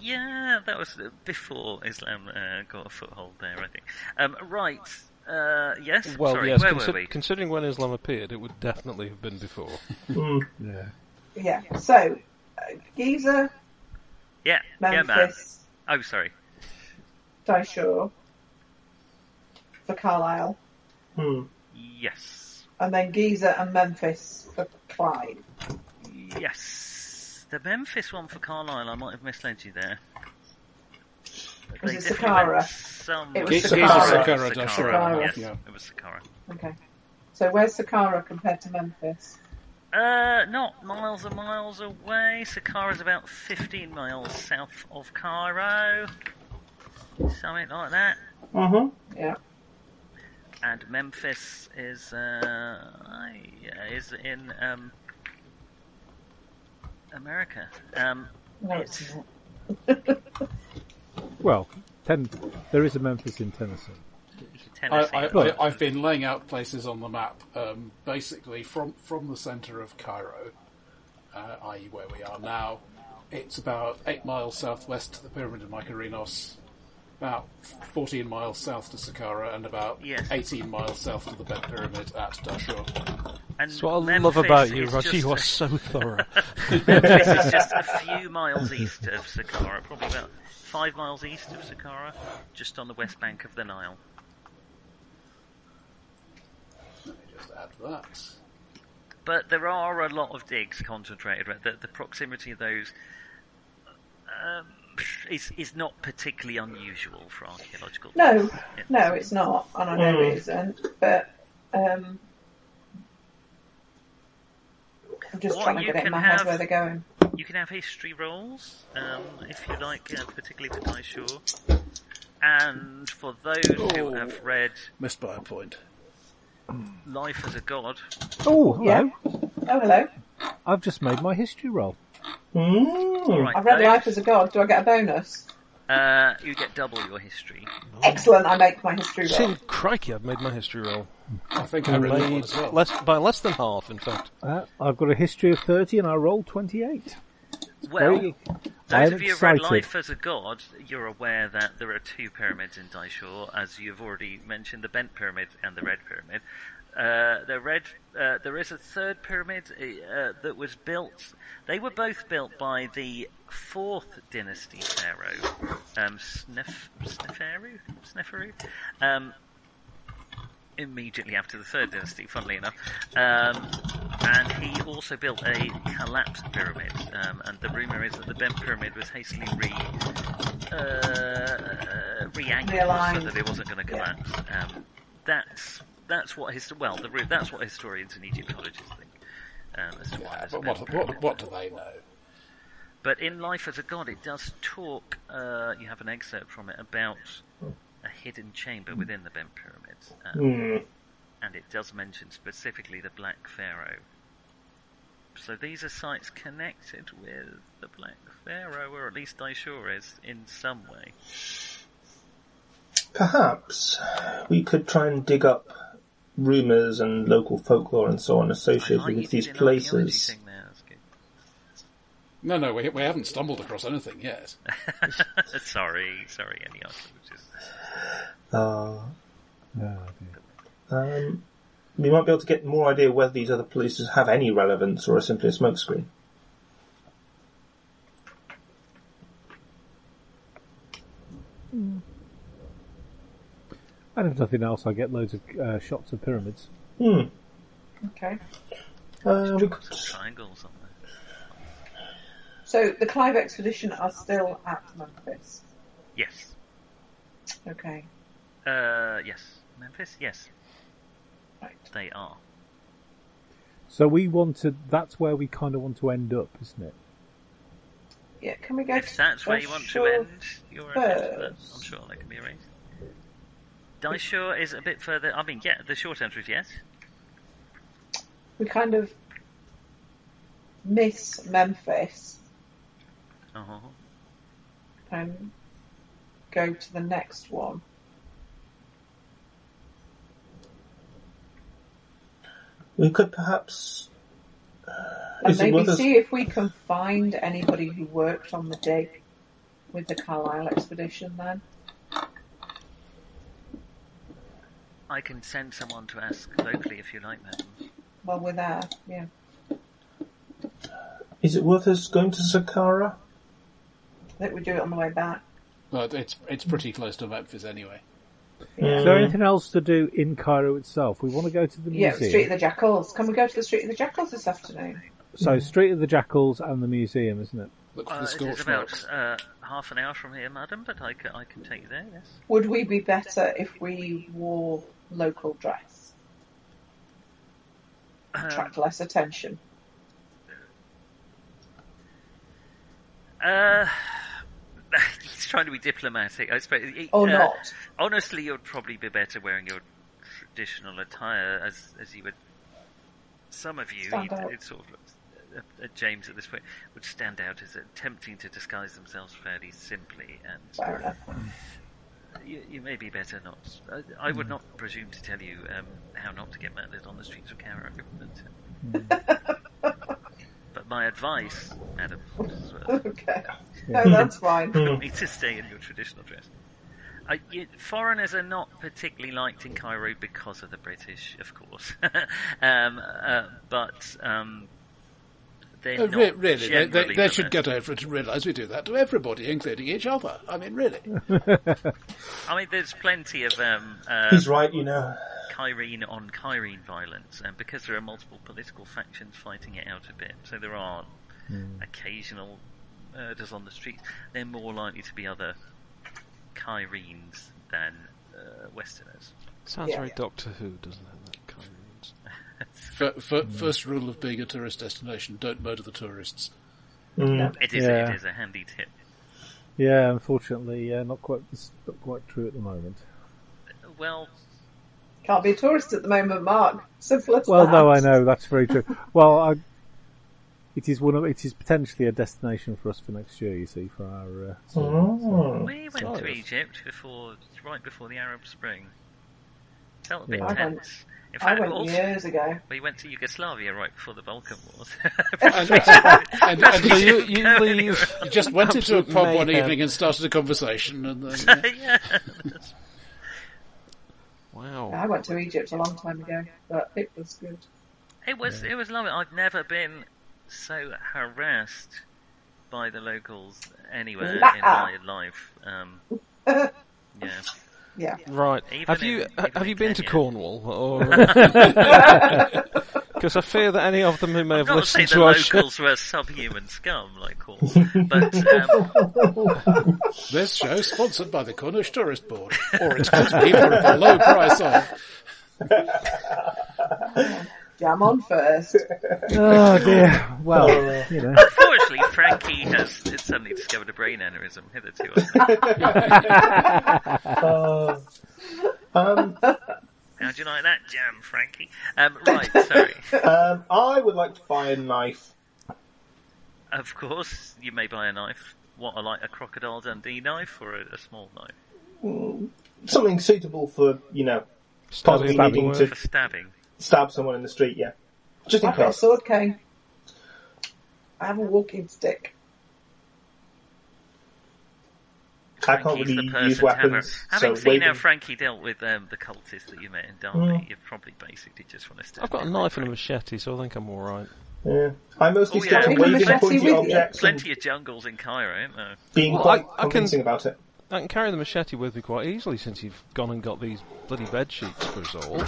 Speaker 5: Yeah, that was uh, before Islam uh, got a foothold there, I think. Um, right. Uh, yes.
Speaker 8: Well,
Speaker 5: Sorry,
Speaker 8: yes,
Speaker 5: where
Speaker 8: consi-
Speaker 5: were we?
Speaker 8: considering when Islam appeared, it would definitely have been before.
Speaker 6: Yeah.
Speaker 7: Yeah. So, uh, Giza,
Speaker 5: Yeah, yeah, man.
Speaker 7: Memphis,
Speaker 5: Oh, sorry.
Speaker 7: Daisho for Carlisle,
Speaker 9: Hmm.
Speaker 5: Yes.
Speaker 7: and then Giza and Memphis for Clyde.
Speaker 5: Yes. The Memphis one for Carlisle, I might have misled you there. But
Speaker 7: Was
Speaker 5: they
Speaker 7: it
Speaker 5: definitely went
Speaker 7: Sakara?
Speaker 5: somewhere.
Speaker 7: It was
Speaker 1: Giza, Sakara,
Speaker 7: Sakara.
Speaker 5: Sakara,
Speaker 1: Daishura.
Speaker 5: Yes,
Speaker 1: Yeah.
Speaker 5: it was Sakara.
Speaker 7: Okay. So where's Sakara compared to Memphis?
Speaker 5: Uh, not miles and miles away. Sakara's about 15 miles south of Cairo. Something like that.
Speaker 9: Mm-hmm.
Speaker 7: Yeah.
Speaker 5: And Memphis is, uh, yeah, is in, um, America. Um,
Speaker 7: No, it's not.
Speaker 6: Well, ten, there is a Memphis in Tennessee.
Speaker 1: I,
Speaker 5: Tennessee.
Speaker 1: I, I, I've been laying out places on the map, um, basically from from the centre of Cairo, uh, i.e., where we are now. It's about eight miles southwest to the Pyramid of Mykerinos, about fourteen miles south to Saqqara, and about
Speaker 5: Yes.
Speaker 1: eighteen miles south to the Bed Pyramid at Dashur.
Speaker 5: and
Speaker 8: That's what I
Speaker 5: Memphis
Speaker 8: love about you,
Speaker 5: is
Speaker 8: Rush.
Speaker 5: just
Speaker 8: You are
Speaker 5: a-
Speaker 8: so thorough.
Speaker 5: Memphis is just a few miles east of Saqqara, probably about five miles east of Saqqara, just on the west bank of the Nile.
Speaker 1: Let me just add that.
Speaker 5: But there are a lot of digs concentrated. Right? The, the proximity of those um, is is not particularly unusual for archaeological.
Speaker 7: No,
Speaker 5: digs. Yeah.
Speaker 7: no, it's not, and I know it isn't. But um, I'm just
Speaker 5: What
Speaker 7: trying to
Speaker 5: you
Speaker 7: get it in
Speaker 5: can
Speaker 7: my
Speaker 5: have-
Speaker 7: head where they're going.
Speaker 5: You can have history rolls um, if you like, uh, particularly for Daishore. And for those who
Speaker 1: Oh.
Speaker 5: have read
Speaker 1: Missed by a point.
Speaker 5: Life as a God,
Speaker 6: Oh, hello!
Speaker 7: Yeah. Oh, hello.
Speaker 6: I've just made my history roll.
Speaker 5: right,
Speaker 7: I've read
Speaker 5: those-
Speaker 7: Life as a God. Do I get a bonus?
Speaker 5: Uh, you get double your history.
Speaker 7: Excellent. I make my history roll.
Speaker 8: See, crikey, I've made my history roll.
Speaker 1: I think I read that one as well.
Speaker 8: Less, by less than half, in fact.
Speaker 6: Uh, I've got a history of thirty, and I rolled twenty-eight.
Speaker 5: Well,
Speaker 6: Very-
Speaker 5: Those
Speaker 6: I'm
Speaker 5: of you who read
Speaker 6: excited.
Speaker 5: Life as a God, you're aware that there are two pyramids in Daishore, as you've already mentioned, the Bent Pyramid and the Red Pyramid. Uh, the red, uh, there is a third pyramid uh, that was built. They were both built by the fourth dynasty pharaoh, um, Snef, Sneferu, Sneferu, um, immediately after the third dynasty. Funnily enough, um, and he also built a collapsed pyramid. Um, and the rumor is that the bent pyramid was hastily re uh, re-angled so
Speaker 7: Realigned.
Speaker 5: that it wasn't going to
Speaker 7: Yeah.
Speaker 5: collapse. Um, that's that's what his well the ru- that's what historians and Egyptologists think. Um, as to why
Speaker 1: Yeah,
Speaker 5: there's a
Speaker 1: but
Speaker 5: bent
Speaker 1: what,
Speaker 5: pyramid.
Speaker 1: what, what do they know?
Speaker 5: But in Life as a God, it does talk. Uh, you have an excerpt from it about a hidden chamber within the bent pyramid, um, and it does mention specifically the Black Pharaoh. So these are sites connected with the Black Pharaoh, or at least Daishur is in some way.
Speaker 9: Perhaps we could try and dig up rumours and local folklore and so on
Speaker 5: I
Speaker 9: associated
Speaker 5: like you
Speaker 9: with these
Speaker 5: did an archaeology
Speaker 9: places.
Speaker 5: thing there. That's good.
Speaker 1: No, no, we, we haven't stumbled across anything yet.
Speaker 5: sorry, sorry, any archaeologists.
Speaker 9: Uh,
Speaker 6: Oh,
Speaker 9: um, we might be able to get more idea whether these other places have any relevance or are simply a smokescreen.
Speaker 6: Hmm. and if nothing else, I get loads of uh, shots of pyramids.
Speaker 9: Hmm.
Speaker 7: Okay.
Speaker 9: Uh, we could-
Speaker 5: Triangles on there.
Speaker 7: So the Clive expedition are still at Memphis.
Speaker 5: Yes.
Speaker 7: Okay.
Speaker 5: Uh, yes. Memphis? Yes,
Speaker 7: Right.
Speaker 5: they are.
Speaker 6: So we wanted. That's where we kind of want to end up, isn't it?
Speaker 7: Yeah. Can we go?
Speaker 5: If that's where you want to
Speaker 7: Sure.
Speaker 5: end your adventure, I'm sure that can be arranged. Daishore is a bit further. I mean, yeah, the short answer is yes.
Speaker 7: We kind of miss Memphis
Speaker 5: Uh-huh.
Speaker 7: and go to the next one.
Speaker 9: we could perhaps.
Speaker 7: And
Speaker 9: Is it
Speaker 7: maybe
Speaker 9: worth us-
Speaker 7: see if we can find anybody who worked on the dig with the Carlisle expedition then.
Speaker 5: I can send someone to ask locally if you like, madam.
Speaker 7: Well, we're there, yeah.
Speaker 9: Is it worth us going to Saqqara?
Speaker 7: I think we do it on the way back.
Speaker 1: But it's it's pretty close to Memphis anyway.
Speaker 6: Is there anything else to do in Cairo itself? We want to go to the
Speaker 7: Yeah,
Speaker 6: museum.
Speaker 7: Street of the Jackals. Can we go to the Street of the Jackals this afternoon?
Speaker 6: So Street of the Jackals and the museum, isn't it?
Speaker 1: Look for
Speaker 5: Uh,
Speaker 1: the
Speaker 5: it is
Speaker 1: scorch
Speaker 5: about
Speaker 1: marks.
Speaker 5: uh, half an hour from here, madam, but I can, I can take you there, yes.
Speaker 7: Would we be better if we wore local dress? Attract less attention.
Speaker 5: Uh, he's trying to be diplomatic. I suppose. he-
Speaker 7: Or
Speaker 5: uh,
Speaker 7: Oh, not.
Speaker 5: Honestly, you'd probably be better wearing your traditional attire, as as you would. Some of you,
Speaker 7: Stand
Speaker 5: you-
Speaker 7: out.
Speaker 5: it sort of looks. Uh, uh, James at this point would stand out as attempting to disguise themselves fairly simply, and
Speaker 7: Fair enough.
Speaker 5: you, you may be better not. I, I
Speaker 1: Hmm.
Speaker 5: would not presume to tell you um, how not to get murdered on the streets of Cairo, but, uh, but my advice, madam, is, uh,
Speaker 7: Okay. No, that's fine.
Speaker 5: you need to stay in your traditional dress. Uh, you, foreigners are not particularly liked in Cairo because of the British, of course. um, uh, but um, they're
Speaker 1: Uh,
Speaker 5: not
Speaker 1: re- really, they,
Speaker 5: generally
Speaker 1: they, they should
Speaker 5: the-
Speaker 1: get over it and realise we do that to everybody, including each other. I mean, really.
Speaker 5: I mean, there's plenty of um, uh,
Speaker 9: He's right, you know.
Speaker 5: Kyrene on Kyrene violence, and because there are multiple political factions fighting it out a bit, so there are occasional murders on the streets. They're more likely to be other Kyrenes than uh, Westerners.
Speaker 8: Sounds
Speaker 7: Yeah.
Speaker 8: very Doctor Who, doesn't it? That kind of
Speaker 1: F- f- first rule of being a tourist destination: don't murder the tourists.
Speaker 9: Hmm.
Speaker 5: It is,
Speaker 6: Yeah.
Speaker 5: it is a handy tip.
Speaker 6: Yeah, unfortunately, yeah, not quite it's not quite true at the moment.
Speaker 5: Well,
Speaker 7: Can't be a tourist at the moment, Mark. Simple as
Speaker 6: Well,
Speaker 7: that.
Speaker 6: no, I know that's very true. well, I, it is one of it is potentially a destination for us for next year. You see, for our uh, tour.
Speaker 9: Mm.
Speaker 5: we went to
Speaker 6: Cyrus.
Speaker 5: Egypt before, right before the Arab Spring. Felt a bit
Speaker 6: Yeah. I
Speaker 7: went-
Speaker 5: tense. In
Speaker 7: I
Speaker 5: fact,
Speaker 7: went
Speaker 5: also,
Speaker 7: years ago.
Speaker 5: we went to Yugoslavia right before the Balkan Wars.
Speaker 1: And, and, and,
Speaker 8: So
Speaker 1: you
Speaker 8: you, you leave.
Speaker 1: you just went into a
Speaker 8: Absolute
Speaker 1: pub one
Speaker 8: mayhem.
Speaker 1: evening and started a conversation, and then,
Speaker 5: yeah.
Speaker 8: Wow.
Speaker 7: I went to Egypt a long time ago, but it was good.
Speaker 5: It was it was lovely. I've never been so harassed by the locals anywhere in
Speaker 7: Wow.
Speaker 5: my life. Um, yeah.
Speaker 7: Yeah.
Speaker 8: Right.
Speaker 5: Even
Speaker 8: have you
Speaker 5: in-
Speaker 8: ha-
Speaker 5: even
Speaker 8: have you
Speaker 5: in
Speaker 8: been to
Speaker 5: Kenya.
Speaker 8: Cornwall? Or because I fear that any of them who may have
Speaker 5: Not to say
Speaker 8: listened
Speaker 5: the
Speaker 8: to our show.
Speaker 5: locals were subhuman scum like Corn, but um,
Speaker 1: This show sponsored by the Cornish Tourist Board, or it could be for a below price of.
Speaker 7: Jam on first.
Speaker 6: Oh dear. Well, you know,
Speaker 5: unfortunately, Frankie has, has suddenly discovered a brain aneurysm. Hitherto, I-
Speaker 9: Uh, um,
Speaker 5: how do you like that jam, Frankie? Um, right, sorry.
Speaker 9: um, I would like to buy a knife.
Speaker 5: Of course, you may buy a knife. What, like a crocodile Dundee knife or a, a small knife
Speaker 9: Something suitable for, you know, possibly
Speaker 6: stabbing
Speaker 9: needing
Speaker 6: work.
Speaker 9: to
Speaker 5: for stabbing?
Speaker 9: stab someone in the street, yeah. Just in
Speaker 7: I've got a
Speaker 9: case.
Speaker 7: sword cane. I have a walking stick.
Speaker 9: I can't
Speaker 5: Frankie's
Speaker 9: really
Speaker 5: the person
Speaker 9: use
Speaker 5: to have
Speaker 9: weapons.
Speaker 5: her- Having
Speaker 9: so
Speaker 5: seen how
Speaker 9: waving-
Speaker 5: Frankie dealt with um, the cultists that you met in Derby,
Speaker 9: Mm.
Speaker 5: you probably basically just want to stay.
Speaker 8: I've got a knife and a machete, so I think I'm all right.
Speaker 9: yeah. I mostly
Speaker 5: Oh, yeah.
Speaker 9: stick
Speaker 5: Having
Speaker 9: to
Speaker 5: a
Speaker 9: waving
Speaker 7: machete with
Speaker 9: pointy
Speaker 7: you.
Speaker 9: objects and
Speaker 5: Plenty of jungles in Cairo, ain't there?
Speaker 9: being
Speaker 8: Well,
Speaker 9: quite
Speaker 8: I- I can-
Speaker 9: convincing about it.
Speaker 8: I can carry the machete with me quite easily since you've gone and got these bloody bed sheets for us all.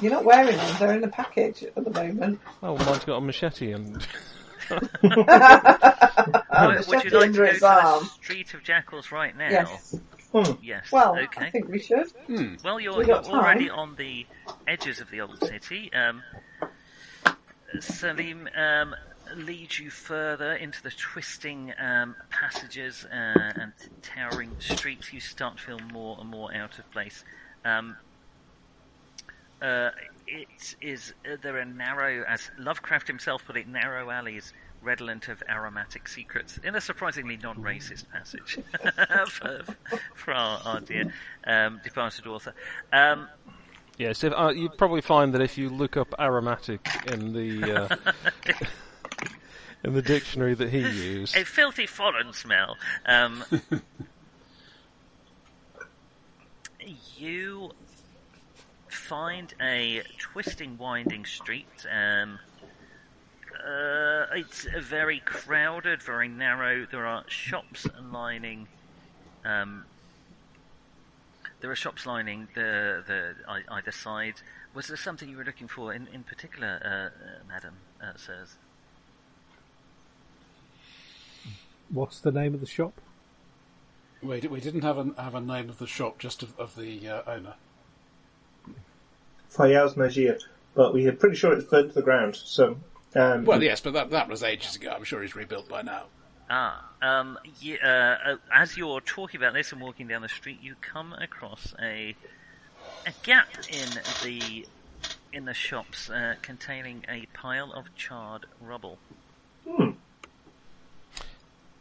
Speaker 7: You're not wearing them, they're in the package at the moment.
Speaker 8: Oh, mine's got a machete and
Speaker 9: Um,
Speaker 5: Would, would you
Speaker 7: Machete
Speaker 5: like to
Speaker 7: under
Speaker 5: go to
Speaker 7: his
Speaker 5: the
Speaker 7: arm.
Speaker 5: Street of Jackals right now?
Speaker 7: Yes.
Speaker 9: Hmm.
Speaker 5: Yes,
Speaker 7: Well,
Speaker 5: okay.
Speaker 7: I think we should.
Speaker 5: Well, you're,
Speaker 7: We
Speaker 5: you're
Speaker 7: got time.
Speaker 5: already on the edges of the old city. Um, Salim um, leads you further into the twisting um, passages uh, and towering streets. You start to feel more and more out of place. Um, uh, it is uh, there are narrow, as Lovecraft himself put it, narrow alleys redolent of aromatic secrets in a surprisingly non-racist passage for, for our, our dear um, departed author. Um,
Speaker 8: yes, if, uh, you'd probably find that if you look up aromatic in the uh, in the dictionary that he used,
Speaker 5: a filthy foreign smell. Um, you find a twisting, winding street. Um, Uh, it's very crowded, very narrow. There are shops lining. Um, there are shops lining the the ei- either side. Was there something you were looking for in in particular, uh, uh, Madam uh, Sirs?
Speaker 6: What's the name of the shop?
Speaker 1: We, di- we didn't have a, have a name of the shop, just of, of the uh, owner.
Speaker 9: Fayaz Majir, but we are pretty sure it's burned to the ground. So, um,
Speaker 1: Well, yes, but that, that was ages ago. I'm sure he's rebuilt by now.
Speaker 5: Ah, um, ye- uh, uh, as you're talking about this and walking down the street, you come across a a gap in the in the shops uh, containing a pile of charred rubble.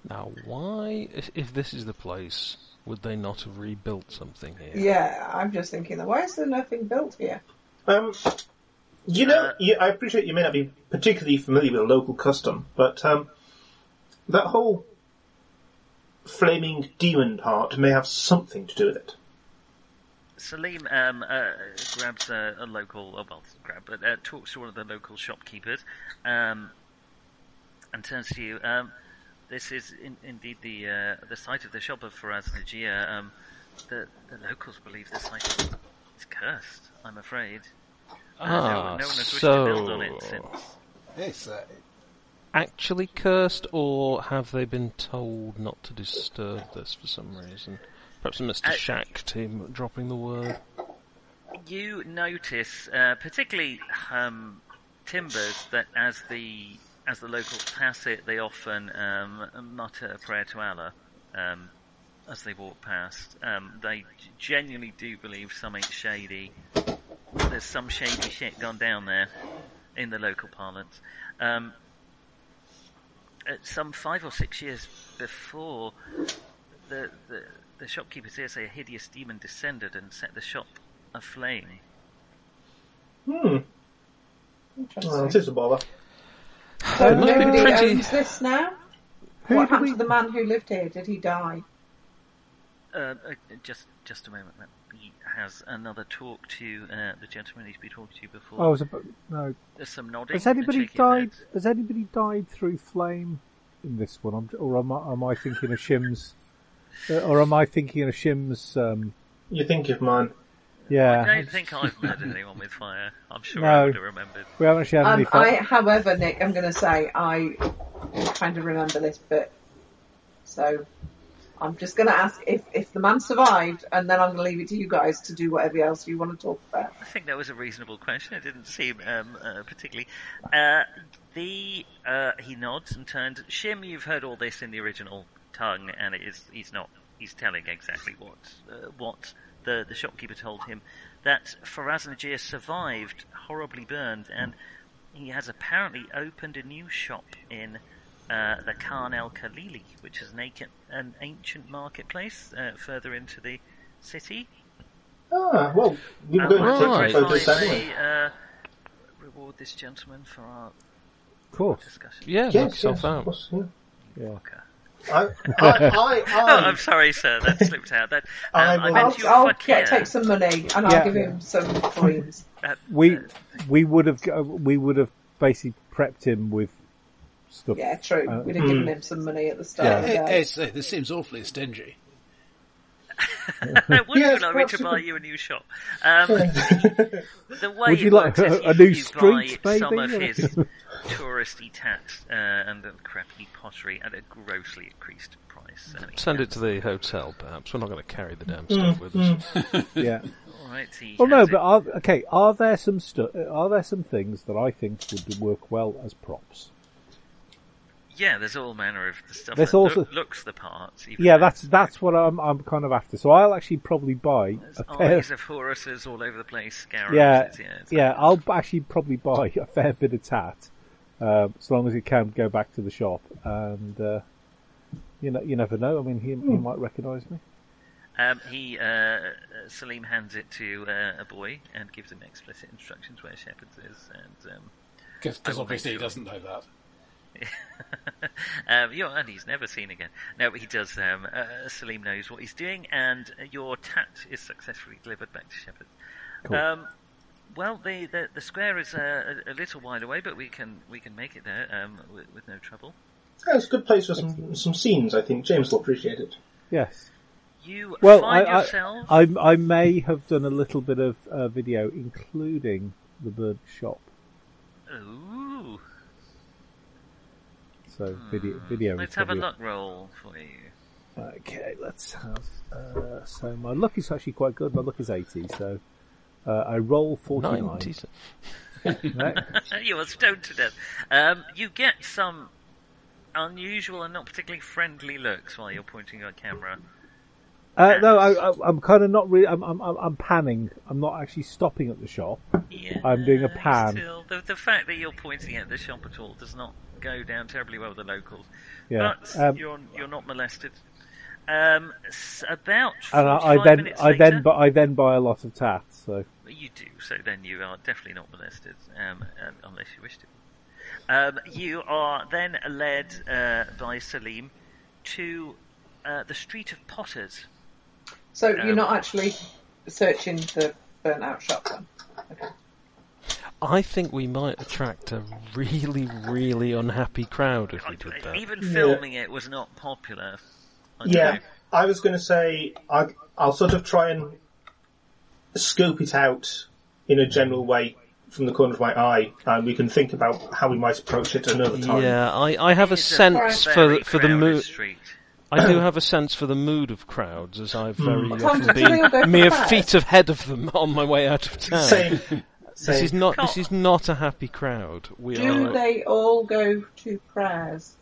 Speaker 8: Now, why, if, if this is the place, would they not have rebuilt something here?
Speaker 7: Yeah, I'm just thinking, why is there nothing built here?
Speaker 9: um, you know, you, I appreciate you may not be particularly familiar with local custom, but um, that whole flaming demon part may have something to do with it.
Speaker 5: Salim um, uh, grabs a, a local, oh, well, grab, but uh, talks to one of the local shopkeepers, um, and turns to you. Um, this is in, indeed the uh, the site of the shop of Faraz Najia. Um, the the locals believe the site is cursed. I'm afraid. Uh, no- no,
Speaker 8: Ah,
Speaker 5: one has wished
Speaker 8: so
Speaker 5: to build on it since.
Speaker 1: Yes, uh,
Speaker 8: actually cursed, or have they been told not to disturb this for some reason? Perhaps Mr.
Speaker 5: Uh,
Speaker 8: Shacked him dropping the word.
Speaker 5: You notice, uh, particularly um, timbers, that as the as the locals pass it, they often um, mutter a prayer to Allah um, as they walk past. Um, they genuinely do believe something shady. There's some shady shit gone down there, in the local parlance. Um, at some five or six years before, the, the, the shopkeepers here say a hideous demon descended and set the shop aflame.
Speaker 9: Well, it is a bother.
Speaker 7: So
Speaker 8: must be
Speaker 7: nobody
Speaker 8: pretty-
Speaker 7: owns this now?
Speaker 6: Who
Speaker 7: what
Speaker 6: do
Speaker 7: happened
Speaker 6: we-
Speaker 7: to the man who lived here? Did he die?
Speaker 5: Uh, uh, just, just a moment. Let me has another talk to uh, the gentleman he's been talking to before.
Speaker 6: Oh, it was a, no.
Speaker 5: There's some nodding.
Speaker 6: Has
Speaker 5: and
Speaker 6: anybody
Speaker 5: shaking of
Speaker 6: died?
Speaker 5: heads.
Speaker 6: Has anybody died through flame in this one, I'm- or am I, am I thinking of Shim's? uh, Or am I thinking of Shim's? Um,
Speaker 9: You think of mine.
Speaker 5: I
Speaker 6: yeah,
Speaker 5: don't think I've murdered anyone with fire. I'm sure I
Speaker 6: No.
Speaker 5: would have remembered.
Speaker 6: we haven't actually had any.
Speaker 7: Um,
Speaker 6: fi-
Speaker 7: I, however, Nick, I'm going to say I kind of remember this bit, so I'm just going to ask if, if the man survived, and then I'm going to leave it to you guys to do whatever else you want to talk about.
Speaker 5: I think that was a reasonable question. It didn't seem um, uh, particularly. Uh, the uh, he nods and turns. Shim, you've heard all this in the original tongue, and it is he's not he's telling exactly what uh, what the the shopkeeper told him that Faraz Najir survived, horribly burned, and he has apparently opened a new shop in. Uh, the Khan El Khalili, which is an, ac- an ancient marketplace uh, further into the city,
Speaker 9: Ah, well, we were
Speaker 5: and
Speaker 9: going
Speaker 5: we'll
Speaker 9: to
Speaker 8: Right.
Speaker 9: take some photos
Speaker 5: finally,
Speaker 9: anyway.
Speaker 5: uh, reward this gentleman for our
Speaker 6: of course.
Speaker 5: discussion.
Speaker 8: Yeah, knock
Speaker 9: Yes,
Speaker 8: yourself
Speaker 9: yes, of
Speaker 8: out.
Speaker 9: course, yeah.
Speaker 6: Yeah.
Speaker 9: I, I, I,
Speaker 5: Oh,
Speaker 9: I,
Speaker 5: I'm sorry, sir. That slipped out. That um, I
Speaker 9: I'm-
Speaker 5: meant
Speaker 7: I'll,
Speaker 5: you
Speaker 7: I'll
Speaker 5: were
Speaker 7: get,
Speaker 5: here.
Speaker 7: take some money, and
Speaker 6: Yeah.
Speaker 7: I'll give him some coins.
Speaker 5: Uh,
Speaker 6: We we would have go- we would have basically prepped him with stuff.
Speaker 7: Yeah, true.
Speaker 6: Uh,
Speaker 7: We'd have
Speaker 9: hmm.
Speaker 7: given him some money at the start of the
Speaker 1: it-
Speaker 7: day.
Speaker 1: it's- uh, this seems awfully stingy.
Speaker 5: Would you
Speaker 9: Yes,
Speaker 5: like me
Speaker 9: perhaps
Speaker 5: to
Speaker 9: you
Speaker 5: buy
Speaker 9: could-
Speaker 5: you a new shop? Um, the way
Speaker 6: Would you
Speaker 5: it
Speaker 6: like
Speaker 5: works is
Speaker 6: a- a
Speaker 5: if
Speaker 6: new
Speaker 5: you
Speaker 6: street,
Speaker 5: buy some of
Speaker 6: maybe?
Speaker 5: his touristy tat uh, and crappy pottery at a grossly increased price. And he
Speaker 8: Send it to the hotel, perhaps. We're not going to carry the damn
Speaker 7: Mm,
Speaker 8: stuff with us.
Speaker 6: Yeah.
Speaker 5: All right, he
Speaker 6: Well, no,
Speaker 5: has
Speaker 6: but
Speaker 5: it.
Speaker 6: are, okay. Are there some stu- Are there some things that I think would work well as props?
Speaker 5: yeah, there's all manner of the stuff
Speaker 6: There's
Speaker 5: that
Speaker 6: also-
Speaker 5: loo- looks the part. even
Speaker 6: Yeah,
Speaker 5: though
Speaker 6: that's that's what I'm I'm kind of after. So I'll actually probably buy
Speaker 5: There's
Speaker 6: a pair.
Speaker 5: eyes of Horuses all over the place, scarabs.
Speaker 6: yeah,
Speaker 5: it's- it's
Speaker 6: yeah.
Speaker 5: like-
Speaker 6: I'll actually probably buy a fair bit of tat, uh, as long as it can go back to the shop. And uh, you know, you never know. I mean, he, he might recognise me.
Speaker 5: Um, he uh, uh, Salim hands it to uh, a boy and gives him explicit instructions where Shepard's is, and um,
Speaker 1: Because obviously he doesn't know that.
Speaker 5: um, you're, and he's never seen again. No, he does. Um, uh, Salim knows what he's doing, and your tat is successfully delivered back to Shepard. Um, Well, the, the, the square is uh, a, a little wide away, but we can we can make it there um, with, with no trouble.
Speaker 9: Yeah, it's a good place for some, some scenes, I think. James will appreciate it.
Speaker 6: Yes.
Speaker 5: You
Speaker 6: Well, I,
Speaker 5: find
Speaker 6: I,
Speaker 5: yourself.
Speaker 6: I, I may have done a little bit of uh, video, including the bird shop.
Speaker 5: Ooh,
Speaker 6: So video, video. is
Speaker 5: Hmm, let's have a
Speaker 6: probably-
Speaker 5: luck roll for you.
Speaker 6: Okay, let's have. Uh, so my luck is actually quite good. My luck is eighty. So uh, I roll forty-nine.
Speaker 8: Nineties.
Speaker 6: Right?
Speaker 5: you are stoned to death. Um, you get some unusual and not particularly friendly looks while you're pointing your camera.
Speaker 6: Uh, no, I, I, I'm kind of not really. I'm, I'm, I'm I'm panning. I'm not actually stopping at the shop.
Speaker 5: Yeah,
Speaker 6: I'm doing a pan.
Speaker 5: Still, the, the fact that you're pointing at the shop at all does not go down terribly well with the locals.
Speaker 6: Yeah,
Speaker 5: But
Speaker 6: um,
Speaker 5: you're you're not molested. Um, s- about
Speaker 6: and I,
Speaker 5: 45
Speaker 6: I then
Speaker 5: minutes
Speaker 6: I
Speaker 5: later,
Speaker 6: then bu- I then buy a lot of tats. So
Speaker 5: you do so. Then you are definitely not molested, um, um, unless you wish to. Um, you are then led uh, by Salim to uh, the Street of Potters.
Speaker 7: So
Speaker 5: Um,
Speaker 7: you're not actually searching the burnout shop then?
Speaker 8: I think we might attract a really, really unhappy crowd if we did that.
Speaker 5: Even filming it was not popular. I
Speaker 9: Yeah,
Speaker 5: know.
Speaker 9: I was going to say I, I'll sort of try and scope it out in a general way from the corner of my eye, and we can think about how we might approach it another time.
Speaker 8: Yeah, I, I have a
Speaker 5: It's a
Speaker 8: sense for
Speaker 5: very
Speaker 8: for the
Speaker 5: crowded
Speaker 8: mood.
Speaker 5: street.
Speaker 8: I do have a sense for the mood of crowds, as I've very
Speaker 7: Mm. Tom,
Speaker 8: often
Speaker 7: do you think they're
Speaker 8: been mere
Speaker 7: bad?
Speaker 8: feet ahead of them on my way out of town.
Speaker 9: Same.
Speaker 8: This is
Speaker 9: same.
Speaker 8: not. This is not a happy crowd. We
Speaker 7: Do
Speaker 8: are.
Speaker 7: they all go to prayers?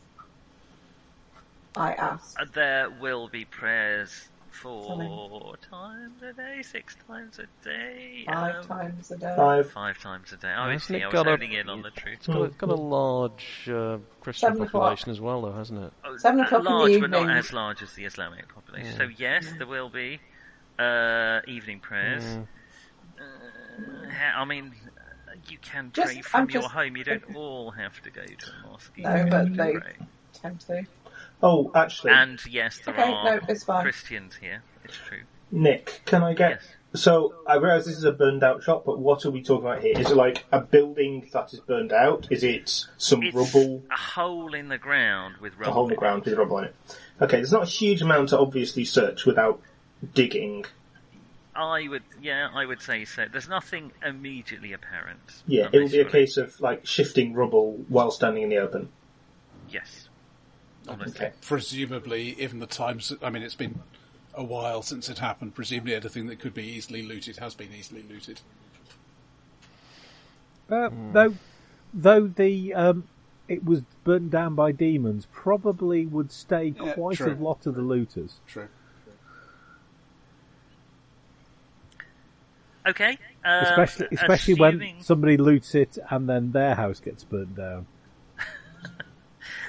Speaker 7: I asked.
Speaker 5: Uh, There will be prayers four times a day, six times a day,
Speaker 7: Five
Speaker 5: um,
Speaker 7: times a day.
Speaker 9: Five.
Speaker 5: five times a day. Oh,
Speaker 8: Hasn't
Speaker 5: see,
Speaker 8: it
Speaker 5: I was
Speaker 8: got a-
Speaker 5: honing in on the truth.
Speaker 8: It's got, a- it's got a large uh, Christian
Speaker 7: Mm. Seven o'clock.
Speaker 8: population as well, though, hasn't it?
Speaker 5: Oh,
Speaker 7: Seven
Speaker 5: uh,
Speaker 7: o'clock in the
Speaker 5: large, but not
Speaker 7: evening.
Speaker 5: as large as the Islamic population. So yes, there will be uh, evening prayers.
Speaker 9: Mm.
Speaker 5: Uh, ha- I mean, uh, you can
Speaker 7: Just-
Speaker 5: pray from
Speaker 7: I'm
Speaker 5: your
Speaker 7: just-
Speaker 5: home. You don't all have to go to a mosque. You
Speaker 7: No,
Speaker 5: can
Speaker 7: but they-
Speaker 5: pray.
Speaker 7: Time to.
Speaker 9: Oh, actually,
Speaker 5: And yes, there
Speaker 7: Okay,
Speaker 5: are
Speaker 7: no, it's fine.
Speaker 5: Christians here. It's true.
Speaker 9: Nick, can I get? So I realise this is a burned out shop, but what are we talking about here? Is it like a building that is burned out? Is it some
Speaker 5: It's
Speaker 9: rubble?
Speaker 5: a hole in the ground with
Speaker 9: A
Speaker 5: rubble.
Speaker 9: hole in the ground with rubble in it. Okay, there's not a huge amount to obviously search without digging.
Speaker 5: I would, yeah, I would say so. There's nothing immediately apparent.
Speaker 9: Yeah,
Speaker 5: unless
Speaker 9: it will be a
Speaker 5: you're-
Speaker 9: case of like shifting rubble while standing in the open.
Speaker 5: Yes. Almost.
Speaker 9: Okay.
Speaker 1: Presumably, even the times, I mean, it's been a while since it happened. Presumably, anything that could be easily looted has been easily looted.
Speaker 6: uh, though though the um, it was burned down by demons, probably would stay
Speaker 1: Yeah,
Speaker 6: quite
Speaker 1: true.
Speaker 6: a lot of the looters.
Speaker 1: True.
Speaker 5: Okay. Um,
Speaker 6: especially especially
Speaker 5: assuming-
Speaker 6: when somebody loots it and then their house gets burnt down.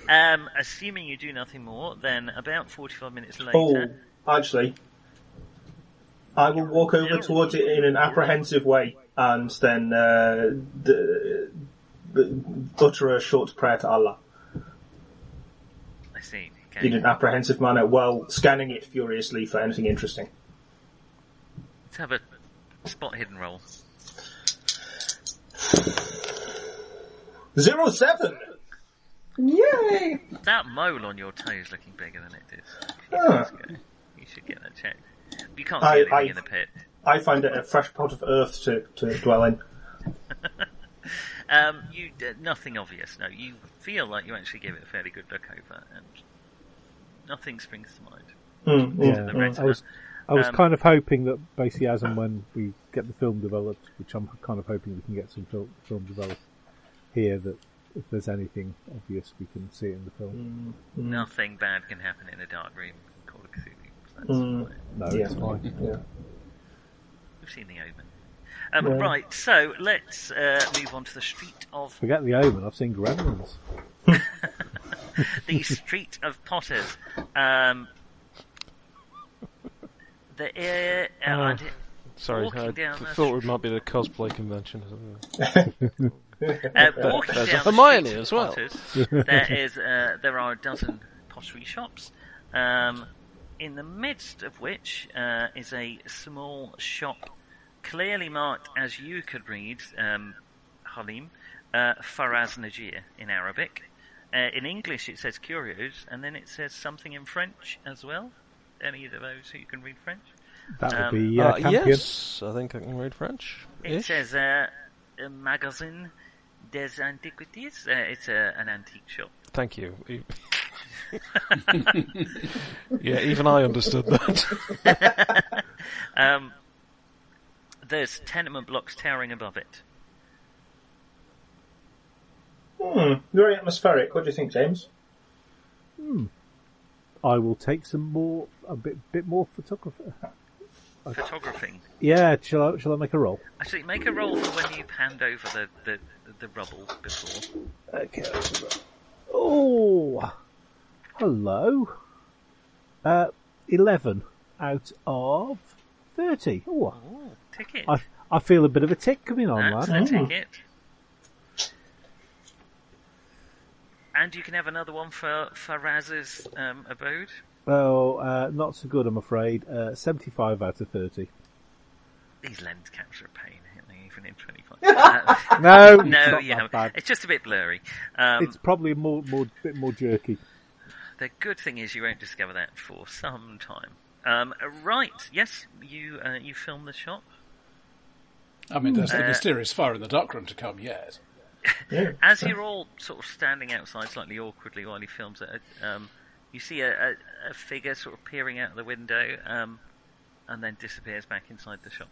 Speaker 5: Um, assuming you do nothing more, then about 45 minutes
Speaker 9: Oh,
Speaker 5: later.
Speaker 9: actually, I will walk over towards it in an apprehensive way and then uh, d- utter a short prayer to Allah.
Speaker 5: I see. Okay.
Speaker 9: in an apprehensive manner while scanning it furiously for anything interesting.
Speaker 5: Let's have a spot hidden roll.
Speaker 9: Zero seven.
Speaker 7: Yay!
Speaker 5: That mole on your toe is looking bigger than it did.
Speaker 9: Ah.
Speaker 5: You should get that checked. You can't see
Speaker 9: I-
Speaker 5: anything
Speaker 9: I-
Speaker 5: in the pit.
Speaker 9: I find it a fresh pot of earth to, to dwell in.
Speaker 5: Um, you d- nothing obvious. No, you feel like you actually give it a fairly good look over, and nothing springs to mind.
Speaker 9: Mm, mm,
Speaker 6: Yeah,
Speaker 5: The
Speaker 9: mm.
Speaker 5: retina.
Speaker 6: I was I was
Speaker 5: Um,
Speaker 6: kind of hoping that basically as and when we get the film developed, which I'm kind of hoping we can get some film, film developed here, that if there's anything obvious, we can see it in the film.
Speaker 9: Mm.
Speaker 5: Nothing bad can happen in a dark room. Call of Cthulhu. That's
Speaker 9: Mm.
Speaker 5: fine.
Speaker 6: No,
Speaker 9: Yeah.
Speaker 6: Oh, it's fine.
Speaker 9: Yeah.
Speaker 5: We've seen the omen. Um,
Speaker 9: Yeah.
Speaker 5: Right, so let's uh, move on to the street of
Speaker 6: Forget the omen. I've seen Gremlins.
Speaker 5: the Street of Potters. Um, the uh, air. and
Speaker 8: Sorry,
Speaker 5: Walking
Speaker 8: I
Speaker 5: down that
Speaker 8: thought it might be the cosplay convention or something.
Speaker 5: uh, walking
Speaker 8: There's a
Speaker 5: down the
Speaker 8: Hermione
Speaker 5: street
Speaker 8: as
Speaker 5: of
Speaker 8: well.
Speaker 5: Potters, there is. Uh, there are a dozen pottery shops. Um, in the midst of which uh, is a small shop clearly marked as you could read um, Halim, uh, Faraz Najir in Arabic. Uh, in English, it says curios, and then it says something in French as well. Any of those who can read French?
Speaker 6: That would
Speaker 5: Um,
Speaker 6: be uh,
Speaker 1: Oh,
Speaker 8: Uh,
Speaker 6: Campion.
Speaker 8: yes, I think I can read French.
Speaker 5: It says uh, a magazine des antiquities. Uh, it's a, an antique shop.
Speaker 8: Thank you. E- yeah, even I understood that.
Speaker 5: Um, there's tenement blocks towering above it.
Speaker 9: Hmm, very atmospheric. What do you think, James?
Speaker 6: I will take some more, a bit, bit more photography.
Speaker 5: Photographing.
Speaker 6: Yeah, shall I, shall I make a roll?
Speaker 5: Actually, make a roll for when you panned over the, the, the rubble before.
Speaker 6: Okay. let's roll. Oh, hello. Uh, eleven out of thirty. Oh,
Speaker 5: Ooh, ticket.
Speaker 6: I, I feel a bit of a tick coming on,
Speaker 5: That's
Speaker 6: lad.
Speaker 5: a ticket. And you can have another one for Faraz's um, abode.
Speaker 6: Well, uh, not so good, I'm afraid. Uh, 75 out of 30.
Speaker 5: These lens caps are a pain, aren't they, even in 25. Uh,
Speaker 6: No, it's
Speaker 5: no,
Speaker 6: not
Speaker 5: you
Speaker 6: that
Speaker 5: haven't.
Speaker 6: bad.
Speaker 5: It's just a bit blurry. Um,
Speaker 6: It's probably more, more, bit more jerky.
Speaker 5: The good thing is you won't discover that for some time. Um, right, yes, you uh, you filmed the shot.
Speaker 1: I mean, there's
Speaker 7: Hmm.
Speaker 1: the
Speaker 5: Uh,
Speaker 1: mysterious fire in the darkroom to come yet.
Speaker 5: As you're all sort of standing outside slightly awkwardly while he films it, um, you see a, a, a figure sort of peering out the window um, and then disappears back inside the shop.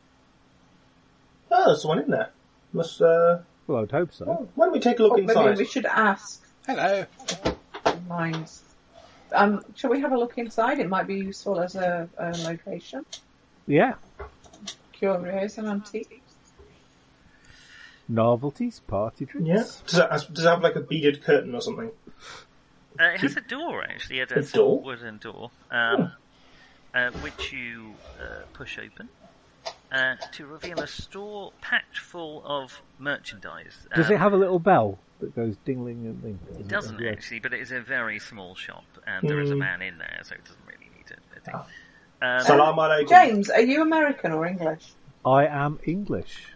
Speaker 9: Oh, there's someone in there. Must, uh,
Speaker 6: Well, I'd hope so.
Speaker 9: why don't we take a look
Speaker 7: Well, maybe
Speaker 9: inside?
Speaker 7: we should ask
Speaker 1: Hello.
Speaker 7: minds. Um, shall we have a look inside? It might be useful as a, a location.
Speaker 6: Yeah,
Speaker 7: Curios and antiques.
Speaker 6: novelties, party drinks.
Speaker 9: Yeah. Does it, has- does it have like a beaded curtain or something?
Speaker 5: Uh, it has a door actually, a,
Speaker 9: A
Speaker 5: a sort of
Speaker 9: door?
Speaker 5: wooden door, um, uh, which you uh, push open uh, to reveal a store packed full of merchandise.
Speaker 6: Does
Speaker 5: Um,
Speaker 6: it have a little bell that goes dingling and ding?
Speaker 5: It doesn't
Speaker 6: Yeah.
Speaker 5: actually, but it is a very small shop, and there is a
Speaker 9: Hmm.
Speaker 5: man in there, so it doesn't really need anything.
Speaker 9: Oh.
Speaker 6: Ah.
Speaker 5: Um,
Speaker 9: Salam alaikum.
Speaker 7: James, are you American or English?
Speaker 6: I am English.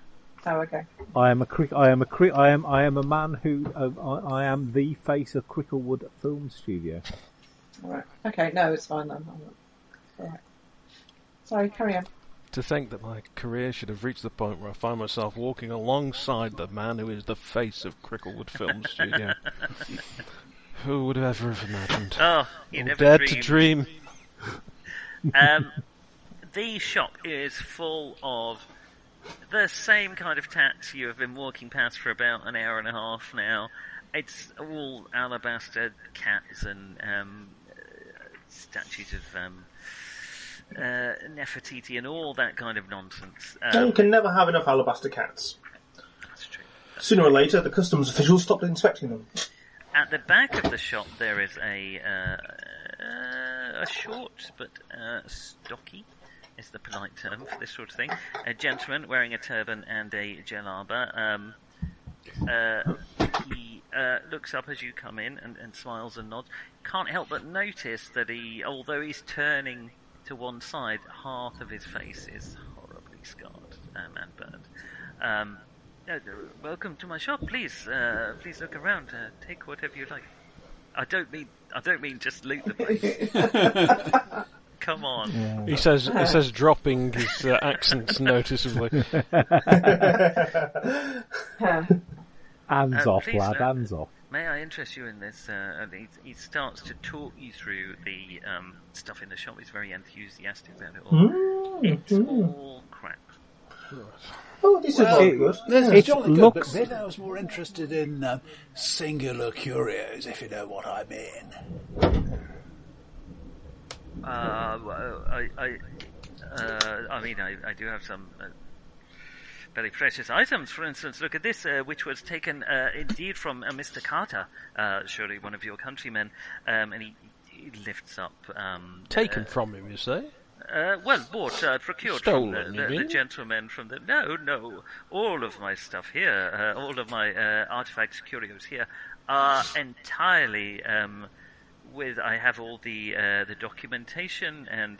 Speaker 7: Oh, okay.
Speaker 6: I am a cri- I am a cri- I am I am a man who uh, I, I am the face of Cricklewood Film Studio.
Speaker 7: All right. Okay, no, it's fine then. I'm not- it's all right. Sorry, carry on.
Speaker 8: to think that my career should have reached the point where I find myself walking alongside the man who is the face of Cricklewood Film Studio. Who would ever have imagined?
Speaker 5: oh, you
Speaker 8: Or
Speaker 5: never
Speaker 8: dared
Speaker 5: dreamed.
Speaker 8: to dream.
Speaker 5: Um, the shop is full of the same kind of tats you have been walking past for about an hour and a half now. It's all alabaster cats and um, uh, statues of um, uh, Nefertiti and all that kind of nonsense.
Speaker 9: You
Speaker 5: Um,
Speaker 9: can never have enough alabaster cats.
Speaker 5: that's true.
Speaker 9: Sooner or later, the customs officials stopped inspecting them.
Speaker 5: At the back of the shop, there is a uh, uh, a short but uh, stocky, is the polite term for this sort of thing. A gentleman wearing a turban and a jalaba. Um, uh, he uh, looks up as you come in and, and smiles and nods. Can't help but notice that he, although he's turning to one side, half of his face is horribly scarred um, and burned. Um, uh, welcome to my shop, please. Uh, please look around. Uh, take whatever you like. I don't mean. I don't mean just loot the place. Come on.
Speaker 8: He says, he says, dropping his uh, accents noticeably.
Speaker 7: Huh.
Speaker 6: Hands
Speaker 5: Uh,
Speaker 6: off,
Speaker 5: please,
Speaker 6: lad.
Speaker 5: no.
Speaker 6: Hands off.
Speaker 5: May I interest you in this? Uh, and he, he starts to talk you through the um, stuff in the shop. He's very enthusiastic about it all.
Speaker 9: Mm-hmm.
Speaker 5: It's
Speaker 7: Hmm.
Speaker 5: all crap.
Speaker 9: Oh, this is
Speaker 1: Well,
Speaker 9: all good.
Speaker 1: This
Speaker 6: It
Speaker 1: is jolly good,
Speaker 6: looks-
Speaker 1: but then I was more interested in um, singular curios, if you know what I mean.
Speaker 5: Uh, well, I, I, uh, I mean, I, I do have some uh, very precious items. For instance, look at this, uh, which was taken uh, indeed from uh, Mr. Carter, uh, surely one of your countrymen, um, and he, he lifts up. Um,
Speaker 8: Taken from him, you say?
Speaker 5: Uh, well, bought, uh, procured
Speaker 8: Stolen,
Speaker 5: from the,
Speaker 8: you
Speaker 5: the, the
Speaker 8: mean?
Speaker 5: gentleman from the. No, no. All of my stuff here, uh, all of my uh, artifacts, curios here, are entirely um, with. I have all the uh, the documentation and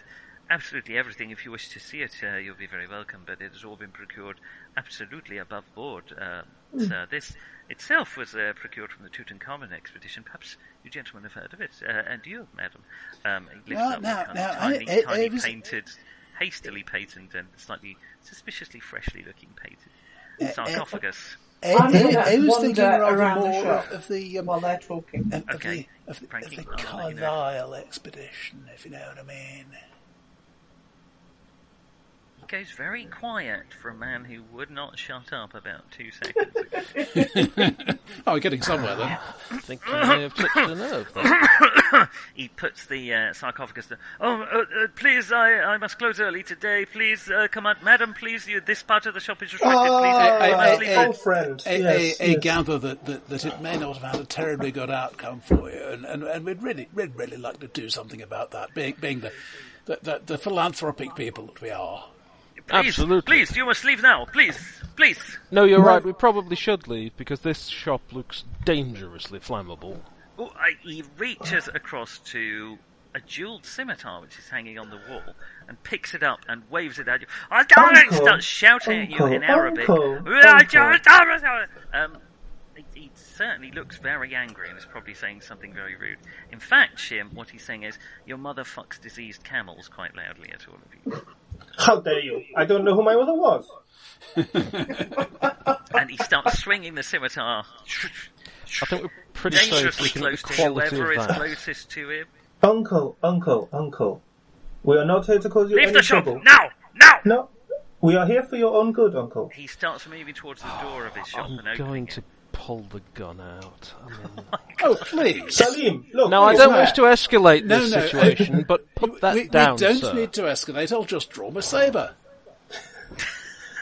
Speaker 5: absolutely everything. If you wish to see it, uh, you'll be very welcome. But it has all been procured absolutely above board. Um,
Speaker 1: Mm.
Speaker 5: So this itself was uh, procured from the Tutankhamun expedition. Perhaps you gentlemen have heard of it, uh, and you, madam. Um, it lifts
Speaker 1: No,
Speaker 5: up
Speaker 1: no,
Speaker 5: a kind of
Speaker 1: no, I-
Speaker 5: tiny,
Speaker 1: it- it
Speaker 5: tiny
Speaker 1: was-
Speaker 5: painted, hastily painted, and slightly suspiciously freshly looking painted sarcophagus.
Speaker 1: I,
Speaker 7: I'm gonna
Speaker 1: I- I was
Speaker 7: wander
Speaker 1: eh, thinking rather
Speaker 7: around the
Speaker 1: more
Speaker 7: shop.
Speaker 1: of the um,
Speaker 7: while they're talking.
Speaker 1: of, of
Speaker 5: Okay,
Speaker 1: the of, the- of
Speaker 5: Frankie,
Speaker 1: the
Speaker 5: I'll let you know.
Speaker 1: Carlisle expedition, if you know what I mean.
Speaker 5: He goes very quiet for a man who would not shut up about two seconds ago.
Speaker 1: Oh, getting somewhere then.
Speaker 8: I think I may have touched a nerve there.
Speaker 5: he puts the uh, sarcophagus. down. oh, uh, uh, please, I, I must close early today. Please, uh, come out, madam. Please, you, this part of the shop is restricted. Please,
Speaker 9: Ah,
Speaker 5: you must
Speaker 1: I-
Speaker 5: leave
Speaker 1: I- I-
Speaker 5: now."
Speaker 9: old friend.
Speaker 1: I,
Speaker 9: yes,
Speaker 1: I, I
Speaker 9: yes.
Speaker 1: gather that, that, that it may not have had a terribly good outcome for you, and, and, and we'd really we'd really like to do something about that, being, being the, the, the the philanthropic people that we are.
Speaker 5: Please,
Speaker 8: Absolutely.
Speaker 5: Please, you must leave now. Please, please.
Speaker 8: No, you're right. We probably should leave because this shop looks dangerously flammable.
Speaker 5: Oh, I, he reaches across to a jeweled scimitar which is hanging on the wall and picks it up and waves it at you. I don't
Speaker 9: Uncle,
Speaker 5: starts shouting at you in
Speaker 9: uncle,
Speaker 5: Arabic.
Speaker 9: uncle,
Speaker 5: "Ah,
Speaker 9: uncle."
Speaker 5: Jarrah-Jarrah-Jarrah." Um, he, he certainly looks very angry and is probably saying something very rude. In fact, Shim, what he's saying is, "Your mother fucks diseased camels" quite loudly at all of you,
Speaker 9: How dare you? I don't know who my mother was.
Speaker 5: and he starts swinging the scimitar
Speaker 8: I think we're pretty safe
Speaker 5: dangerously
Speaker 8: looking at
Speaker 5: close
Speaker 8: the
Speaker 5: to
Speaker 8: quality
Speaker 5: whoever
Speaker 8: of
Speaker 5: is
Speaker 8: that.
Speaker 5: closest to him.
Speaker 9: Uncle, uncle, uncle. We are not here to cause you
Speaker 5: Leave
Speaker 9: any
Speaker 5: the shop
Speaker 9: trouble.
Speaker 5: now! Now!
Speaker 9: No, we are here for your own good, uncle.
Speaker 5: He starts moving towards the door of his shop
Speaker 8: I'm
Speaker 5: and opens
Speaker 8: going
Speaker 5: it.
Speaker 8: to pull the gun out. I mean...
Speaker 1: Oh, please.
Speaker 9: Salim,
Speaker 1: Oh,
Speaker 9: look.
Speaker 8: No, I
Speaker 9: please.
Speaker 8: don't wish to escalate
Speaker 1: No,
Speaker 8: this
Speaker 1: no,
Speaker 8: situation, but
Speaker 1: We-
Speaker 8: put that
Speaker 1: we,
Speaker 8: down,
Speaker 1: we don't
Speaker 8: sir.
Speaker 1: need to escalate. I'll just draw my saber.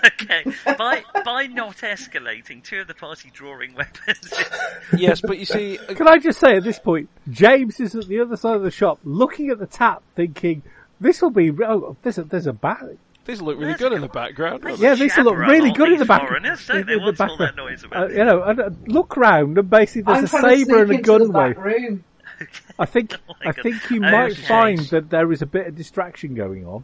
Speaker 5: Okay, by by not escalating, two of the party drawing weapons.
Speaker 8: Yes, but you see, uh,
Speaker 6: Can I just say at this point, James is at the other side of the shop looking at the tap thinking, this will be, oh, there's a, there's a bat.
Speaker 8: these look really
Speaker 5: That's
Speaker 8: good
Speaker 5: a
Speaker 8: in the background. don't
Speaker 6: Yeah, these will look
Speaker 5: Jabber on
Speaker 6: really
Speaker 5: all
Speaker 6: good in
Speaker 5: these
Speaker 6: the back.
Speaker 5: foreigners, don't they?
Speaker 6: in the
Speaker 5: What's all that
Speaker 6: background.
Speaker 5: noise about?
Speaker 6: Uh, you know, and, uh, look round and basically
Speaker 7: I'm
Speaker 6: there's
Speaker 7: trying
Speaker 6: a
Speaker 7: to sneak
Speaker 6: saber and a
Speaker 7: into the
Speaker 6: gun
Speaker 7: back
Speaker 6: wave.
Speaker 7: room.
Speaker 6: I think
Speaker 5: Oh my
Speaker 6: I
Speaker 5: God.
Speaker 6: think you might
Speaker 5: Okay.
Speaker 6: find that there is a bit of distraction going on.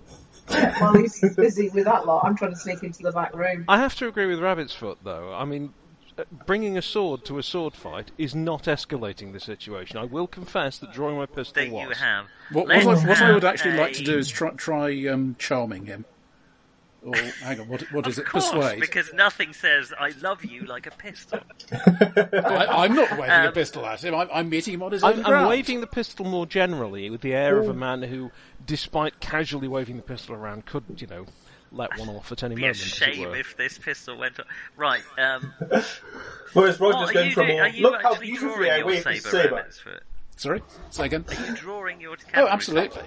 Speaker 7: While he's busy with that lot, I'm trying to sneak into the back room.
Speaker 8: I have to agree with Rabbit's Foot, though. I mean, uh, bringing a sword to a sword fight is not escalating the situation. I will confess that drawing my pistol
Speaker 5: that
Speaker 8: was.
Speaker 5: you have.
Speaker 1: What, what,
Speaker 5: Let's
Speaker 1: I, what I would
Speaker 5: have
Speaker 1: actually like to
Speaker 5: a-
Speaker 1: do is try, try um, charming him. Or hang on, what, what is
Speaker 5: Of
Speaker 1: it?
Speaker 5: course,
Speaker 1: Persuade.
Speaker 5: because nothing says "I love you" like a pistol.
Speaker 1: I, I'm not waving a
Speaker 5: Um,
Speaker 1: pistol at him. I'm, I'm meeting him on his own
Speaker 8: I'm, I'm
Speaker 1: ground.
Speaker 8: waving the pistol more generally with the air of a man who, despite casually waving the pistol around, could, you know, let one off at any
Speaker 5: Be a
Speaker 8: moment. as it
Speaker 5: shame
Speaker 8: were.
Speaker 5: if this pistol went. On. Right. Um,
Speaker 9: Whereas
Speaker 5: what
Speaker 9: Roger's
Speaker 5: are
Speaker 9: going
Speaker 5: Oh, you
Speaker 9: for
Speaker 5: doing?
Speaker 9: more.
Speaker 5: Are you
Speaker 9: Look how
Speaker 5: actually
Speaker 9: beautifully
Speaker 5: drawing
Speaker 9: I
Speaker 5: your
Speaker 9: wave this
Speaker 5: saber,
Speaker 9: saber.
Speaker 5: Rabbit's Foot?
Speaker 1: Sorry, say again.
Speaker 5: Are you drawing your?
Speaker 1: Oh,
Speaker 5: cavalry
Speaker 1: absolutely.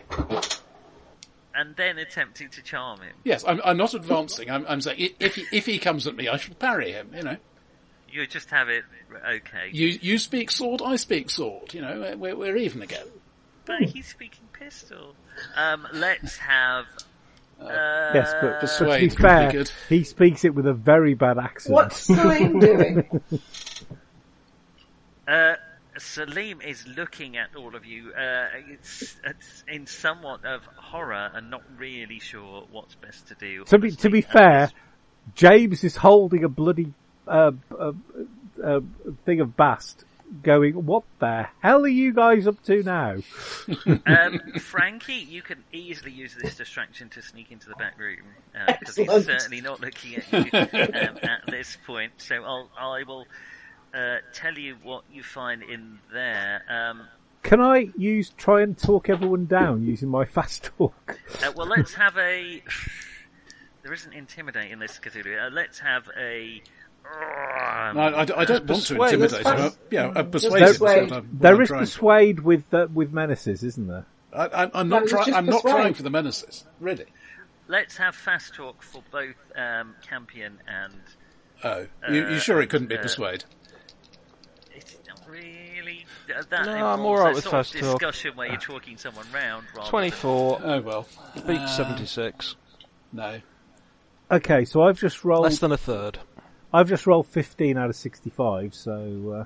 Speaker 5: And then attempting to charm him.
Speaker 1: Yes, I'm, I'm not advancing. I'm, I'm saying i- if he, if he comes at me, I shall parry him. You know,
Speaker 5: You just have it. Okay.
Speaker 1: you you speak sword, I speak sword. You know, we're, we're even again.
Speaker 6: Hmm.
Speaker 5: But he's speaking pistol. Um, let's have. Uh,
Speaker 6: Yes, but, but to be
Speaker 1: persuade could be
Speaker 6: fair,
Speaker 1: good.
Speaker 6: he speaks it with a very bad accent.
Speaker 7: What's Celine doing?
Speaker 5: Uh, Salim is looking at all of you. Uh, it's, it's in somewhat of horror and not really sure what's best to do.
Speaker 6: To be to be
Speaker 5: honestly, at
Speaker 6: fair,
Speaker 5: this-
Speaker 6: James is holding a bloody uh, uh, uh, thing of bast, going, "What the hell are you guys up to now?"
Speaker 5: um, Frankie, you can easily use this distraction to sneak into the back room because he's
Speaker 7: Excellent.
Speaker 5: certainly not looking at you um, at this point. So I'll I will uh, tell you what you find in there. Um,
Speaker 6: Can I use try and talk everyone down using my fast talk?
Speaker 5: Uh, well, let's have a. There isn't intimidate in this Cthulhu. Uh, let's have a. um,
Speaker 1: I, I, I don't want to
Speaker 8: persuade.
Speaker 1: intimidate him.
Speaker 7: Let's-
Speaker 1: I- Yeah, a persuade.
Speaker 6: There-
Speaker 1: is what I'm- what
Speaker 6: There
Speaker 1: I'm
Speaker 6: is
Speaker 1: trying for.
Speaker 6: persuade with uh, with menaces, isn't there?
Speaker 1: I, I'm, I'm
Speaker 7: No,
Speaker 1: not.
Speaker 7: it's
Speaker 1: Try,
Speaker 7: just
Speaker 1: I'm not
Speaker 7: persuade.
Speaker 1: trying for the menaces. Really.
Speaker 5: Let's have fast talk for both um, Campion and.
Speaker 1: Oh, you, you sure it couldn't be persuade?
Speaker 5: It's not really. uh, That
Speaker 8: No, I'm
Speaker 5: involves
Speaker 8: all right
Speaker 5: a
Speaker 8: with
Speaker 5: sort of
Speaker 8: fast talk.
Speaker 5: discussion where you're talking someone round. Rather Than...
Speaker 8: 24,
Speaker 1: Oh well.
Speaker 8: beat 76,
Speaker 1: No.
Speaker 6: Okay, so I've just rolled.
Speaker 8: less than a third.
Speaker 6: I've just rolled fifteen out of sixty-five. So uh,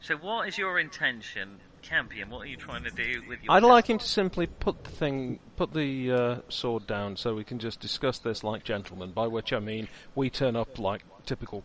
Speaker 5: So, what is your intention Campion, what are you trying to do with your?
Speaker 8: I'd like him to simply put the thing, put the uh, sword down, so we can just discuss this like gentlemen. By which I mean we turn up like typical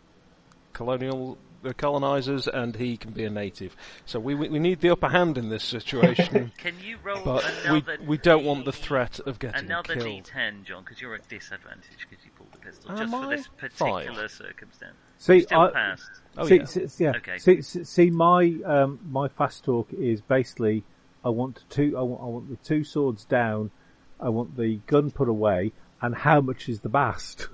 Speaker 8: colonial uh, colonizers, and he can be a native. So we we, we need the upper hand in this situation,
Speaker 5: Can you roll
Speaker 8: but we
Speaker 5: another?
Speaker 8: we don't want the threat of getting
Speaker 5: Another
Speaker 8: killed.
Speaker 5: D10, John, because you're at disadvantage because you pulled the pistol
Speaker 8: Am
Speaker 5: just for
Speaker 8: I?
Speaker 5: this
Speaker 8: Five.
Speaker 5: particular circumstance.
Speaker 6: See,
Speaker 5: Still
Speaker 6: I-
Speaker 5: passed.
Speaker 8: Oh
Speaker 6: see,
Speaker 8: yeah.
Speaker 6: see, see- yeah.
Speaker 5: Okay.
Speaker 6: See, see, see, my um, my fast talk is basically I want two. I want, I want the two swords down. I want the gun put away. And how much is the bast?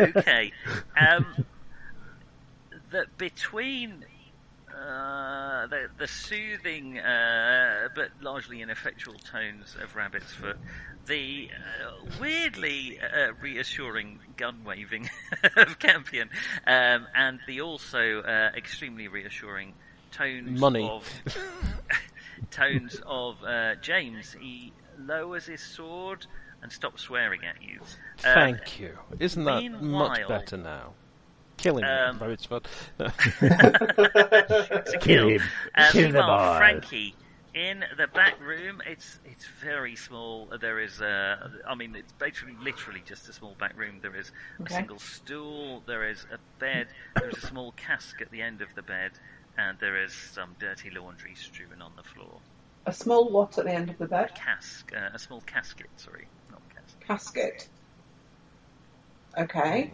Speaker 5: okay. Um, that between uh, the the soothing uh, but largely ineffectual tones of Rabbit's Foot, the uh, weirdly uh, reassuring gun waving of Campion, um, and the also uh, extremely reassuring tones
Speaker 8: Money.
Speaker 5: of tones of uh, James, he lowers his sword and stops swearing at you. Uh,
Speaker 8: Thank you. Isn't that much
Speaker 5: meanwhile-
Speaker 8: better now? Killing him,
Speaker 5: Um,
Speaker 8: though it's fun.
Speaker 5: to kill. Uh, meanwhile, Frankie in the back room. It's it's very small. There is a, I mean, it's basically literally just a small back room. There is a
Speaker 7: Okay.
Speaker 5: single stool. There is a bed. There is a small cask at the end of the bed, and there is some dirty laundry strewn on the floor.
Speaker 7: A small what at the end of the bed?
Speaker 5: Cask, uh, a small casket. Sorry, not cask.
Speaker 7: Casket. Okay.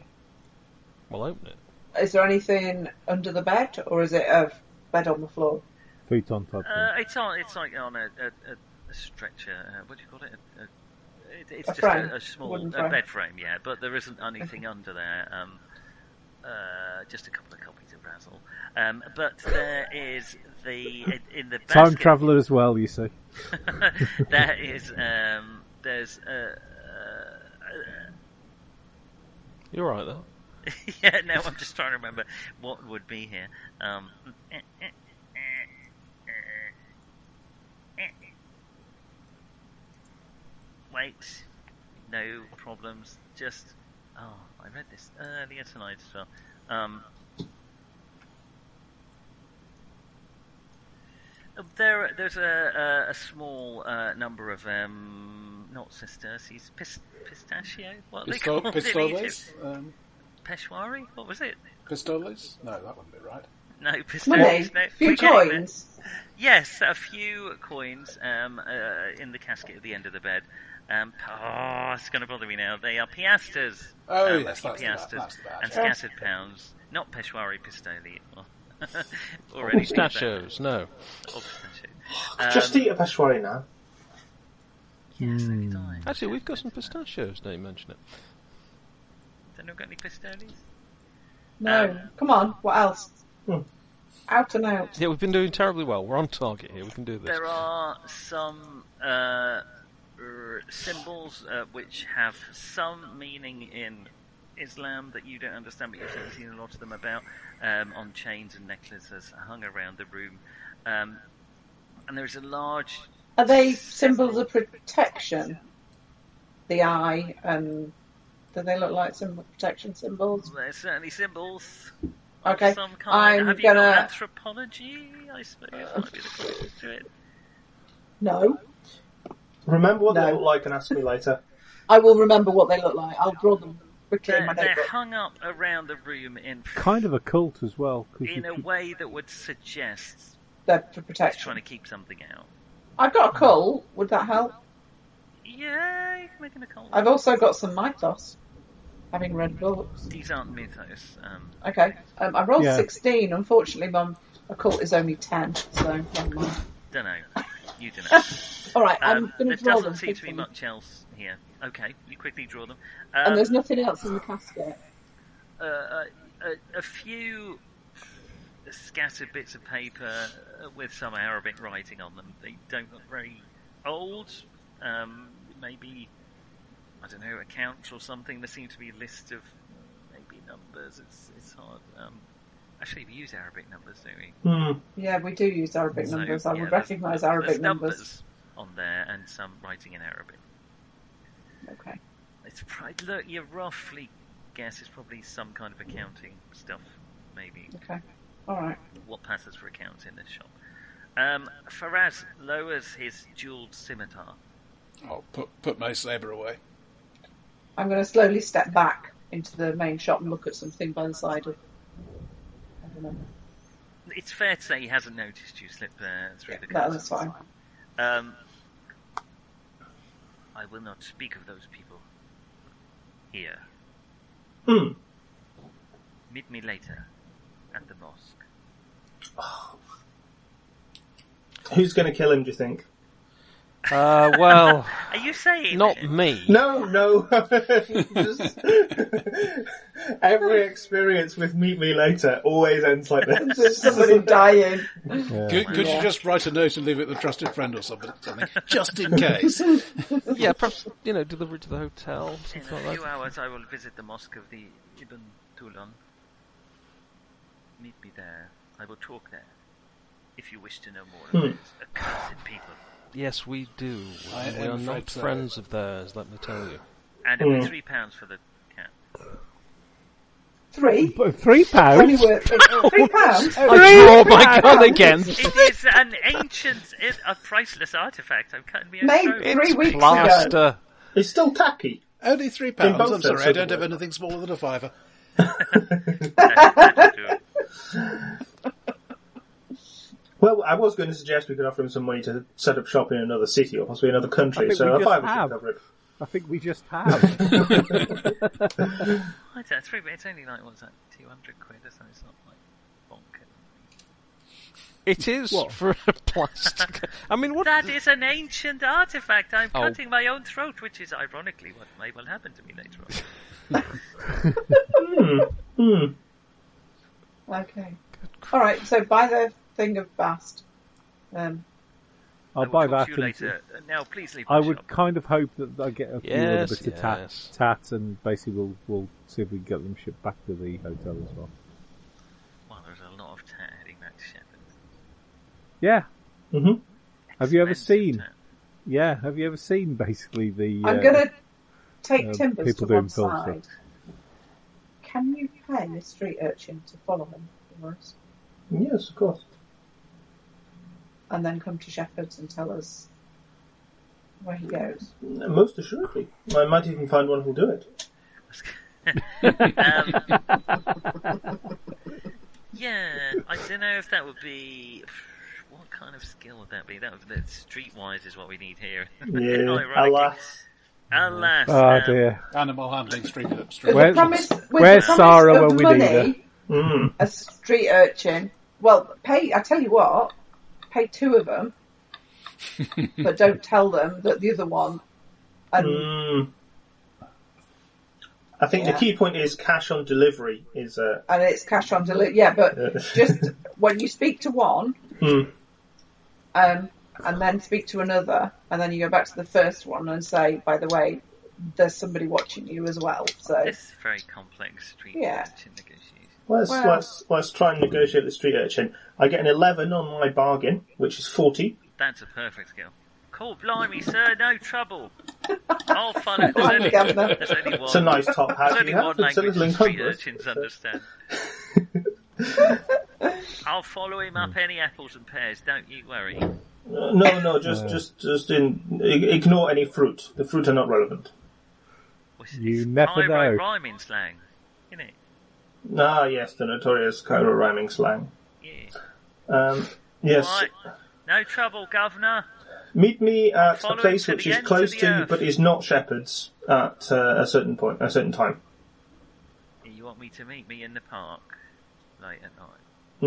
Speaker 8: Hmm. well, open it.
Speaker 7: Is there anything under the bed, or is it a bed on the floor?
Speaker 6: Futon type
Speaker 5: Uh,
Speaker 6: thing.
Speaker 5: it's on. It's like on a, a, a, a stretcher. Uh, what do you call it? A, a, it it's
Speaker 7: A
Speaker 5: just
Speaker 7: frame.
Speaker 5: a, a small
Speaker 7: Wooden
Speaker 5: a
Speaker 7: frame.
Speaker 5: bed frame, yeah. But there isn't anything under there. Um, uh, just a couple of copies of Razzle. Um, but there is the in, in the basket,
Speaker 6: Time traveller as well, you see.
Speaker 5: there is um, there's a. Uh,
Speaker 8: You're right though.
Speaker 5: yeah, now I'm just trying to remember what would be here. Um, wait, no problems. Just oh, I read this earlier tonight as well. Um, there, there's a, a, a small uh, number of um, not sesterces, pis, pistachio. What are they
Speaker 1: Pistol-
Speaker 5: called in Egypt?
Speaker 1: pistoles? Um,
Speaker 5: Peshwari? What was it?
Speaker 1: pistoles? No, that wouldn't be right.
Speaker 5: No, pistols.
Speaker 7: Money,
Speaker 5: No,
Speaker 7: few
Speaker 5: forget it.
Speaker 7: coins.
Speaker 5: Yes, a few coins um, uh, in the casket at the end of the bed. Um, oh, it's going to bother me now. They are piastres.
Speaker 1: Oh,
Speaker 5: um,
Speaker 1: yes,
Speaker 5: a few
Speaker 1: that's the ba-
Speaker 5: piastres
Speaker 1: that's the badge.
Speaker 5: and
Speaker 1: Yeah.
Speaker 5: scattered pounds. Not Peshwari pistoli. Already did that.
Speaker 8: Pistachios, no.
Speaker 5: Or pistachio.
Speaker 9: Just
Speaker 5: Um,
Speaker 9: eat a peshwari now.
Speaker 5: yes, so did I.
Speaker 8: Actually, we've got some pistachios. Now you mention it.
Speaker 5: Don't got any Um, pistolis?
Speaker 7: No. Come on. What else?
Speaker 9: Hmm.
Speaker 7: Out and out.
Speaker 8: Yeah, we've been doing terribly well. We're on target here. We can do this.
Speaker 5: There are some uh, er, symbols uh, which have some meaning in Islam that you don't understand, but you've certainly seen a lot of them about um, on chains and necklaces hung around the room. Um, and there's a large.
Speaker 7: Are they symbols of protection? The eye and do they look like symbol protection symbols?
Speaker 5: There's certainly symbols of
Speaker 7: Okay.
Speaker 5: some kind.
Speaker 7: I'm
Speaker 5: have you got
Speaker 7: gonna
Speaker 5: anthropology? I suppose might be the closest to it.
Speaker 7: no.
Speaker 9: Remember what they
Speaker 7: No.
Speaker 9: look like and ask me later.
Speaker 7: I will remember what they look like. I'll draw them quickly in
Speaker 5: They're,
Speaker 7: my
Speaker 5: they're
Speaker 7: notebook.
Speaker 5: hung up around the room in
Speaker 6: Kind of a cult as well. 'cause you
Speaker 5: in a
Speaker 6: keep-
Speaker 5: way that would suggest
Speaker 7: They're for
Speaker 5: trying
Speaker 7: protection.
Speaker 5: to keep something out.
Speaker 7: I've got a coal. Would that help?
Speaker 5: Yeah, you can make an occult.
Speaker 7: I've also got some mythos, having read books.
Speaker 5: These aren't mythos. Um,
Speaker 7: Okay, um, I rolled
Speaker 6: Yeah.
Speaker 7: 16. Unfortunately, my occult is only 10, so never mind.
Speaker 5: don't know. You don't know.
Speaker 7: All right,
Speaker 5: Um,
Speaker 7: I'm going
Speaker 5: there
Speaker 7: to draw them.
Speaker 5: doesn't seem to be
Speaker 7: quickly.
Speaker 5: much else here. Okay, you quickly draw them.
Speaker 7: And
Speaker 5: Um,
Speaker 7: there's nothing else in the casket.
Speaker 5: uh, uh, a, a few scattered bits of paper uh, with some Arabic writing on them. They don't look very old. Um, maybe I don't know accounts or something. There seem to be a list of maybe numbers. It's it's hard. Um, actually, we use Arabic numbers, don't we?
Speaker 9: Hmm.
Speaker 7: Yeah, we do use Arabic
Speaker 5: So,
Speaker 7: numbers. I
Speaker 5: yeah,
Speaker 7: would
Speaker 5: there's-
Speaker 7: recognise
Speaker 5: there's
Speaker 7: Arabic numbers.
Speaker 5: on there and some writing in Arabic.
Speaker 7: Okay.
Speaker 5: It's pri- look, you roughly guess it's probably some kind of accounting stuff, maybe.
Speaker 7: Okay.
Speaker 9: All right.
Speaker 5: what passes for accounts in this shop. Um, Faraz lowers his jeweled scimitar.
Speaker 1: I'll put, put my saber away.
Speaker 9: I'm going to slowly step back into the main shop and look at something by the side of. I don't know.
Speaker 5: It's fair to say he hasn't noticed you slip uh, through the
Speaker 9: No,
Speaker 5: curtains.
Speaker 9: that's fine.
Speaker 5: Um, I will not speak of those people here.
Speaker 8: Hmm.
Speaker 5: Meet me later at the mosque.
Speaker 8: Who's going to kill him? Do you think?
Speaker 10: Uh, well,
Speaker 5: Are you saying
Speaker 10: not me.
Speaker 8: No, no. Just- every experience with meet me later always ends like
Speaker 9: There's
Speaker 8: this.
Speaker 9: somebody dying.
Speaker 1: Could, could you just write a note and leave it with a trusted friend or something, something just in case?
Speaker 10: Yeah, perhaps you know, deliver it to the hotel,
Speaker 5: In
Speaker 10: something
Speaker 5: a
Speaker 10: like
Speaker 5: few
Speaker 10: that.
Speaker 5: hours, I will visit the mosque of the Ibn Tulun. Meet me there. I will talk there. If you wish to know more of these accursed people,
Speaker 10: Yes, we do.
Speaker 1: I
Speaker 10: we
Speaker 1: am
Speaker 10: are
Speaker 1: afraid
Speaker 10: not
Speaker 1: so.
Speaker 10: friends of theirs. Let me tell you.
Speaker 5: and it'll be three pounds for the cat.
Speaker 9: Three.
Speaker 6: But Three
Speaker 9: Twenty
Speaker 6: pounds.
Speaker 9: were three pounds.
Speaker 10: I draw Oh, my gun again.
Speaker 5: It is an ancient, it, a priceless artifact. I'm cutting me
Speaker 9: Mate,
Speaker 5: own throat.
Speaker 9: Three weeks ago.
Speaker 10: Plaster.
Speaker 8: It's still tacky.
Speaker 1: Only three
Speaker 8: In
Speaker 1: pounds.
Speaker 8: both
Speaker 1: I'm sorry,
Speaker 8: senses
Speaker 1: I
Speaker 8: of
Speaker 1: don't
Speaker 8: the
Speaker 1: have
Speaker 8: word.
Speaker 1: anything smaller than a fiver.
Speaker 5: That- that'll do.
Speaker 8: Well, I was going to suggest we could offer him some money to set up shop in another city or possibly another
Speaker 6: I
Speaker 8: country.
Speaker 6: think we
Speaker 8: So I
Speaker 6: just
Speaker 8: thought we should
Speaker 6: have.
Speaker 8: cover it.
Speaker 6: I think we just have.
Speaker 5: What's that? Three, it's only like what's that? Two hundred quid or something. It's not like bonkers.
Speaker 10: It is for a plastic. I mean, what?
Speaker 5: That is an ancient artifact. I'm
Speaker 10: Oh.
Speaker 5: cutting my own throat, which is ironically what may well happen to me later on.
Speaker 9: Okay. All right. So buy the thing of bast. Um,
Speaker 5: I
Speaker 6: I'll
Speaker 5: will
Speaker 6: buy
Speaker 5: talk
Speaker 6: that.
Speaker 5: to you
Speaker 6: and-
Speaker 5: later. Uh, Now, please leave.
Speaker 6: I
Speaker 5: the
Speaker 6: would
Speaker 5: shop.
Speaker 6: kind of hope that I get a few
Speaker 10: Yes,
Speaker 6: little bits of
Speaker 10: yes.
Speaker 6: tat, tat, and basically we'll we'll see if we can get them shipped back to the hotel as well.
Speaker 5: Well, there's a lot of tat heading back to Shepherd's.
Speaker 6: Yeah,
Speaker 8: Mm-hmm.
Speaker 6: Have you ever
Speaker 5: Expensive
Speaker 6: seen?
Speaker 5: tat.
Speaker 6: yeah. Have you ever seen basically the?
Speaker 9: I'm
Speaker 6: uh,
Speaker 9: gonna take
Speaker 6: uh,
Speaker 9: timbers to
Speaker 6: people
Speaker 9: one
Speaker 6: doing film stuff.
Speaker 9: side. Can you pay a street urchin to follow him for us,
Speaker 8: Yes, of course.
Speaker 9: and then come to Shepherd's and tell us where he goes?
Speaker 8: Most assuredly. I might even find one who'll do it.
Speaker 5: um, yeah, I don't know if that would be. What kind of skill would that be? That would that streetwise is what we need here.
Speaker 8: Yeah,
Speaker 5: Ironically.
Speaker 8: alas.
Speaker 5: Alas.
Speaker 6: Oh
Speaker 5: um,
Speaker 6: dear.
Speaker 1: Animal handling, street up,
Speaker 9: With
Speaker 1: street.
Speaker 6: Where-
Speaker 9: the promise, with
Speaker 6: where's
Speaker 9: the promise
Speaker 6: Sarah
Speaker 9: of
Speaker 6: when we need
Speaker 9: money,
Speaker 8: Mm.
Speaker 9: a street urchin. Well, pay. I tell you what, pay two of them, but don't tell them that the other one. And
Speaker 8: Mm. I think
Speaker 9: Yeah.
Speaker 8: the key point is cash on delivery is uh,
Speaker 9: and it's cash on delivery. Yeah, but just when you speak to one,
Speaker 8: Hmm.
Speaker 9: um, and then speak to another, and then you go back to the first one and say, by the way, there's somebody watching you as well. So
Speaker 5: This is very complex street
Speaker 9: Yeah.
Speaker 5: merchant negotiation.
Speaker 8: Let's
Speaker 9: Well-
Speaker 8: let's let's try and negotiate the street urchin. I get an eleven on my bargain, which is forty.
Speaker 5: That's a perfect skill. Cool, blimey, sir, no trouble. I'll follow. There's
Speaker 9: on,
Speaker 5: only,
Speaker 9: Governor.
Speaker 5: there's only one.
Speaker 8: It's a nice top hat.
Speaker 5: There's only
Speaker 8: you have.
Speaker 5: one
Speaker 8: It's a
Speaker 5: language
Speaker 8: little
Speaker 5: that street
Speaker 8: encumbrous.
Speaker 5: urchins understand. I'll follow him up any apples and pears. Don't you worry.
Speaker 8: Uh, No, no, just just just in, i- ignore any fruit. The fruit are not relevant.
Speaker 5: Which
Speaker 6: You
Speaker 5: is
Speaker 6: never
Speaker 5: Cairo
Speaker 6: know.
Speaker 5: rhyming slang, isn't it?
Speaker 8: Ah, yes, the notorious Cairo rhyming slang.
Speaker 5: Yeah.
Speaker 8: Um, yes,
Speaker 5: Right. No trouble, Governor.
Speaker 8: meet me at
Speaker 5: Follow
Speaker 8: a place
Speaker 5: to
Speaker 8: which
Speaker 5: the
Speaker 8: is
Speaker 5: ends of
Speaker 8: close
Speaker 5: the
Speaker 8: to you
Speaker 5: earth.
Speaker 8: but is not Shepherd's at uh, a certain point, a certain time.
Speaker 5: You want me to meet me in the park late at night?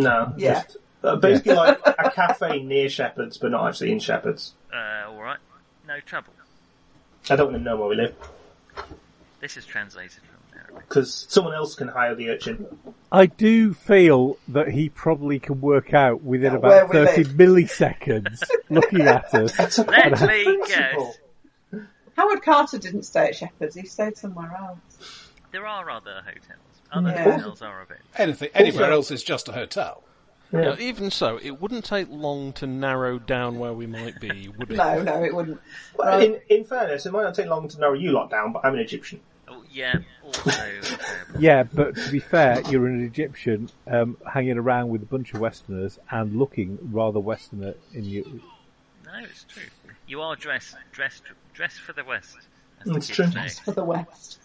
Speaker 8: No,
Speaker 9: Yeah.
Speaker 8: just uh, basically like a cafe near Shepherd's, but not actually in Shepherd's.
Speaker 5: Uh, all right. No trouble.
Speaker 8: I don't want him to know where we live
Speaker 5: This is translated from Arabic.
Speaker 8: because someone else can hire the urchin.
Speaker 6: I do feel that he probably can work out within
Speaker 9: Yeah, where
Speaker 6: about
Speaker 9: we
Speaker 6: thirty
Speaker 9: live.
Speaker 6: milliseconds looking at us.
Speaker 5: Let me guess.
Speaker 9: Howard Carter didn't stay at Shepherd's; he stayed somewhere else.
Speaker 5: There are other hotels. Other
Speaker 9: Yeah.
Speaker 5: hotels are a bit.
Speaker 1: Anything, anywhere else is just a hotel.
Speaker 10: Now, even so, it wouldn't take long to narrow down where we might be, would it?
Speaker 9: No, no, it wouldn't.
Speaker 8: Well, in, in fairness, it might not take long to narrow you lot down, but I'm an Egyptian.
Speaker 5: Oh, yeah, also. um,
Speaker 6: Yeah, but to be fair, you're an Egyptian um, hanging around with a bunch of Westerners and looking rather Westerner in you.
Speaker 5: no, it's true. You are dressed, dressed, dressed for the West. as the
Speaker 9: It's
Speaker 5: kids
Speaker 9: true.
Speaker 5: say.
Speaker 7: for the West.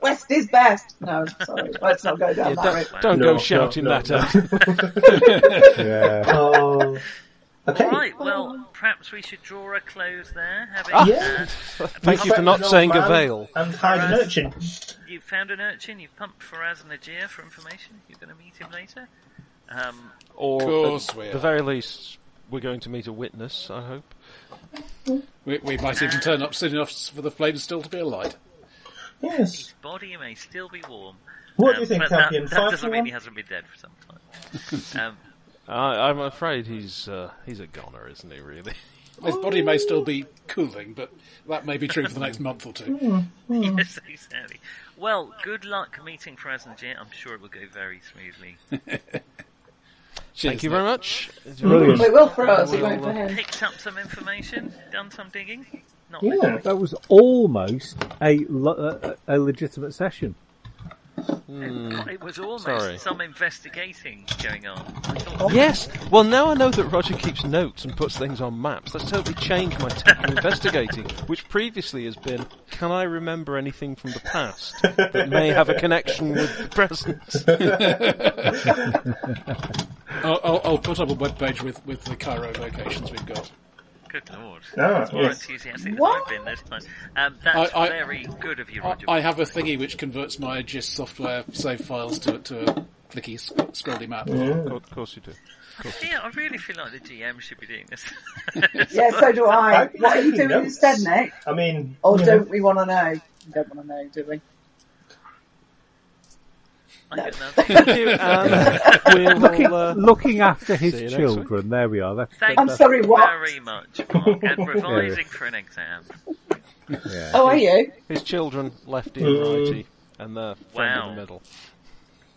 Speaker 7: West is best. No, sorry, let's not go down that route.
Speaker 8: Don't, don't
Speaker 9: No,
Speaker 8: go
Speaker 9: no,
Speaker 8: shouting
Speaker 9: no,
Speaker 8: that
Speaker 9: no.
Speaker 8: out.
Speaker 6: Yeah.
Speaker 9: Oh. Okay.
Speaker 5: Right, well, perhaps we should draw a close there. uh, Having,
Speaker 9: Yeah.
Speaker 8: Thank you for not
Speaker 9: Respect an old
Speaker 8: saying
Speaker 9: man
Speaker 8: a veil.
Speaker 9: And hide an urchin.
Speaker 5: uh, you've found an urchin, you've pumped Faraz and Najir for information, you're going to meet him later. Um,
Speaker 8: Or
Speaker 1: course we
Speaker 8: at
Speaker 1: are.
Speaker 8: the very least, we're going to meet a witness, I hope.
Speaker 1: We, we might even turn up soon enough for the flames still to be alight.
Speaker 9: Yes.
Speaker 5: body may still be warm.
Speaker 9: What do
Speaker 5: Um,
Speaker 9: you think,
Speaker 5: but that,
Speaker 9: Campion?
Speaker 5: that
Speaker 9: Five
Speaker 5: doesn't
Speaker 9: for
Speaker 5: mean
Speaker 9: one?
Speaker 5: he hasn't been dead for some time. um,
Speaker 8: I, I'm afraid he's uh, he's a goner, isn't he? Really?
Speaker 1: His body may still be cooling, but that may be true for the next month or
Speaker 8: Mm.
Speaker 1: two.
Speaker 9: Hmm.
Speaker 5: yes, exactly. Well, good luck meeting Faraz and Najir. I'm sure it will go very smoothly.
Speaker 8: Thank you very much.
Speaker 9: Brilliant.
Speaker 7: It will for us, it won't for him.
Speaker 5: Picked up some information, done some digging. Not
Speaker 9: Yeah.
Speaker 6: That was almost a, le- uh, a legitimate session.
Speaker 5: It was almost
Speaker 8: Sorry.
Speaker 5: some investigating going on. I thought
Speaker 8: Yes. Well, now I know that Roger keeps notes and puts things on maps. That's totally changed my take on investigating, which previously has been, can I remember anything from the past that may have a connection with the present?
Speaker 1: I'll, I'll, I'll put up a webpage with, with the Cairo locations we've got.
Speaker 5: Good lord.
Speaker 9: Ah,
Speaker 5: That's more
Speaker 9: yes.
Speaker 5: enthusiastic than I've
Speaker 7: What?
Speaker 5: been this time. Um, that's
Speaker 1: I- I-
Speaker 5: very good of you,
Speaker 1: I,
Speaker 5: Roger.
Speaker 1: I have a thingy which converts my GIS software save files to, to a clicky sc- scrolly map.
Speaker 8: of course you do.
Speaker 5: yeah, I really feel like the GM should be doing this.
Speaker 7: Yeah, so do I.
Speaker 9: I've been
Speaker 7: What are you
Speaker 9: taking
Speaker 7: doing
Speaker 9: notes.
Speaker 7: instead, Nick?
Speaker 9: I mean,
Speaker 7: Or
Speaker 9: you know,
Speaker 7: don't we want to know? We don't want to know, do we?
Speaker 5: I got nothing.
Speaker 8: Thank you, and we'll,
Speaker 6: Looking,
Speaker 8: uh,
Speaker 6: looking after his
Speaker 8: see you next week.
Speaker 6: children. There we are. That's,
Speaker 5: Thank
Speaker 7: I'm
Speaker 5: you
Speaker 7: sorry, what?
Speaker 5: very much, Mark, and revising for an exam.
Speaker 7: Oh, are you?
Speaker 8: his children, lefty and righty, and their friend in
Speaker 5: Wow.
Speaker 8: the middle.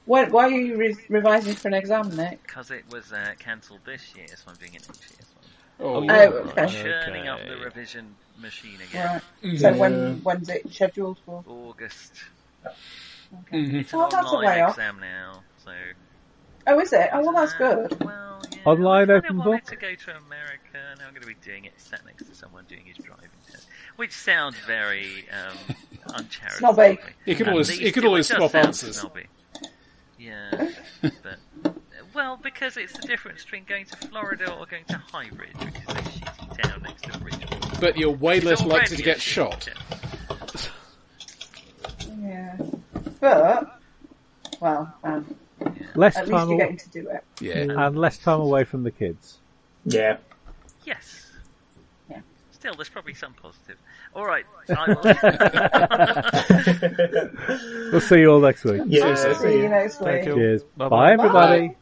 Speaker 7: Why, why are you re- revising for an exam, Nick?
Speaker 5: Because it was uh, cancelled this year, so I'm doing it next year. So
Speaker 1: Oh,
Speaker 5: Uh,
Speaker 7: Oh,
Speaker 5: I'm
Speaker 7: okay.
Speaker 5: churning up the
Speaker 8: Okay.
Speaker 5: revision machine again.
Speaker 7: Right. So when when's it scheduled for?
Speaker 5: August.
Speaker 1: mhm.
Speaker 5: It's an
Speaker 7: Oh, that's a
Speaker 5: online
Speaker 7: way off.
Speaker 5: exam now, so.
Speaker 7: Oh, is it? Oh, well, that's
Speaker 5: Uh,
Speaker 7: good.
Speaker 5: Well, yeah,
Speaker 6: Online
Speaker 5: I kinda
Speaker 6: open
Speaker 5: wanted
Speaker 6: book?
Speaker 5: to go to America, and I'm going to be doing it sat next to someone doing his driving test, which sounds very um, uncharitable.
Speaker 7: Snobby.
Speaker 1: You could
Speaker 5: At
Speaker 1: always-
Speaker 5: least
Speaker 1: you could
Speaker 5: it
Speaker 1: always
Speaker 5: does
Speaker 1: swap
Speaker 5: sound
Speaker 1: answers.
Speaker 5: Snobby. Yeah, but uh, well, because it's the difference between going to Florida or going to High Ridge, which is a shitty town next to Bridgewater.
Speaker 1: But you're way
Speaker 5: It's
Speaker 1: less likely
Speaker 5: already
Speaker 1: to
Speaker 5: a
Speaker 1: get
Speaker 5: shitty
Speaker 1: shot.
Speaker 5: town.
Speaker 7: Yeah. But, well, um,
Speaker 6: less
Speaker 7: at
Speaker 6: time
Speaker 7: least you're
Speaker 6: aw-
Speaker 7: getting to do it.
Speaker 1: Yeah.
Speaker 6: and less time away from the kids.
Speaker 9: yeah.
Speaker 5: Yes.
Speaker 7: Yeah.
Speaker 5: Still, there's probably some positive. All right. I will...
Speaker 6: We'll see you all next week.
Speaker 9: Yeah.
Speaker 7: See you next week.
Speaker 8: Thank you.
Speaker 6: Cheers.
Speaker 8: Bye-bye.
Speaker 6: Bye, everybody.